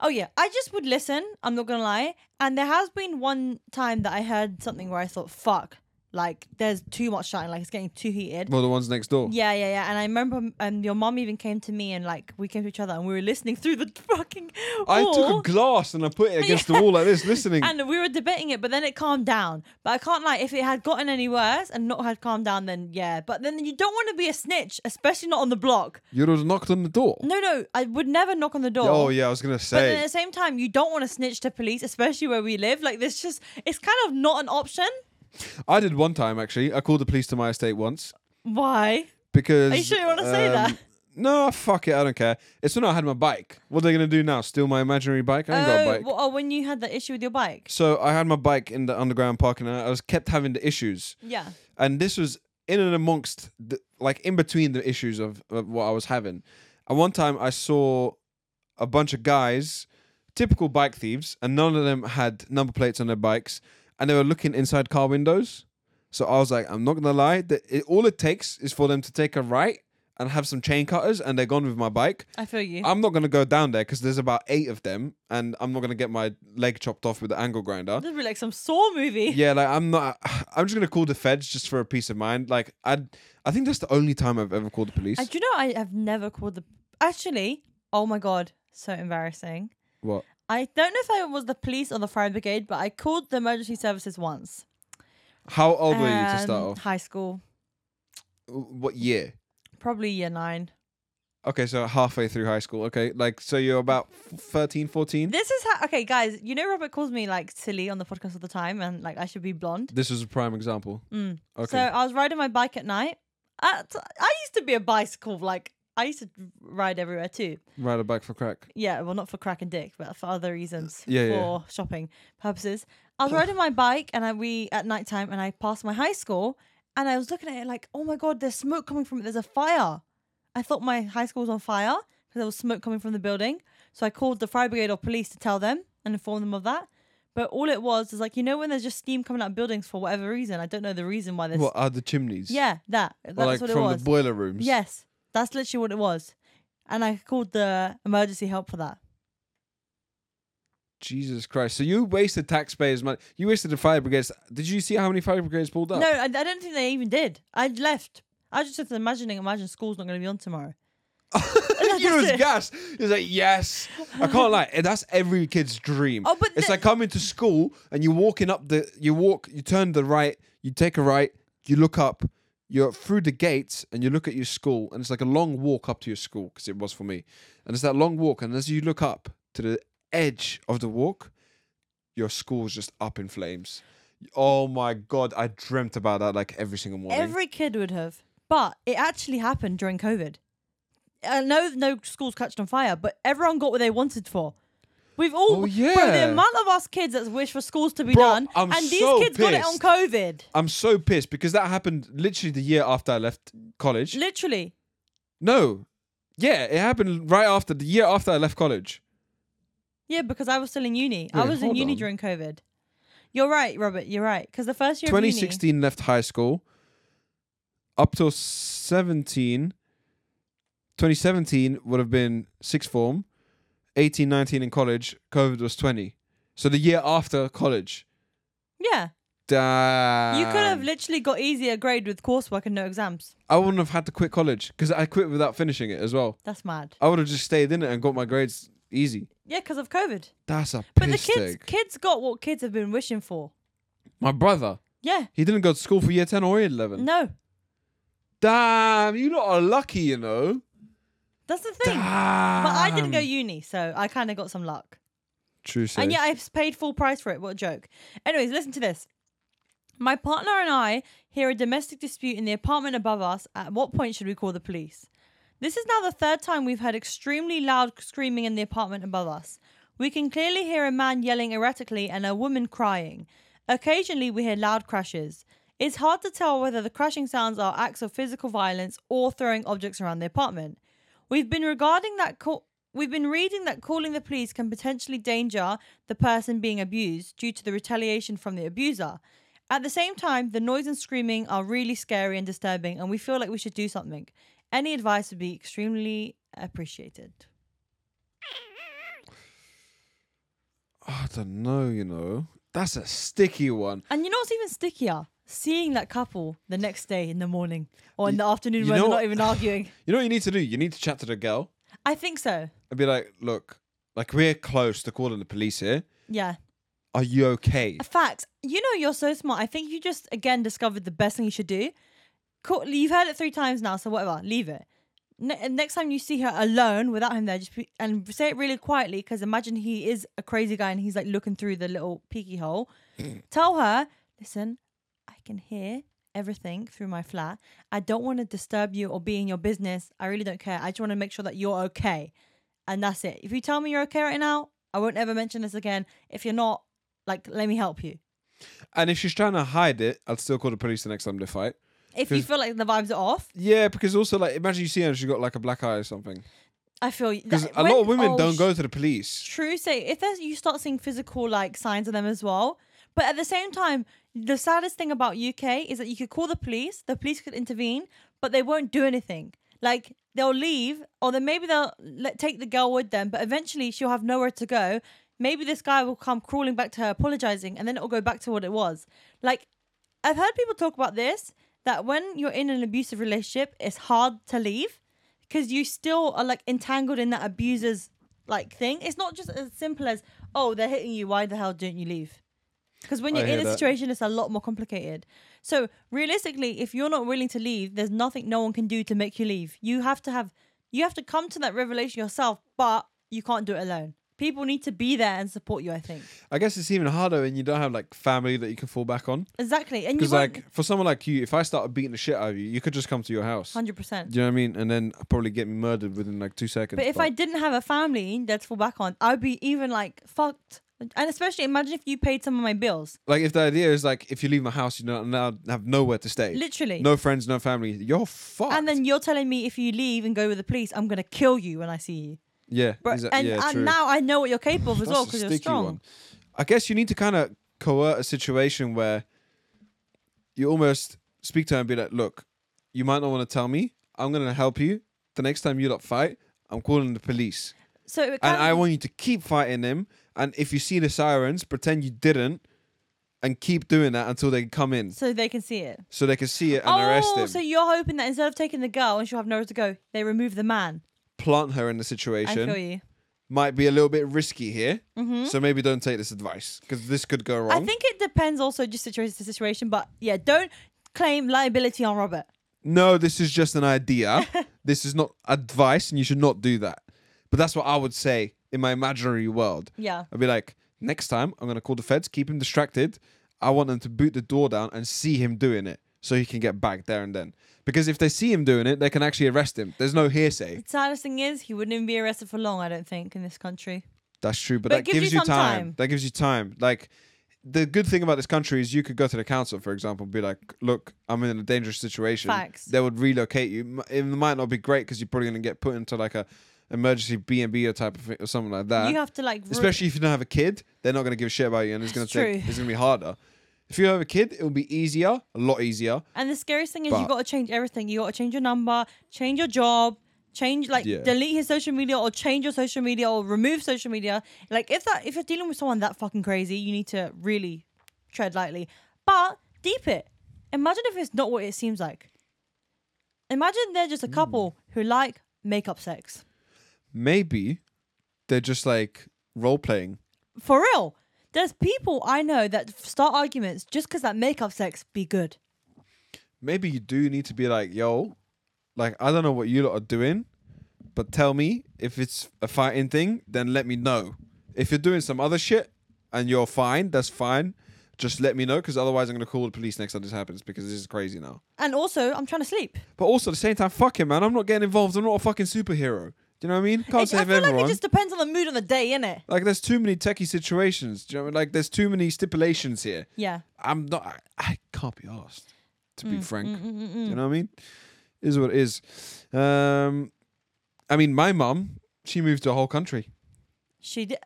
Speaker 1: Oh yeah, I just would listen. I'm not gonna lie. And there has been one time that I heard something where I thought, "Fuck!" Like there's too much shouting. Like it's getting too heated.
Speaker 2: well, the ones next door.
Speaker 1: Yeah, yeah, yeah. And I remember um, your mom even came to me and like we came to each other and we were listening through the fucking wall.
Speaker 2: I took a glass and I put it against the wall like this, listening.
Speaker 1: and we were debating it, but then it calmed down. But I can't like if it had gotten any worse and not had calmed down, then yeah. But then you don't want to be a snitch, especially not on the block.
Speaker 2: You'd have knocked on the door.
Speaker 1: No, no, I would never knock on the door.
Speaker 2: Oh yeah, I was gonna
Speaker 1: But then at
Speaker 2: say.
Speaker 1: the same time, you don't want to snitch to police, especially where we live. Like, this just, it's kind of not an option.
Speaker 2: I did one time actually. I called the police to my estate once
Speaker 1: Why?
Speaker 2: because. um,
Speaker 1: Are you sure you wanna say that?
Speaker 2: No, fuck it. I don't care. It's when I had my bike. What are they gonna do now? Steal my imaginary bike? I ain't got a
Speaker 1: Oh,
Speaker 2: bike.
Speaker 1: well, oh, when you had that issue with your bike.
Speaker 2: so I had my bike in the underground parking, and I was kept having the issues.
Speaker 1: Yeah.
Speaker 2: and this was in and amongst the, like in between the issues of, of what I was having. And one time I saw a bunch of guys, typical bike thieves, and none of them had number plates on their bikes, and they were looking inside car windows. So I was like, I'm not gonna lie, that it, all it takes is for them to take a right and have some chain cutters, and they're gone with my bike.
Speaker 1: I feel you.
Speaker 2: I'm not gonna go down there because there's about eight of them, and I'm not gonna get my leg chopped off with the angle grinder.
Speaker 1: this would be like some Saw movie.
Speaker 2: Yeah, like I'm not. I'm just gonna call the feds just for a peace of mind. Like I, I think that's the only time I've ever called the police.
Speaker 1: Uh, do you know I have never called the. Actually, oh my God, so embarrassing.
Speaker 2: what?
Speaker 1: I don't know if I was the police or the fire brigade, but I called the emergency services once.
Speaker 2: How old were you to
Speaker 1: Um,
Speaker 2: start off?
Speaker 1: High school,
Speaker 2: What year?
Speaker 1: probably year nine.
Speaker 2: Okay, so halfway through high school. Okay, like so you're about f- 13, 14.
Speaker 1: This is how. Okay, guys, you know Robert calls me like silly on the podcast all the time, and like I should be blonde.
Speaker 2: This was a prime example.
Speaker 1: Mm. So
Speaker 2: Okay.
Speaker 1: I was riding my bike at night. At, I used to be a bicycle like I used to ride everywhere too.
Speaker 2: Ride a bike for crack.
Speaker 1: Yeah, well, not for crack and dick, but for other reasons,
Speaker 2: Yeah, yeah.
Speaker 1: for shopping purposes. I was riding my bike, and I, we at night time, and I passed my high school, and I was looking at it like, oh my god, there's smoke coming from it. There's a fire. I thought my high school was on fire because there was smoke coming from the building. So I called the fire brigade or police to tell them and inform them of that. But all it was is like you know when there's just steam coming out of buildings for whatever reason. I don't know the reason why there's
Speaker 2: What are the chimneys?
Speaker 1: yeah that that's
Speaker 2: Or like
Speaker 1: what it
Speaker 2: from
Speaker 1: was.
Speaker 2: the boiler rooms.
Speaker 1: Yes, that's literally what it was. And I called the emergency help for that.
Speaker 2: Jesus Christ. So you wasted taxpayers' money. You wasted the fire brigades. Did you see how many fire brigades pulled up?
Speaker 1: No, I, I don't think they even did. I left. I was just imagining, imagine school's not going to be on tomorrow.
Speaker 2: you was
Speaker 1: it.
Speaker 2: gassed. It's like yes, I can't lie. And That's every kid's dream.
Speaker 1: Oh, but
Speaker 2: it's
Speaker 1: the-
Speaker 2: like coming to school and you're walking up the. You walk. You turn the right. You take a right. You look up. You're through the gates and you look at your school and it's like a long walk up to your school because it was for me. And it's that long walk and as you look up to the edge of the walk, your school's just up in flames. Oh my god, I dreamt about that like every single morning.
Speaker 1: Every kid would have, but it actually happened during COVID. I know no schools catched on fire, but everyone got what they wanted for. We've all,
Speaker 2: Oh,
Speaker 1: bro,
Speaker 2: yeah.
Speaker 1: the amount of us kids that wish for schools to be
Speaker 2: Bro,
Speaker 1: done,
Speaker 2: I'm
Speaker 1: and these
Speaker 2: so
Speaker 1: kids got it on
Speaker 2: pissed.
Speaker 1: COVID.
Speaker 2: I'm so pissed because that happened literally the year after I left college.
Speaker 1: Literally,
Speaker 2: No. Yeah, it happened right after the year after I left college.
Speaker 1: yeah, because I was still in uni. I
Speaker 2: Wait,
Speaker 1: was in
Speaker 2: hold
Speaker 1: uni
Speaker 2: on.
Speaker 1: during COVID. You're right, Robert. You're right. Because the first year of uni,
Speaker 2: 2016 left high school. Up till 17 2017 would have been sixth form, 18 19 in college, covid was 20. So the year after college.
Speaker 1: yeah,
Speaker 2: Damn.
Speaker 1: you could
Speaker 2: Um.
Speaker 1: have literally got easier grade with coursework and no exams.
Speaker 2: I wouldn't have had to quit college because I quit without finishing it as well.
Speaker 1: That's mad.
Speaker 2: I would have just stayed in it and got my grades easy.
Speaker 1: Yeah, because of COVID.
Speaker 2: That's a
Speaker 1: But
Speaker 2: piss
Speaker 1: the kids,
Speaker 2: take.
Speaker 1: kids got what kids have been wishing for.
Speaker 2: My brother,
Speaker 1: Yeah,
Speaker 2: he didn't go to school for year 10 or year 11.
Speaker 1: no,
Speaker 2: Damn, you lot are lucky, you know.
Speaker 1: that's the thing.
Speaker 2: Damn.
Speaker 1: But I didn't go uni, so I kind of got some luck.
Speaker 2: True say.
Speaker 1: And yeah, I paid full price for it. What a joke. Anyways, listen to this. My partner and I hear a domestic dispute in the apartment above us. At what point should we call the police? This is now the third time we've heard extremely loud screaming in the apartment above us. We can clearly hear a man yelling erratically and a woman crying. Occasionally, we hear loud crashes. It's hard to tell whether the crashing sounds are acts of physical violence or throwing objects around the apartment. We've been regarding that call. We've been reading that calling the police can potentially danger the person being abused due to the retaliation from the abuser. At the same time, the noise and screaming are really scary and disturbing, and we feel like we should do something. Any advice would be extremely appreciated.
Speaker 2: Oh, I don't know, you know. That's a sticky one.
Speaker 1: And you know what's even stickier? Seeing that couple the next day in the morning or in
Speaker 2: Y-
Speaker 1: the afternoon
Speaker 2: you
Speaker 1: when
Speaker 2: know
Speaker 1: they're
Speaker 2: what-
Speaker 1: not even arguing.
Speaker 2: You know what you need to do? You need to chat to the girl
Speaker 1: I think so.
Speaker 2: and be like, look, like we're close to calling the police here.
Speaker 1: Yeah.
Speaker 2: Are you okay?
Speaker 1: Facts. You know you're so smart. I think you just again discovered the best thing you should do. Cool. You've heard it three times now, so whatever. Leave it. Ne- and next time you see her alone without him there, just be- and say it really quietly because imagine he is a crazy guy and he's like looking through the little peeky hole. Tell her, listen, I can hear everything through my flat. I don't want to disturb you or be in your business. I really don't care. I just want to make sure that you're okay. And that's it. If you tell me you're okay right now, I won't ever mention this again. If you're not, like, let me help you.
Speaker 2: And if she's trying to hide it, I'd still call the police the next time they fight.
Speaker 1: If you
Speaker 2: Because-
Speaker 1: feel like the vibes are off,
Speaker 2: Yeah, because also like imagine you see her and she's got like a black eye or something.
Speaker 1: I feel you.
Speaker 2: Because
Speaker 1: That-
Speaker 2: a
Speaker 1: when-
Speaker 2: lot of women
Speaker 1: oh,
Speaker 2: don't
Speaker 1: sh-
Speaker 2: go to the police.
Speaker 1: True. Say if there's you start seeing physical like signs of them as well. But at the same time, the saddest thing about UK is that you could call the police, the police could intervene, but they won't do anything. Like they'll leave, or then maybe they'll let, take the girl with them, but eventually she'll have nowhere to go. Maybe this guy will come crawling back to her, apologizing, and then it'll go back to what it was. Like I've heard people talk about this that when you're in an abusive relationship, it's hard to leave because you still are like entangled in that abuser's like thing. It's not just as simple as oh they're hitting you. Why the hell don't you leave? Because when
Speaker 2: I
Speaker 1: you're in
Speaker 2: hear
Speaker 1: a
Speaker 2: that.
Speaker 1: situation, it's a lot more complicated. So realistically, if you're not willing to leave, there's nothing no one can do to make you leave. You have to have you have to come to that revelation yourself, but you can't do it alone. people need to be there and support you. I think
Speaker 2: I guess it's even harder when you don't have like family that you can fall back on.
Speaker 1: exactly, and you
Speaker 2: Because like for someone like you, if I started beating the shit out of you, you could just come to your house. Do
Speaker 1: hundred percent.
Speaker 2: you know what I mean? And then I'd probably get me murdered within like two seconds.
Speaker 1: But if I didn't have a family that's fall back on, I'd be even like fucked. And especially imagine if you paid some of my bills.
Speaker 2: like, if the idea is like, if you leave my house, you know, now have nowhere to stay,
Speaker 1: Literally.
Speaker 2: no friends, no family, you're fucked.
Speaker 1: And then you're telling me if you leave and go with the police, I'm gonna kill you when I see you.
Speaker 2: yeah,
Speaker 1: Bro,
Speaker 2: exa-
Speaker 1: and,
Speaker 2: yeah,
Speaker 1: and
Speaker 2: true.
Speaker 1: now I know what you're capable of as
Speaker 2: That's
Speaker 1: well
Speaker 2: a
Speaker 1: because you're
Speaker 2: sticky
Speaker 1: strong.
Speaker 2: one. I guess you need to kind of coerce a situation where you almost speak to her and be like, "Look, you might not want to tell me. I'm gonna help you. The next time you lot fight, I'm calling the police,
Speaker 1: So it
Speaker 2: and
Speaker 1: kind
Speaker 2: I
Speaker 1: of-
Speaker 2: want you to keep fighting them. And if you see the sirens, pretend you didn't." And keep doing that until they come in,
Speaker 1: so they can see it.
Speaker 2: so they can see it and arrest
Speaker 1: Oh,
Speaker 2: him.
Speaker 1: so you're hoping that instead of taking the girl and she'll have nowhere to go, they remove the man.
Speaker 2: Plant her in the
Speaker 1: I feel
Speaker 2: situation.
Speaker 1: you. Mm-hmm.
Speaker 2: Might be a little bit risky here, so maybe don't take this advice because this could go
Speaker 1: I
Speaker 2: wrong.
Speaker 1: think it depends also just situation to situation, but yeah, don't claim liability on Robert.
Speaker 2: no, this is just an idea. this is not advice, and you should not do that. But that's what I would say in my imaginary world.
Speaker 1: Yeah.
Speaker 2: I'd be like, next time I'm gonna call the feds, keep him distracted. I want them to boot the door down and see him doing it so he can get back there and then. Because if they see him doing it, they can actually arrest him. There's no hearsay.
Speaker 1: The saddest thing is he wouldn't even be arrested for long, I don't think, in this country.
Speaker 2: That's true, but,
Speaker 1: But
Speaker 2: that
Speaker 1: it gives you
Speaker 2: you
Speaker 1: some
Speaker 2: time.
Speaker 1: time.
Speaker 2: That gives you time. Like the good thing about this country is you could go to the council, for example, and be like, "Look, I'm in a dangerous situation."
Speaker 1: Facts.
Speaker 2: They would relocate you. M- It might not be great because you're probably going to get put into like a emergency B and B or type of thing, or something like that.
Speaker 1: you have to like re-
Speaker 2: Uh, Especially if you don't have a kid, they're not going to give a shit about you, and it's going
Speaker 1: That's
Speaker 2: to take.
Speaker 1: true.
Speaker 2: It's going to be harder. If you have a kid, it'll be easier, a lot easier.
Speaker 1: And the scariest thing is
Speaker 2: But-
Speaker 1: you got to change everything. You got to change your number, change your job, change like
Speaker 2: Yeah.
Speaker 1: delete his social media or change your social media or remove social media. Like if that if you're dealing with someone that fucking crazy, you need to really tread lightly. But deep it. Imagine if it's not what it seems like. Imagine they're just a
Speaker 2: Hmm.
Speaker 1: couple who like makeup sex.
Speaker 2: Maybe they're just like role playing.
Speaker 1: For real. There's people I know that start arguments just because that makeup sex be good.
Speaker 2: maybe you do need to be like, yo, like I don't know what you lot are doing, but tell me if it's a fighting thing, then let me know. If you're doing some other shit and you're fine, that's fine. Just let me know because otherwise I'm gonna call the police next time this happens because this is crazy now.
Speaker 1: And also, I'm trying to sleep.
Speaker 2: But also at the same time, fuck it, man. I'm not getting involved. I'm not a fucking superhero. Do you know what I mean? Can't
Speaker 1: It- I
Speaker 2: save
Speaker 1: feel
Speaker 2: everyone.
Speaker 1: like it just depends on the mood of the day, innit?
Speaker 2: Like there's too many techie situations. Do you know what I mean? Like there's too many stipulations here.
Speaker 1: Yeah.
Speaker 2: I'm not. I, I can't be asked to
Speaker 1: Mm,
Speaker 2: be frank. You know what I mean? Is what it is. Um, I mean, my mum, she moved to a whole country.
Speaker 1: She did.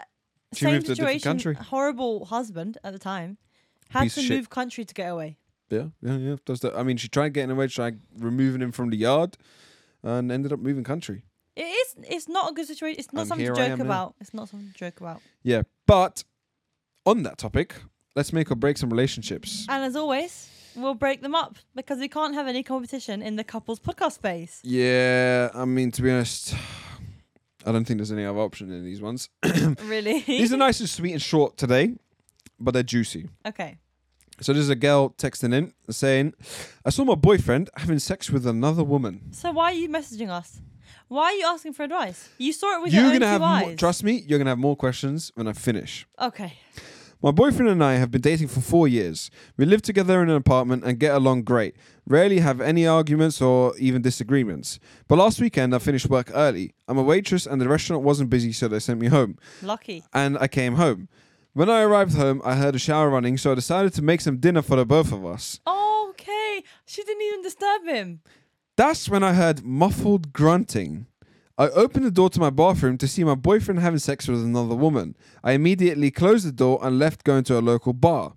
Speaker 2: She
Speaker 1: same
Speaker 2: moved to a different
Speaker 1: situation.
Speaker 2: country.
Speaker 1: Horrible husband at the time had
Speaker 2: Piece
Speaker 1: to
Speaker 2: of shit.
Speaker 1: move country to get away.
Speaker 2: Yeah, yeah, yeah. Does that? I mean, she tried getting away, tried removing him from the yard, and ended up moving country.
Speaker 1: It is. It's not a good situation. It's not
Speaker 2: And
Speaker 1: something to
Speaker 2: here I
Speaker 1: joke
Speaker 2: am now.
Speaker 1: about. It's not something to joke about.
Speaker 2: Yeah, but on that topic, let's make or break some relationships.
Speaker 1: And as always, we'll break them up because we can't have any competition in the couples podcast space.
Speaker 2: Yeah, I mean, to be honest, I don't think there's any other option in these ones. Mm.
Speaker 1: really.
Speaker 2: these are nice and sweet and short today, but they're juicy.
Speaker 1: okay.
Speaker 2: So there's a girl texting in saying, I saw my boyfriend having sex with another woman.
Speaker 1: So why are you messaging us? Why are you asking for advice? You saw it with
Speaker 2: you're
Speaker 1: your own
Speaker 2: gonna
Speaker 1: two
Speaker 2: have more,
Speaker 1: eyes.
Speaker 2: trust me, you're gonna have more questions when I finish.
Speaker 1: Okay.
Speaker 2: My boyfriend and I have been dating for four years. We live together in an apartment and get along great. Rarely have any arguments or even disagreements. But last weekend I finished work early. I'm a waitress and the restaurant wasn't busy, so they sent me home.
Speaker 1: Lucky.
Speaker 2: and I came home. When I arrived home, I heard a shower running, so I decided to make some dinner for the both of us.
Speaker 1: Okay. She didn't even disturb him.
Speaker 2: That's when I heard muffled grunting. I opened the door to my bathroom to see my boyfriend having sex with another woman. I immediately closed the door and left going to a local bar.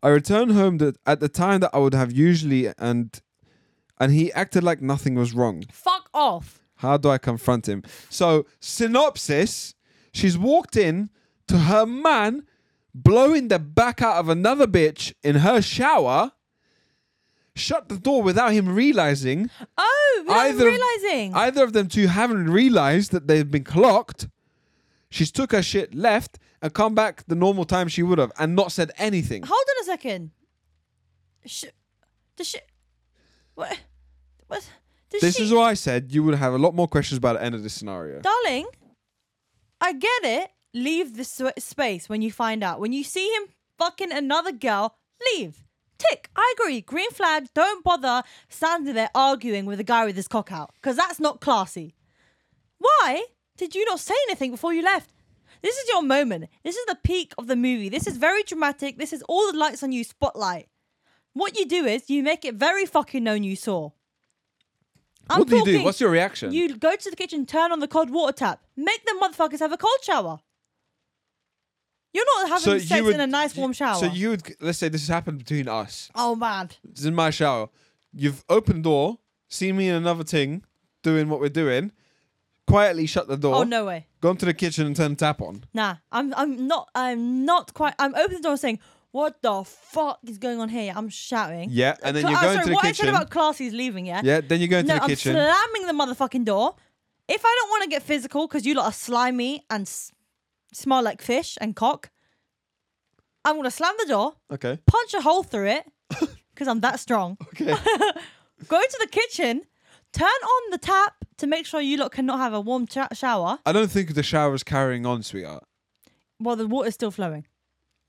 Speaker 2: I returned home that at the time that I would have usually and and he acted like nothing was wrong.
Speaker 1: Fuck off.
Speaker 2: How do I confront him? So, synopsis she's walked in to her man blowing the back out of another bitch in her shower, shut the door without him realizing.
Speaker 1: Oh, without
Speaker 2: Either-
Speaker 1: realizing.
Speaker 2: Either of them two haven't realized that they've been clocked. She's took her shit, left, and come back the normal time she would have and not said anything.
Speaker 1: Hold on a second. Sh- does she? What? What? Does
Speaker 2: This
Speaker 1: she?
Speaker 2: is why I said you would have a lot more questions by the end of this scenario.
Speaker 1: darling, I get it. leave the s- space when you find out. When you see him fucking another girl, leave. Tick. I agree. Green flag. Don't bother standing there arguing with a guy with his cock out because that's not classy. Why did you not say anything before you left? This is your moment. This is the peak of the movie. This is very dramatic. This is all the lights on you spotlight. What you do is you make it very fucking known you saw. I'm
Speaker 2: what do you do?
Speaker 1: talking-
Speaker 2: What's your reaction?
Speaker 1: you go to the kitchen, turn on the cold water tap, make them motherfuckers have a cold shower. You're not having sex in a nice warm
Speaker 2: you-
Speaker 1: shower.
Speaker 2: So you would let's say this has happened between us.
Speaker 1: oh man,
Speaker 2: It's in my shower. You've opened the door, seen me in another thing, doing what we're doing, quietly shut the door,
Speaker 1: oh no way,
Speaker 2: gone to the kitchen and turned the tap on.
Speaker 1: nah. I'm I'm not I'm not quite. I'm opening the door saying, "What the fuck is going on here?" I'm shouting.
Speaker 2: Yeah, and then
Speaker 1: Cla-
Speaker 2: you're
Speaker 1: oh,
Speaker 2: going
Speaker 1: sorry,
Speaker 2: to the
Speaker 1: what I
Speaker 2: kitchen.
Speaker 1: said about classes leaving, yeah.
Speaker 2: yeah, then you go into
Speaker 1: no,
Speaker 2: the
Speaker 1: I'm
Speaker 2: kitchen.
Speaker 1: slamming the motherfucking door. If I don't want to get physical because you lot are slimy and s- smell like fish and cock, I'm gonna slam the door.
Speaker 2: okay.
Speaker 1: punch a hole through it because I'm that strong.
Speaker 2: Okay.
Speaker 1: Go to the kitchen, turn on the tap to make sure you lot cannot have a warm cha- shower
Speaker 2: I don't think the shower is carrying on, sweetheart.
Speaker 1: while the water's still flowing.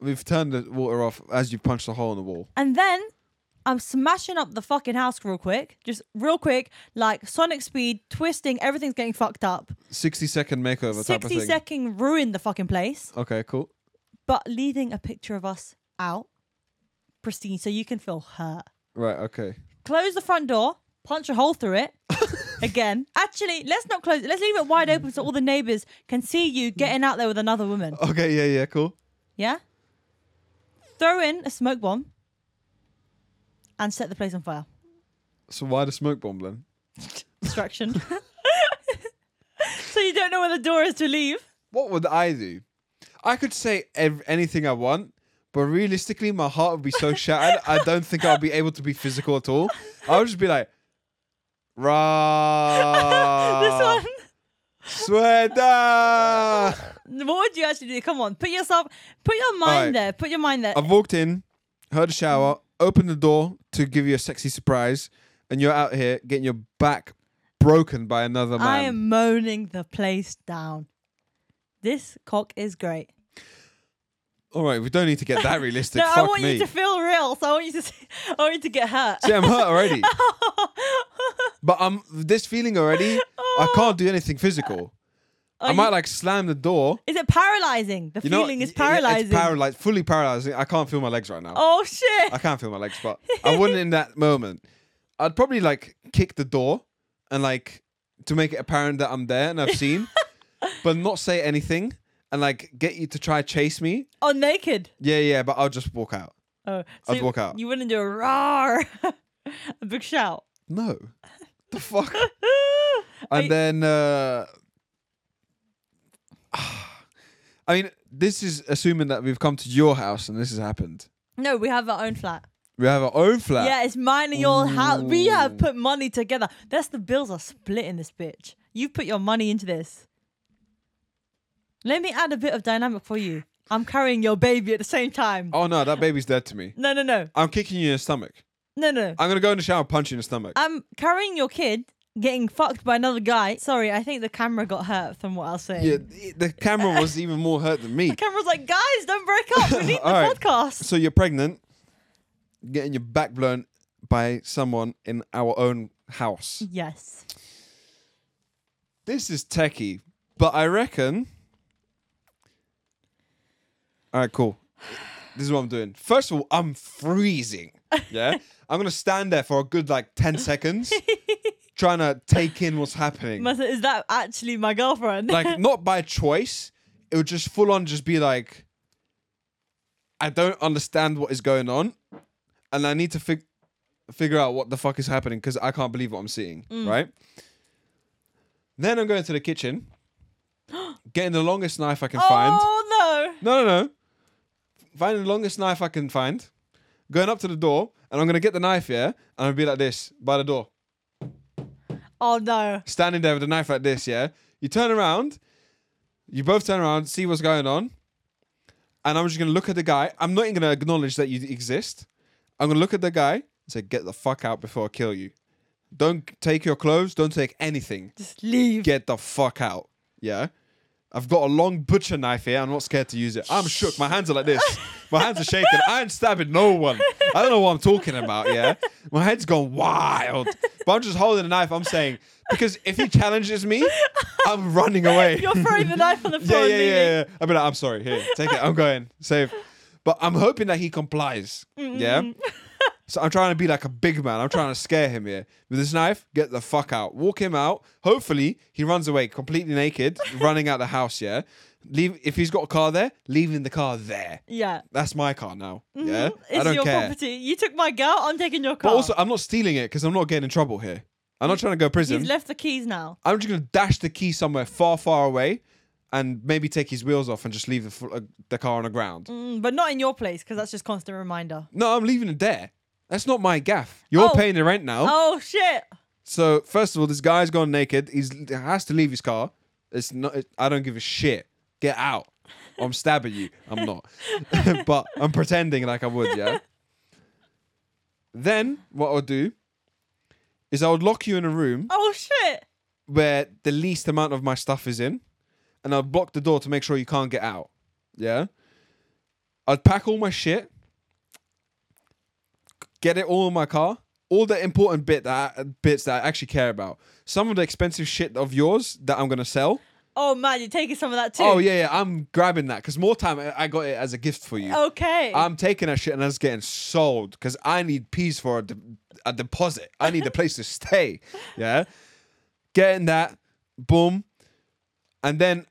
Speaker 2: We've turned the water off as you punched a hole in the wall.
Speaker 1: And then I'm smashing up the fucking house real quick, just real quick, like sonic speed, twisting, everything's getting fucked up.
Speaker 2: 60 second makeover type
Speaker 1: 60
Speaker 2: of thing.
Speaker 1: second ruin the fucking place,
Speaker 2: okay, cool.
Speaker 1: but leaving a picture of us out, pristine, so you can feel hurt.
Speaker 2: Right, okay.
Speaker 1: close the front door, punch a hole through it. Again, actually, let's not close. it. Let's leave it wide open so all the neighbors can see you getting out there with another woman.
Speaker 2: Okay, yeah, yeah, cool.
Speaker 1: Yeah. Throw in a smoke bomb and set the place on fire.
Speaker 2: So why the smoke bomb then?
Speaker 1: Destruction. so you don't know where the door is to leave.
Speaker 2: What would I do? I could say ev- anything I want, but realistically, my heart would be so shattered. I don't think I'll be able to be physical at all. I would just be like, Ra, Uh,
Speaker 1: this
Speaker 2: Sweda.
Speaker 1: one. What would you actually do? Come on, put yourself, put your mind
Speaker 2: Alright.
Speaker 1: there. Put your mind there.
Speaker 2: I've walked in, heard a shower, opened the door to give you a sexy surprise, and you're out here getting your back broken by another man.
Speaker 1: I am moaning the place down. This cock is great.
Speaker 2: All right, we don't need to get that realistic.
Speaker 1: No,
Speaker 2: Fuck
Speaker 1: I want
Speaker 2: me.
Speaker 1: you to feel real. So I want you to, see, I want you to get hurt.
Speaker 2: See, I'm hurt already. but I'm this feeling already. I can't do anything physical.
Speaker 1: Are
Speaker 2: I might
Speaker 1: you-
Speaker 2: like slam the door.
Speaker 1: is it paralyzing? The
Speaker 2: You know,
Speaker 1: feeling is
Speaker 2: y- yeah,
Speaker 1: paralyzing.
Speaker 2: It's paralyzed, fully paralyzing. I can't feel my legs right now.
Speaker 1: oh shit!
Speaker 2: I can't feel my legs, but I wouldn't in that moment. I'd probably like kick the door and like to make it apparent that I'm there and I've seen, but not say anything and like get you to try chase me.
Speaker 1: oh, naked.
Speaker 2: Yeah, yeah, but I'll just walk out.
Speaker 1: Oh,
Speaker 2: I'd
Speaker 1: you-
Speaker 2: walk out.
Speaker 1: You wouldn't do a roar, a big shout.
Speaker 2: No. The fuck?
Speaker 1: I-
Speaker 2: and then uh I mean, this is assuming that we've come to your house and this has happened.
Speaker 1: no, we have our own flat.
Speaker 2: We have our own flat.
Speaker 1: yeah, it's mine and your house. We have
Speaker 2: Ooh.
Speaker 1: put money together. That's the bills are split in this bitch. You've put your money into this. Let me add a bit of dynamic for you. I'm carrying your baby at the same time.
Speaker 2: Oh no, that baby's dead to me.
Speaker 1: No, no, no,
Speaker 2: I'm kicking you in the stomach.
Speaker 1: no, no.
Speaker 2: I'm gonna go in the shower and punch you in the stomach.
Speaker 1: I'm carrying your kid getting fucked by another guy. Sorry, I think the camera got hurt from what I was saying.
Speaker 2: Yeah, th- the camera was even more hurt than me.
Speaker 1: The camera's like, guys, don't break up. We need the
Speaker 2: All right.
Speaker 1: podcast.
Speaker 2: So you're pregnant, getting your back blown by someone in our own house.
Speaker 1: Yes.
Speaker 2: This is techie, but I reckon. All right, cool. This is what I'm doing. First of all, I'm freezing. Yeah, I'm gonna stand there for a good like ten seconds, trying to take in what's happening.
Speaker 1: Must- Is that actually my girlfriend?
Speaker 2: like not by choice. It would just full on just be like, I don't understand what is going on, and I need to fig- figure out what the fuck is happening because I can't believe what I'm seeing. Right. Then I'm going to the kitchen, getting the longest knife I can find.
Speaker 1: oh,
Speaker 2: No, no, no. Finding the longest knife I can find, going up to the door, and I'm gonna get the knife yeah, and I'll be like this by the door
Speaker 1: no. Oh, no.
Speaker 2: standing there with a knife like this, yeah? You turn around, you both turn around, see what's going on, and I'm just gonna look at the guy. I'm not even gonna acknowledge that you exist. I'm gonna look at the guy and say, get the fuck out before I kill you. Don't take your clothes, don't take anything.
Speaker 1: Just leave.
Speaker 2: Get the fuck out. Yeah? I've got a long butcher knife here. I'm not scared to use it. I'm shook. My hands are like this. My hands are shaking. I ain't stabbing no one. I don't know what I'm talking about. Yeah, my head's gone wild. But I'm just holding a knife. I'm saying because if he challenges me, I'm running away.
Speaker 1: You're throwing the knife on the floor.
Speaker 2: yeah,
Speaker 1: and
Speaker 2: yeah,
Speaker 1: leaving.
Speaker 2: yeah, yeah. I mean, I'm sorry. Here, take it. I'm going. Save. But I'm hoping that he complies. Yeah. So I'm trying to be like a big man. I'm trying to scare him here with this knife. Get the fuck out. Walk him out. Hopefully he runs away completely naked, running out the house. Yeah. Leave if he's got a car there, leaving the car there.
Speaker 1: Yeah.
Speaker 2: That's my car now. Yeah.
Speaker 1: Mm-hmm. It's
Speaker 2: I don't
Speaker 1: your
Speaker 2: care.
Speaker 1: property. You took my girl. I'm taking your
Speaker 2: But
Speaker 1: car.
Speaker 2: also, I'm not stealing it because I'm not getting in trouble here. I'm not trying to go to prison.
Speaker 1: he's left the keys now.
Speaker 2: I'm just gonna dash the key somewhere far, far away, and maybe take his wheels off and just leave the fl- uh, the car on the ground.
Speaker 1: Mm, but not in your place because that's just constant reminder.
Speaker 2: No, I'm leaving it there. That's not my gaff. You're
Speaker 1: Oh.
Speaker 2: paying the rent now.
Speaker 1: Oh shit!
Speaker 2: So first of all, this guy's gone naked. He's he has to leave his car. It's not. It, I don't give a shit. Get out. I'm stabbing you. I'm not, but I'm pretending like I would. Yeah. Then what I'll do is I would lock you in a room
Speaker 1: Oh shit!
Speaker 2: where the least amount of my stuff is in, and I'll block the door to make sure you can't get out. Yeah. I'd pack all my shit, get it all in my car, all the important bit that I, bits that I actually care about. Some of the expensive shit of yours that I'm gonna sell.
Speaker 1: Oh man, you're taking some of that too.
Speaker 2: Oh yeah, yeah, I'm grabbing that because more time I I got it as a gift for you.
Speaker 1: Okay.
Speaker 2: I'm taking that shit and that's getting sold because I need peas for a, de- a deposit. I need a place to stay. Yeah. Getting that, boom. And then,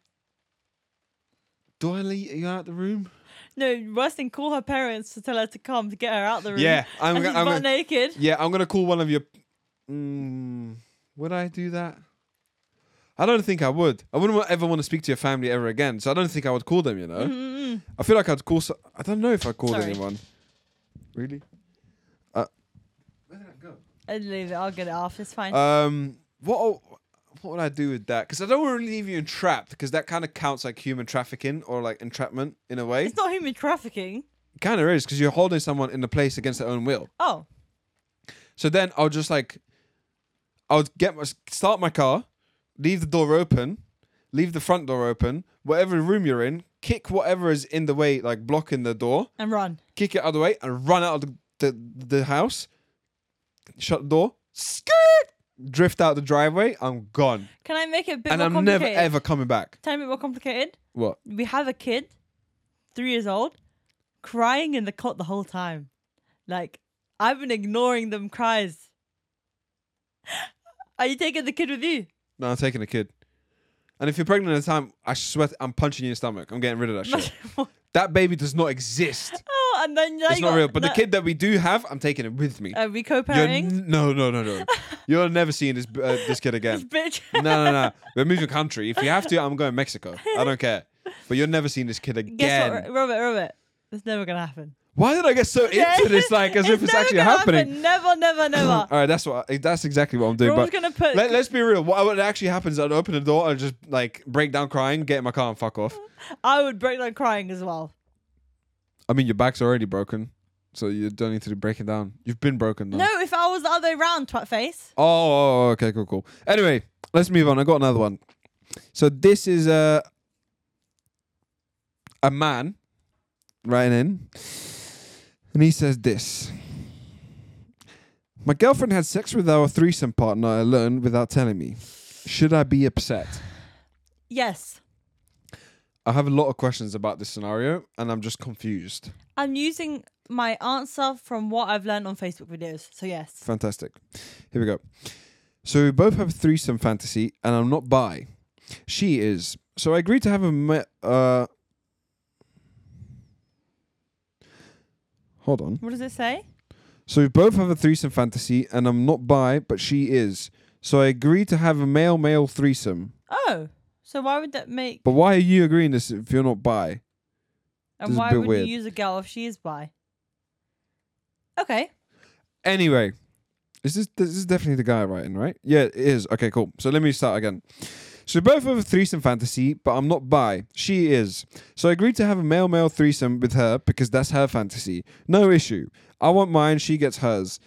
Speaker 2: do I leave you out the room?
Speaker 1: no, worse than call her parents to tell her to come to get her out the room.
Speaker 2: Yeah, I'm
Speaker 1: and
Speaker 2: go-
Speaker 1: he's
Speaker 2: I'm
Speaker 1: butt
Speaker 2: gonna-
Speaker 1: naked.
Speaker 2: Yeah, I'm going to call one of your. Mm, would I do that? I don't think I would. I wouldn't wa- ever want to speak to your family ever again. So I don't think I would call them, you know?
Speaker 1: Mm-mm.
Speaker 2: I feel like I'd call. So- I don't know if I called
Speaker 1: Sorry.
Speaker 2: anyone. Really? Uh, Where did that go?
Speaker 1: I'd Uh, leave it. I'll get it off. It's fine.
Speaker 2: Um, what what would I do with that? Because I don't want to leave you entrapped, because that kind of counts like human trafficking or like entrapment in a way.
Speaker 1: it's not human trafficking.
Speaker 2: Kind of is, because you're holding someone in a place against their own will.
Speaker 1: Oh,
Speaker 2: So then I'll just like, I would get my, start my car, leave the door open, leave the front door open, whatever room you're in, kick whatever is in the way, like blocking the door,
Speaker 1: and run.
Speaker 2: kick it out of the way, and run out of the the, the house, shut the door, skirt, drift out the driveway. I'm gone.
Speaker 1: Can I make it a bit
Speaker 2: and
Speaker 1: more
Speaker 2: I'm never
Speaker 1: complicated?
Speaker 2: ever coming back.
Speaker 1: Tell me more complicated.
Speaker 2: What?
Speaker 1: We have a kid, three years old, crying in the cot the whole time. Like I've been ignoring them cries. Are you taking the kid with you?
Speaker 2: No, I'm taking a kid. And if you're pregnant at the time, I swear to- I'm punching you in the stomach. I'm getting rid of that shit. that baby does not exist.
Speaker 1: oh, and then
Speaker 2: It's not real. But the kid that we do have, I'm taking it with me.
Speaker 1: Are we
Speaker 2: You're
Speaker 1: co-parenting?
Speaker 2: n- no, no, no, no. You're never seeing this uh, this kid
Speaker 1: This
Speaker 2: again.
Speaker 1: bitch.
Speaker 2: No, no, no. We're moving country. If you have to, I'm going Mexico. I don't care. But you're never seeing this kid
Speaker 1: Guess
Speaker 2: again.
Speaker 1: what, Ro- Robert? Robert, it's never gonna happen.
Speaker 2: Why did I get so into this? Like as if it's
Speaker 1: never
Speaker 2: actually
Speaker 1: gonna happen.
Speaker 2: happening.
Speaker 1: Never, never, never.
Speaker 2: All right, that's what. I- That's exactly what I'm doing.
Speaker 1: We're always
Speaker 2: But
Speaker 1: gonna put.
Speaker 2: Let, us be real. What, what actually happens? I'd open the door. I'd just like break down crying, get in my car, and fuck off.
Speaker 1: I would break down crying as well.
Speaker 2: I mean, your back's already broken, so you don't need to break it down. You've been broken. Now.
Speaker 1: No, if I was the other way round, twat face.
Speaker 2: Oh, oh, oh, okay, cool, cool. Anyway, let's move on. I got another one. So this is a a man writing in, and he says this. My girlfriend had sex with our threesome partner alone without telling me. Should I be upset?
Speaker 1: Yes,
Speaker 2: I have a lot of questions about this scenario, and I'm just confused.
Speaker 1: I'm using my answer from what I've learned on Facebook videos. So yes.
Speaker 2: Fantastic. Here we go. So we both have a threesome fantasy, and I'm not bi. She is. So I agreed to have a. Me- uh, hold on.
Speaker 1: What does it say?
Speaker 2: So we both have a threesome fantasy, and I'm not bi, but she is. So I agreed to have a male male threesome.
Speaker 1: Oh, so why would that make?
Speaker 2: But why are you agreeing this if you're not bi? this
Speaker 1: And
Speaker 2: is a
Speaker 1: why
Speaker 2: bit
Speaker 1: would
Speaker 2: weird.
Speaker 1: you use a girl if she is bi? Okay.
Speaker 2: Anyway, is this this is definitely the guy writing, right? Yeah, it is. Okay, cool. So let me start again. So we both have a threesome fantasy, but I'm not bi. She is. So I agreed to have a male male threesome with her because that's her fantasy. No issue. I want mine, she gets hers.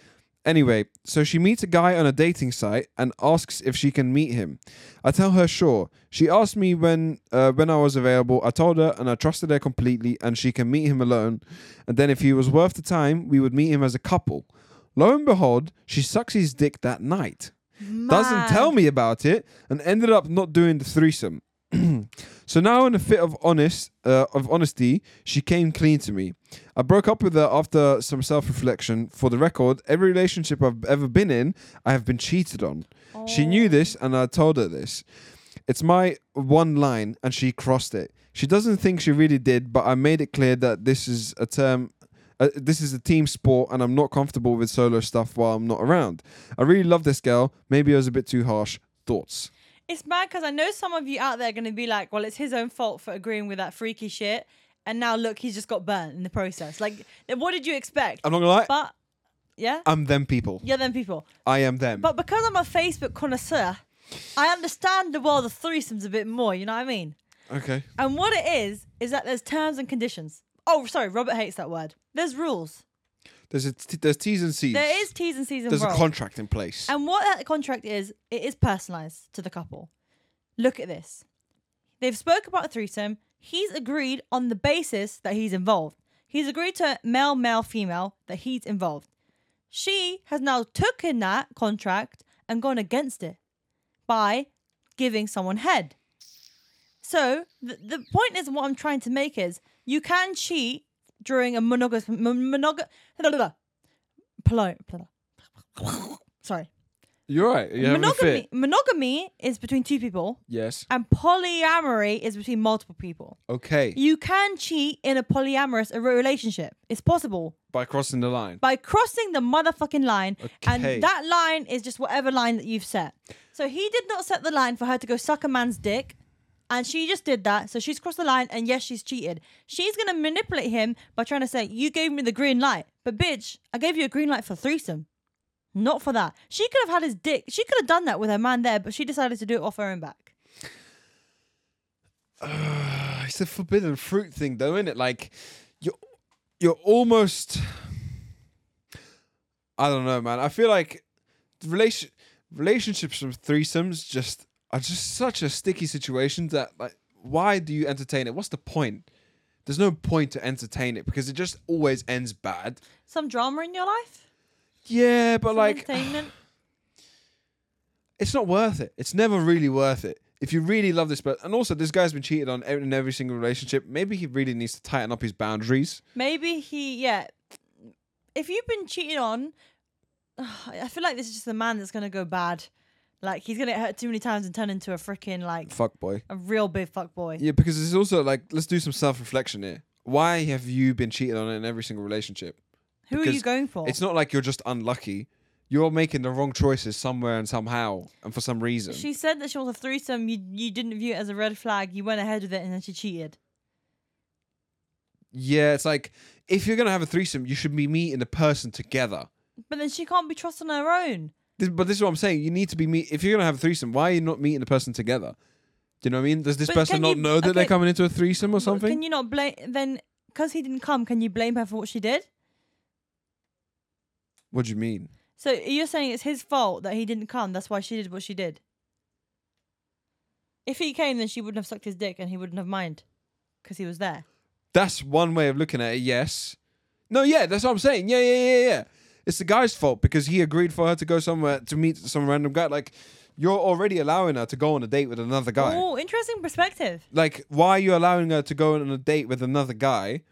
Speaker 2: Anyway, so she meets a guy on a dating site and asks if she can meet him. I tell her sure. She asked me when uh, when I was available. I told her and I trusted her completely and she can meet him alone. And then if he was worth the time, we would meet him as a couple. Lo and behold, she sucks his dick that night. Doesn't
Speaker 1: Mad.
Speaker 2: tell me about it and ended up not doing the threesome. So now, in a fit of honest uh, of honesty, she came clean to me. I broke up with her after some self reflection. For the record, every relationship I've ever been in, I have been cheated on. She knew this, and I told her this. It's my one line, and she crossed it. She doesn't think she really did, but I made it clear that this is a term. Uh, this is a team sport, and I'm not comfortable with solo stuff while I'm not around. I really love this girl. Maybe I was a bit too harsh. Thoughts?
Speaker 1: It's mad because I know some of you out there are going to be like, well, it's his own fault for agreeing with that freaky shit. And now look, he's just got burnt in the process. Like, then what did you expect?
Speaker 2: I'm not gonna lie.
Speaker 1: but, yeah?
Speaker 2: I'm them people.
Speaker 1: yeah, them people.
Speaker 2: I am them.
Speaker 1: But because I'm a Facebook connoisseur, I understand the world of threesomes a bit more, you know what I mean?
Speaker 2: okay.
Speaker 1: And what it is, is that there's terms and conditions. Oh, sorry, Robert hates that word. There's rules.
Speaker 2: There's a t- there's T's and C's.
Speaker 1: There is T's and C's and
Speaker 2: There's a
Speaker 1: roles.
Speaker 2: contract in place.
Speaker 1: And what that contract is, it is personalized to the couple. Look at this. They've spoke about a threesome. He's agreed on the basis that he's involved. He's agreed to male, male, female that he's involved. She has now taken that contract and gone against it by giving someone head. So the, the point is, what I'm trying to make is, you can cheat during a monogamous monogamous. Sorry,
Speaker 2: You're right. You're having a
Speaker 1: monogamy
Speaker 2: fit.
Speaker 1: monogamy is between two people
Speaker 2: Yes.
Speaker 1: and polyamory is between multiple people
Speaker 2: Okay.
Speaker 1: you can cheat in a polyamorous a- relationship it's possible
Speaker 2: By crossing the line.
Speaker 1: by crossing the motherfucking line
Speaker 2: Okay.
Speaker 1: and that line is just whatever line that you've set so he did not set the line for her to go suck a man's dick and she just did that so she's crossed the line and yes she's cheated she's gonna manipulate him by trying to say you gave me the green light but bitch i gave you a green light for threesome not for that she could have had his dick she could have done that with her man there but she decided to do it off her own back
Speaker 2: Ah, it's a forbidden fruit thing, though, isn't it? Like, you're you're almost. I don't know, man. I feel like the relation relationships from threesomes just are just such a sticky situation that like, why do you entertain it? What's the point? There's no point to entertain it because it just always ends bad.
Speaker 1: some drama in your life
Speaker 2: Yeah, but
Speaker 1: Some
Speaker 2: like
Speaker 1: entertainment
Speaker 2: it's not worth it. It's never really worth it. If you really love this person, and also this guy's been cheated on ev- in every single relationship, maybe he really needs to tighten up his boundaries.
Speaker 1: Maybe he, yeah. If you've been cheated on, I feel like this is just a man that's gonna go bad. Like he's gonna get hurt too many times and turn into a freaking like
Speaker 2: Fuck boy.
Speaker 1: a real big fuck boy.
Speaker 2: Yeah, because it's also like let's do some self reflection here. Why have you been cheated on in every single relationship?
Speaker 1: Who are
Speaker 2: because
Speaker 1: you going for?
Speaker 2: It's not like you're just unlucky. You're making the wrong choices somewhere and somehow and for some reason.
Speaker 1: she said that she wants a threesome. You you didn't view it as a red flag. You went ahead with it and then she cheated.
Speaker 2: yeah, it's like if you're gonna have a threesome, you should be meeting the person together.
Speaker 1: But then she can't be trusted on her own.
Speaker 2: This, but this is what I'm saying. You need to be meet. If you're gonna have a threesome, why are you not meeting the person together? Do you know what I mean? Does this
Speaker 1: But
Speaker 2: person
Speaker 1: can
Speaker 2: not
Speaker 1: you-
Speaker 2: know that they're
Speaker 1: okay.
Speaker 2: coming into a threesome or
Speaker 1: But
Speaker 2: something?
Speaker 1: Can you not blame then? Because he didn't come, can you blame her for what she did?
Speaker 2: what do you mean?
Speaker 1: So you're saying it's his fault that he didn't come. That's why she did what she did. If he came, then she wouldn't have sucked his dick and he wouldn't have mind because he was there.
Speaker 2: That's one way of looking at it. Yes. No. Yeah. That's what I'm saying. Yeah. Yeah. Yeah. Yeah. It's the guy's fault because he agreed for her to go somewhere to meet some random guy. Like, you're already allowing her to go on a date with another guy.
Speaker 1: Oh, interesting perspective.
Speaker 2: Like, why are you allowing her to go on a date with another guy?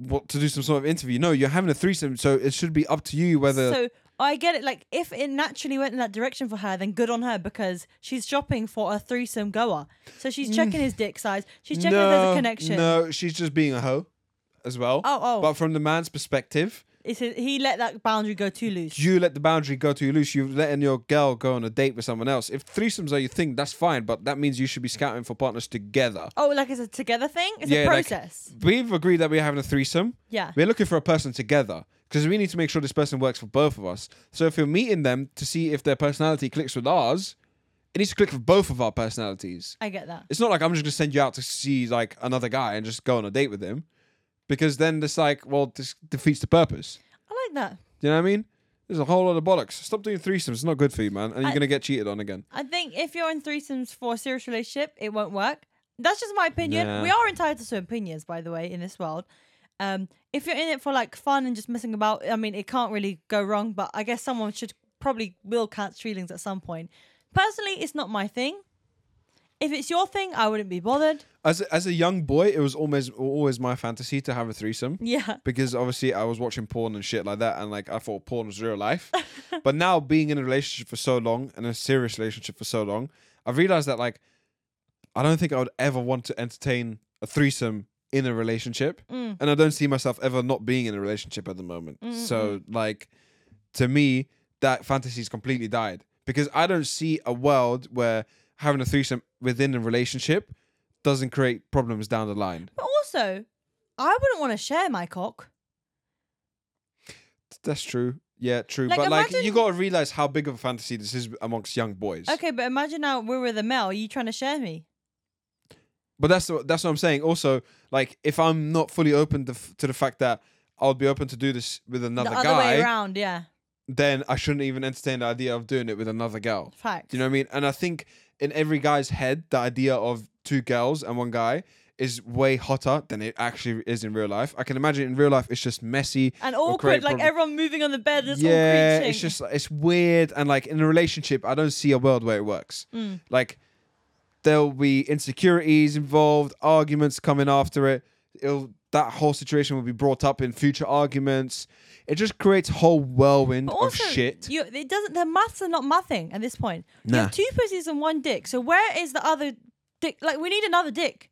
Speaker 2: What to do some sort of interview? No, you're having a threesome, so it should be up to you whether.
Speaker 1: so I get it. Like, if it naturally went in that direction for her, then good on her because she's shopping for a threesome goer. So she's checking his dick size. She's checking if there's a connection.
Speaker 2: Mm. No, she's just being a hoe as well.
Speaker 1: Oh, oh.
Speaker 2: But from the man's perspective,
Speaker 1: It's a, he let that boundary go too loose.
Speaker 2: you let the boundary go too loose. You're letting your girl go on a date with someone else. If threesomes are your thing, that's fine, but that means you should be scouting for partners together.
Speaker 1: Oh, like it's a together thing. It's a
Speaker 2: like,
Speaker 1: process.
Speaker 2: we've agreed that we're having a threesome.
Speaker 1: yeah.
Speaker 2: We're looking for a person together because we need to make sure this person works for both of us. So if you're meeting them to see if their personality clicks with ours, it needs to click with both of our personalities.
Speaker 1: I get that.
Speaker 2: It's not like I'm just gonna send you out to see like another guy and just go on a date with him, because then it's like, well, this defeats the purpose.
Speaker 1: I like that.
Speaker 2: Do you know what I mean? There's a whole lot of bollocks. Stop doing threesomes. It's not good for you, man. And you're
Speaker 1: I-
Speaker 2: gonna get cheated on again.
Speaker 1: I think if you're in threesomes for a serious relationship, it won't work. That's just my opinion.
Speaker 2: Nah.
Speaker 1: We are entitled to opinions, by the way, in this world. Um, if you're in it for like fun and just messing about, I mean, it can't really go wrong. But I guess someone should probably will catch feelings at some point. Personally, it's not my thing. If it's your thing, I wouldn't be bothered.
Speaker 2: As a, as a young boy, it was almost always my fantasy to have a threesome.
Speaker 1: Yeah.
Speaker 2: because obviously I was watching porn and shit like that, and like I thought porn was real life. but now being in a relationship for so long and a serious relationship for so long, I've realized that like I don't think I would ever want to entertain a threesome in a relationship, and I don't see myself ever not being in a relationship at the moment. So like to me, that fantasy's completely died because I don't see a world where having a threesome within a relationship doesn't create problems down the line.
Speaker 1: But also, I wouldn't want to share my cock.
Speaker 2: That's true. Yeah, true.
Speaker 1: Like,
Speaker 2: but like, you
Speaker 1: imagine-
Speaker 2: gotta realize how big of a fantasy this is amongst young boys.
Speaker 1: Okay, but imagine now we're with a male. Are you trying to share me?
Speaker 2: But that's the- that's what I'm saying. Also, like, if I'm not fully open to, f- to the fact that I'll be open to do this with another
Speaker 1: the other way
Speaker 2: guy,
Speaker 1: around, yeah.
Speaker 2: then I shouldn't even entertain the idea of doing it with another girl.
Speaker 1: Fact.
Speaker 2: Do you know what I mean? And I think in every guy's head, the idea of two girls and one guy is way hotter than it actually is in real life. I can imagine in real life it's just messy
Speaker 1: and
Speaker 2: will create
Speaker 1: awkward, like
Speaker 2: problem-
Speaker 1: everyone moving on the bed. It's all
Speaker 2: yeah,
Speaker 1: creating.
Speaker 2: it's just it's weird and like in a relationship, I don't see a world where it works.
Speaker 1: Mm.
Speaker 2: Like there'll be insecurities involved, arguments coming after it. It'll that whole situation will be brought up in future arguments. It just creates a whole whirlwind
Speaker 1: But
Speaker 2: of
Speaker 1: also,
Speaker 2: shit.
Speaker 1: You, it doesn't. The maths are not mathing at this point. You
Speaker 2: Nah.
Speaker 1: have two pussies and one dick. So where is the other dick? Like we need another dick.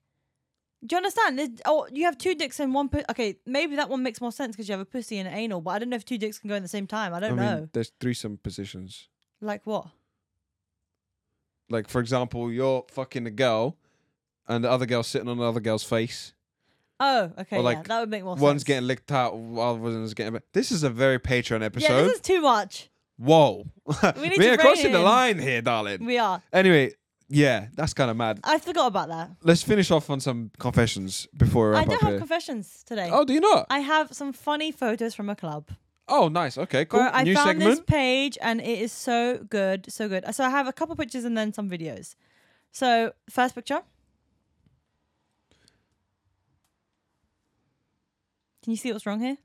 Speaker 1: Do you understand? There's, oh, you have two dicks and one. Pu- okay, maybe that one makes more sense because you have a pussy and an anal. But I don't know if two dicks can go in the same time. I
Speaker 2: I
Speaker 1: don't
Speaker 2: mean,
Speaker 1: know.
Speaker 2: there's threesome positions.
Speaker 1: Like what?
Speaker 2: Like for example, you're fucking a girl, and the other girl's sitting on the other girl's face.
Speaker 1: Oh, okay.
Speaker 2: Or
Speaker 1: yeah,
Speaker 2: like
Speaker 1: that would make more
Speaker 2: One's
Speaker 1: sense.
Speaker 2: getting licked out, while one's getting. This is a very Patreon episode.
Speaker 1: yeah, this is too much.
Speaker 2: Whoa.
Speaker 1: We need
Speaker 2: We
Speaker 1: to
Speaker 2: are
Speaker 1: rein
Speaker 2: crossing the
Speaker 1: in.
Speaker 2: line here, darling.
Speaker 1: We are.
Speaker 2: Anyway, yeah, that's kind of mad.
Speaker 1: I forgot about that.
Speaker 2: Let's finish off on some confessions before we
Speaker 1: I
Speaker 2: wrap
Speaker 1: don't
Speaker 2: up
Speaker 1: have
Speaker 2: here.
Speaker 1: confessions today.
Speaker 2: oh, do you not?
Speaker 1: I have some funny photos from a club.
Speaker 2: oh, nice. Okay, cool.
Speaker 1: Bro, I
Speaker 2: New
Speaker 1: found
Speaker 2: segment.
Speaker 1: this page and it is so good, so good. So I have a couple pictures and then some videos. So first picture. Can you see what's wrong here?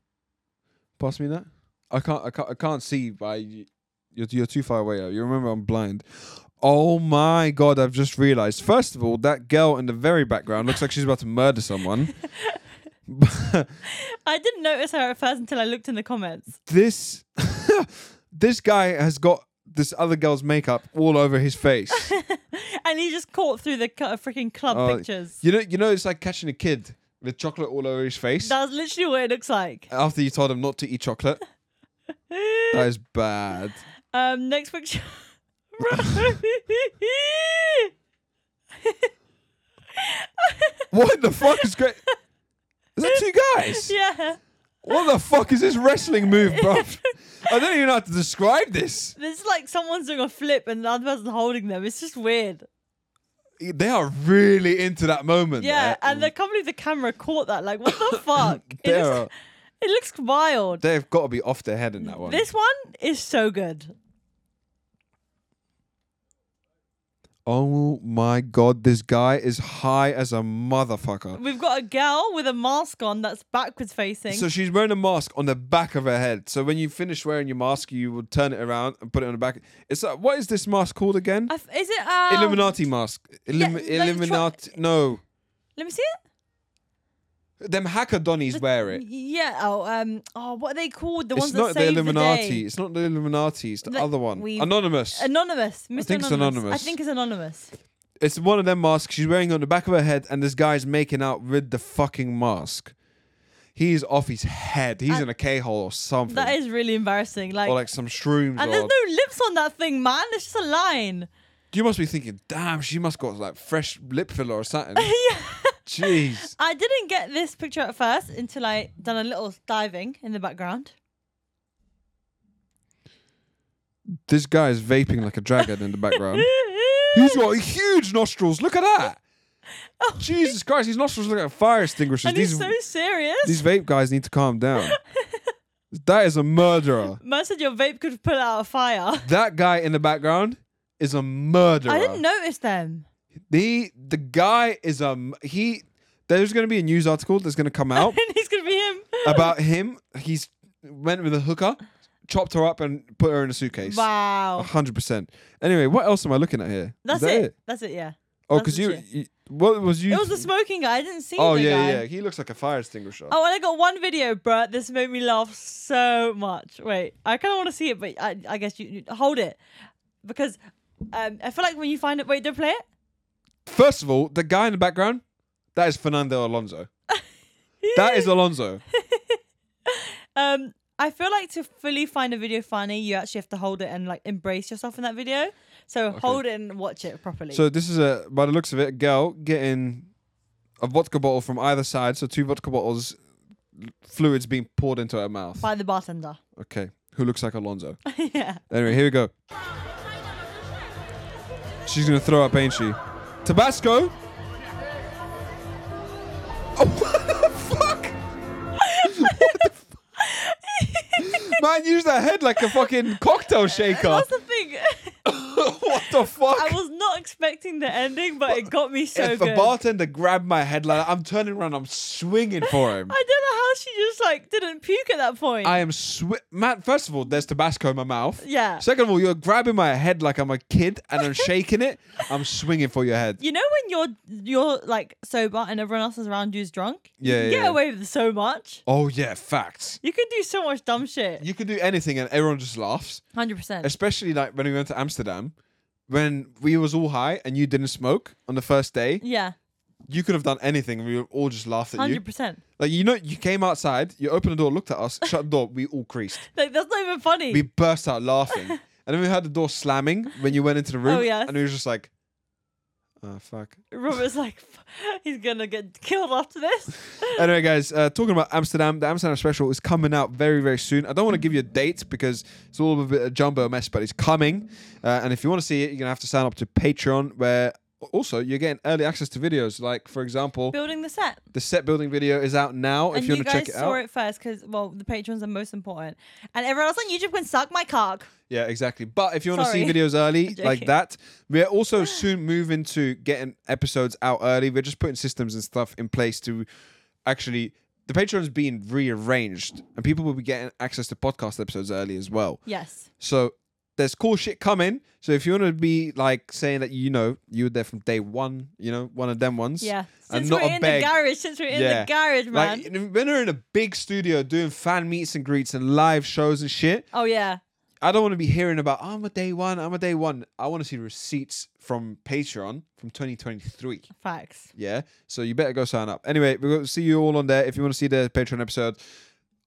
Speaker 2: Pass me that. I can't. I can't. I can't see. By y- you're you're too far away. You remember I'm blind. Oh my god! I've just realised. First of all, that girl in the very background looks like she's about to murder someone.
Speaker 1: I didn't notice her at first until I looked in the comments.
Speaker 2: this this guy has got this other girl's makeup all over his face.
Speaker 1: And he just caught through the cu- freaking club
Speaker 2: Oh,
Speaker 1: pictures.
Speaker 2: You know, you know, it's like catching a kid with chocolate all over his face
Speaker 1: That's literally what it looks like.
Speaker 2: after you told him not to eat chocolate. that is bad.
Speaker 1: Um, next picture.
Speaker 2: What the fuck is great? Is that two guys?
Speaker 1: yeah.
Speaker 2: What the fuck is this wrestling move, bro? I don't even know how to describe this.
Speaker 1: This is like someone's doing a flip and the other person's holding them. It's just weird.
Speaker 2: They are really into that moment.
Speaker 1: Yeah,
Speaker 2: eh?
Speaker 1: and I can't believe the camera caught that. Like, what the fuck? It
Speaker 2: they
Speaker 1: looks,
Speaker 2: are,
Speaker 1: it looks wild.
Speaker 2: they've got to be off their head in that one.
Speaker 1: This one is so good.
Speaker 2: oh my god, this guy is high as a motherfucker.
Speaker 1: We've got a girl with a mask on that's backwards facing.
Speaker 2: So she's wearing a mask on the back of her head. So when you finish wearing your mask, you would turn it around and put it on the back. It's like, what is this mask called again?
Speaker 1: I f- is it? Uh,
Speaker 2: Illuminati mask. Illumi-
Speaker 1: Yeah, like the tro-
Speaker 2: Illuminati. no,
Speaker 1: Let me see it.
Speaker 2: them hacker donnies wear it.
Speaker 1: Yeah. Oh, um. Oh, what are they called? The
Speaker 2: It's
Speaker 1: ones
Speaker 2: not
Speaker 1: that
Speaker 2: the
Speaker 1: save
Speaker 2: Illuminati.
Speaker 1: The day.
Speaker 2: it's not the Illuminati. It's the
Speaker 1: Like,
Speaker 2: other one.
Speaker 1: we've-
Speaker 2: Anonymous.
Speaker 1: Anonymous. Mr.
Speaker 2: think it's
Speaker 1: I
Speaker 2: anonymous.
Speaker 1: think it's anonymous.
Speaker 2: it's one of them masks she's wearing on the back of her head, and this guy's making out with the fucking mask. He's off his head. He's
Speaker 1: And-
Speaker 2: in a K hole or something.
Speaker 1: That is really embarrassing. Like,
Speaker 2: or like some shrooms.
Speaker 1: and
Speaker 2: or-
Speaker 1: there's no lips on that thing, man. It's just a line.
Speaker 2: you must be thinking, damn, she must got like fresh lip filler or something.
Speaker 1: yeah.
Speaker 2: Jeez.
Speaker 1: I didn't get this picture at first until I done a little diving in the background.
Speaker 2: This guy is vaping like a dragon in the background. He's got huge nostrils. Look at that. Jesus Christ, his nostrils look like fire extinguishers.
Speaker 1: and Oh. he's
Speaker 2: These,
Speaker 1: so serious.
Speaker 2: these vape guys need to calm down. That is a murderer.
Speaker 1: Man said your vape could put out a fire.
Speaker 2: that guy in the background is a murderer.
Speaker 1: I didn't notice them.
Speaker 2: The the guy is a m- he. There's going to be a news article that's going to come out
Speaker 1: and he's gonna be him.
Speaker 2: about him. He's went with a hooker, chopped her up, and put her in a suitcase.
Speaker 1: Wow.
Speaker 2: hundred percent. Anyway, what else am I looking at here? Is
Speaker 1: That's
Speaker 2: that
Speaker 1: it. That's it. Yeah.
Speaker 2: Oh,
Speaker 1: That's
Speaker 2: because
Speaker 1: the
Speaker 2: you,
Speaker 1: gist.
Speaker 2: you- what was you?
Speaker 1: It was the smoking guy. I didn't see
Speaker 2: oh
Speaker 1: the
Speaker 2: yeah,
Speaker 1: guy.
Speaker 2: yeah. He looks like a fire extinguisher.
Speaker 1: Oh, and I got one video, bruh. This made me laugh so much. Wait, I kind of want to see it, but I, I guess you, you hold it because um, I feel like when you find it, wait, don't play it.
Speaker 2: First of all, the guy in the background, that is Fernando Alonso. that is Alonso.
Speaker 1: Um, I feel like to fully find a video funny, you actually have to hold it and like embrace yourself in that video. So hold it and watch it properly.
Speaker 2: So this is a by the looks of it, a girl getting a vodka bottle from either side, so two vodka bottles, fluids being poured into her mouth.
Speaker 1: by the bartender.
Speaker 2: Okay, who looks like Alonso?
Speaker 1: yeah.
Speaker 2: Anyway, here we go. She's gonna throw up, ain't she? Tabasco. Oh, what the fuck? What the fu- Man, use that head like a fucking cocktail shaker.
Speaker 1: That's the thing.
Speaker 2: what the fuck?
Speaker 1: I was not expecting the ending, but it got me so
Speaker 2: if
Speaker 1: good.
Speaker 2: a bartender grabbed my head like that, I'm turning around, I'm swinging for him.
Speaker 1: I don't know how she just like didn't puke at that point.
Speaker 2: I am swi- man. First of all, there's Tabasco in my mouth.
Speaker 1: Yeah.
Speaker 2: Second of all, you're grabbing my head like I'm a kid and I'm shaking it. I'm swinging for your head.
Speaker 1: you know when you're you're like sober and everyone else is around you is drunk. you
Speaker 2: Yeah,
Speaker 1: can
Speaker 2: yeah,
Speaker 1: get
Speaker 2: yeah.
Speaker 1: away with so much.
Speaker 2: Oh yeah, facts.
Speaker 1: You can do so much dumb shit.
Speaker 2: You can do anything and everyone just laughs.
Speaker 1: Hundred percent.
Speaker 2: Especially like when we went to Amsterdam, when we was all high and you didn't smoke on the first day,
Speaker 1: Yeah,
Speaker 2: you could have done anything and we would all just laughed at you.
Speaker 1: hundred percent.
Speaker 2: Like you know, you came outside, you opened the door, looked at us, shut the door, we all creased.
Speaker 1: Like that's not even funny.
Speaker 2: we burst out laughing. and then we heard the door slamming when you went into the room.
Speaker 1: Oh, yes.
Speaker 2: And we were just like, oh, fuck.
Speaker 1: Robert's like, "F- he's gonna get killed after this.
Speaker 2: anyway, guys, uh, talking about Amsterdam, the Amsterdam special is coming out very, very soon. I don't want to give you a date because it's all a bit of jumbo mess, but it's coming. Uh, and if you want to see it, you're going to have to sign up to Patreon, where also you're getting early access to videos. Like, for example,
Speaker 1: Building the set.
Speaker 2: the set building video is out now
Speaker 1: And
Speaker 2: if
Speaker 1: you,
Speaker 2: you want to
Speaker 1: guys
Speaker 2: check it
Speaker 1: saw
Speaker 2: out.
Speaker 1: it first because, well, the patrons are most important. And everyone else on YouTube can suck my cock.
Speaker 2: Yeah, exactly. But if you want to see
Speaker 1: Sorry.
Speaker 2: videos early
Speaker 1: I'm
Speaker 2: like
Speaker 1: joking.
Speaker 2: that, we're also soon moving to getting episodes out early. We're just putting systems and stuff in place to actually. The Patreon's being rearranged, and people will be getting access to podcast episodes early as well.
Speaker 1: Yes.
Speaker 2: So there's cool shit coming. So if you want to be like saying that you know you were there from day one, you know one of them ones,
Speaker 1: Yeah.
Speaker 2: and
Speaker 1: Since
Speaker 2: not
Speaker 1: we're
Speaker 2: a
Speaker 1: in
Speaker 2: beg.
Speaker 1: the garage, since we're in
Speaker 2: Yeah.
Speaker 1: the garage, man.
Speaker 2: Like when you're in a big studio doing fan meets and greets and live shows and shit,
Speaker 1: oh, yeah.
Speaker 2: I don't want to be hearing about I'm a day one, I'm a day one. I want to see receipts from Patreon from 2023.
Speaker 1: Facts.
Speaker 2: Yeah, so you better go sign up. Anyway, we're going to see you all on there. If you want to see the Patreon episode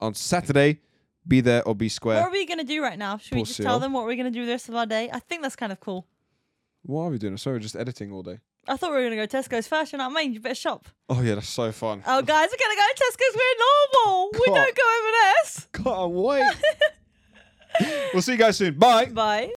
Speaker 2: on Saturday, be there or be
Speaker 1: What
Speaker 2: square.
Speaker 1: are we going to do right now? Should we
Speaker 2: Poor
Speaker 1: just
Speaker 2: Seal.
Speaker 1: tell them what we're going to do the rest of our day? I think that's kind of cool.
Speaker 2: What are we doing? I'm sorry, we're just editing all day.
Speaker 1: I thought we were going to go Tesco's first, you know what I mean? You better shop.
Speaker 2: Oh yeah, that's so fun.
Speaker 1: Oh, guys, we're going to go Tesco's. We're normal. We
Speaker 2: God.
Speaker 1: don't go over this.
Speaker 2: Can't wait. we'll see you guys soon. Bye.
Speaker 1: Bye.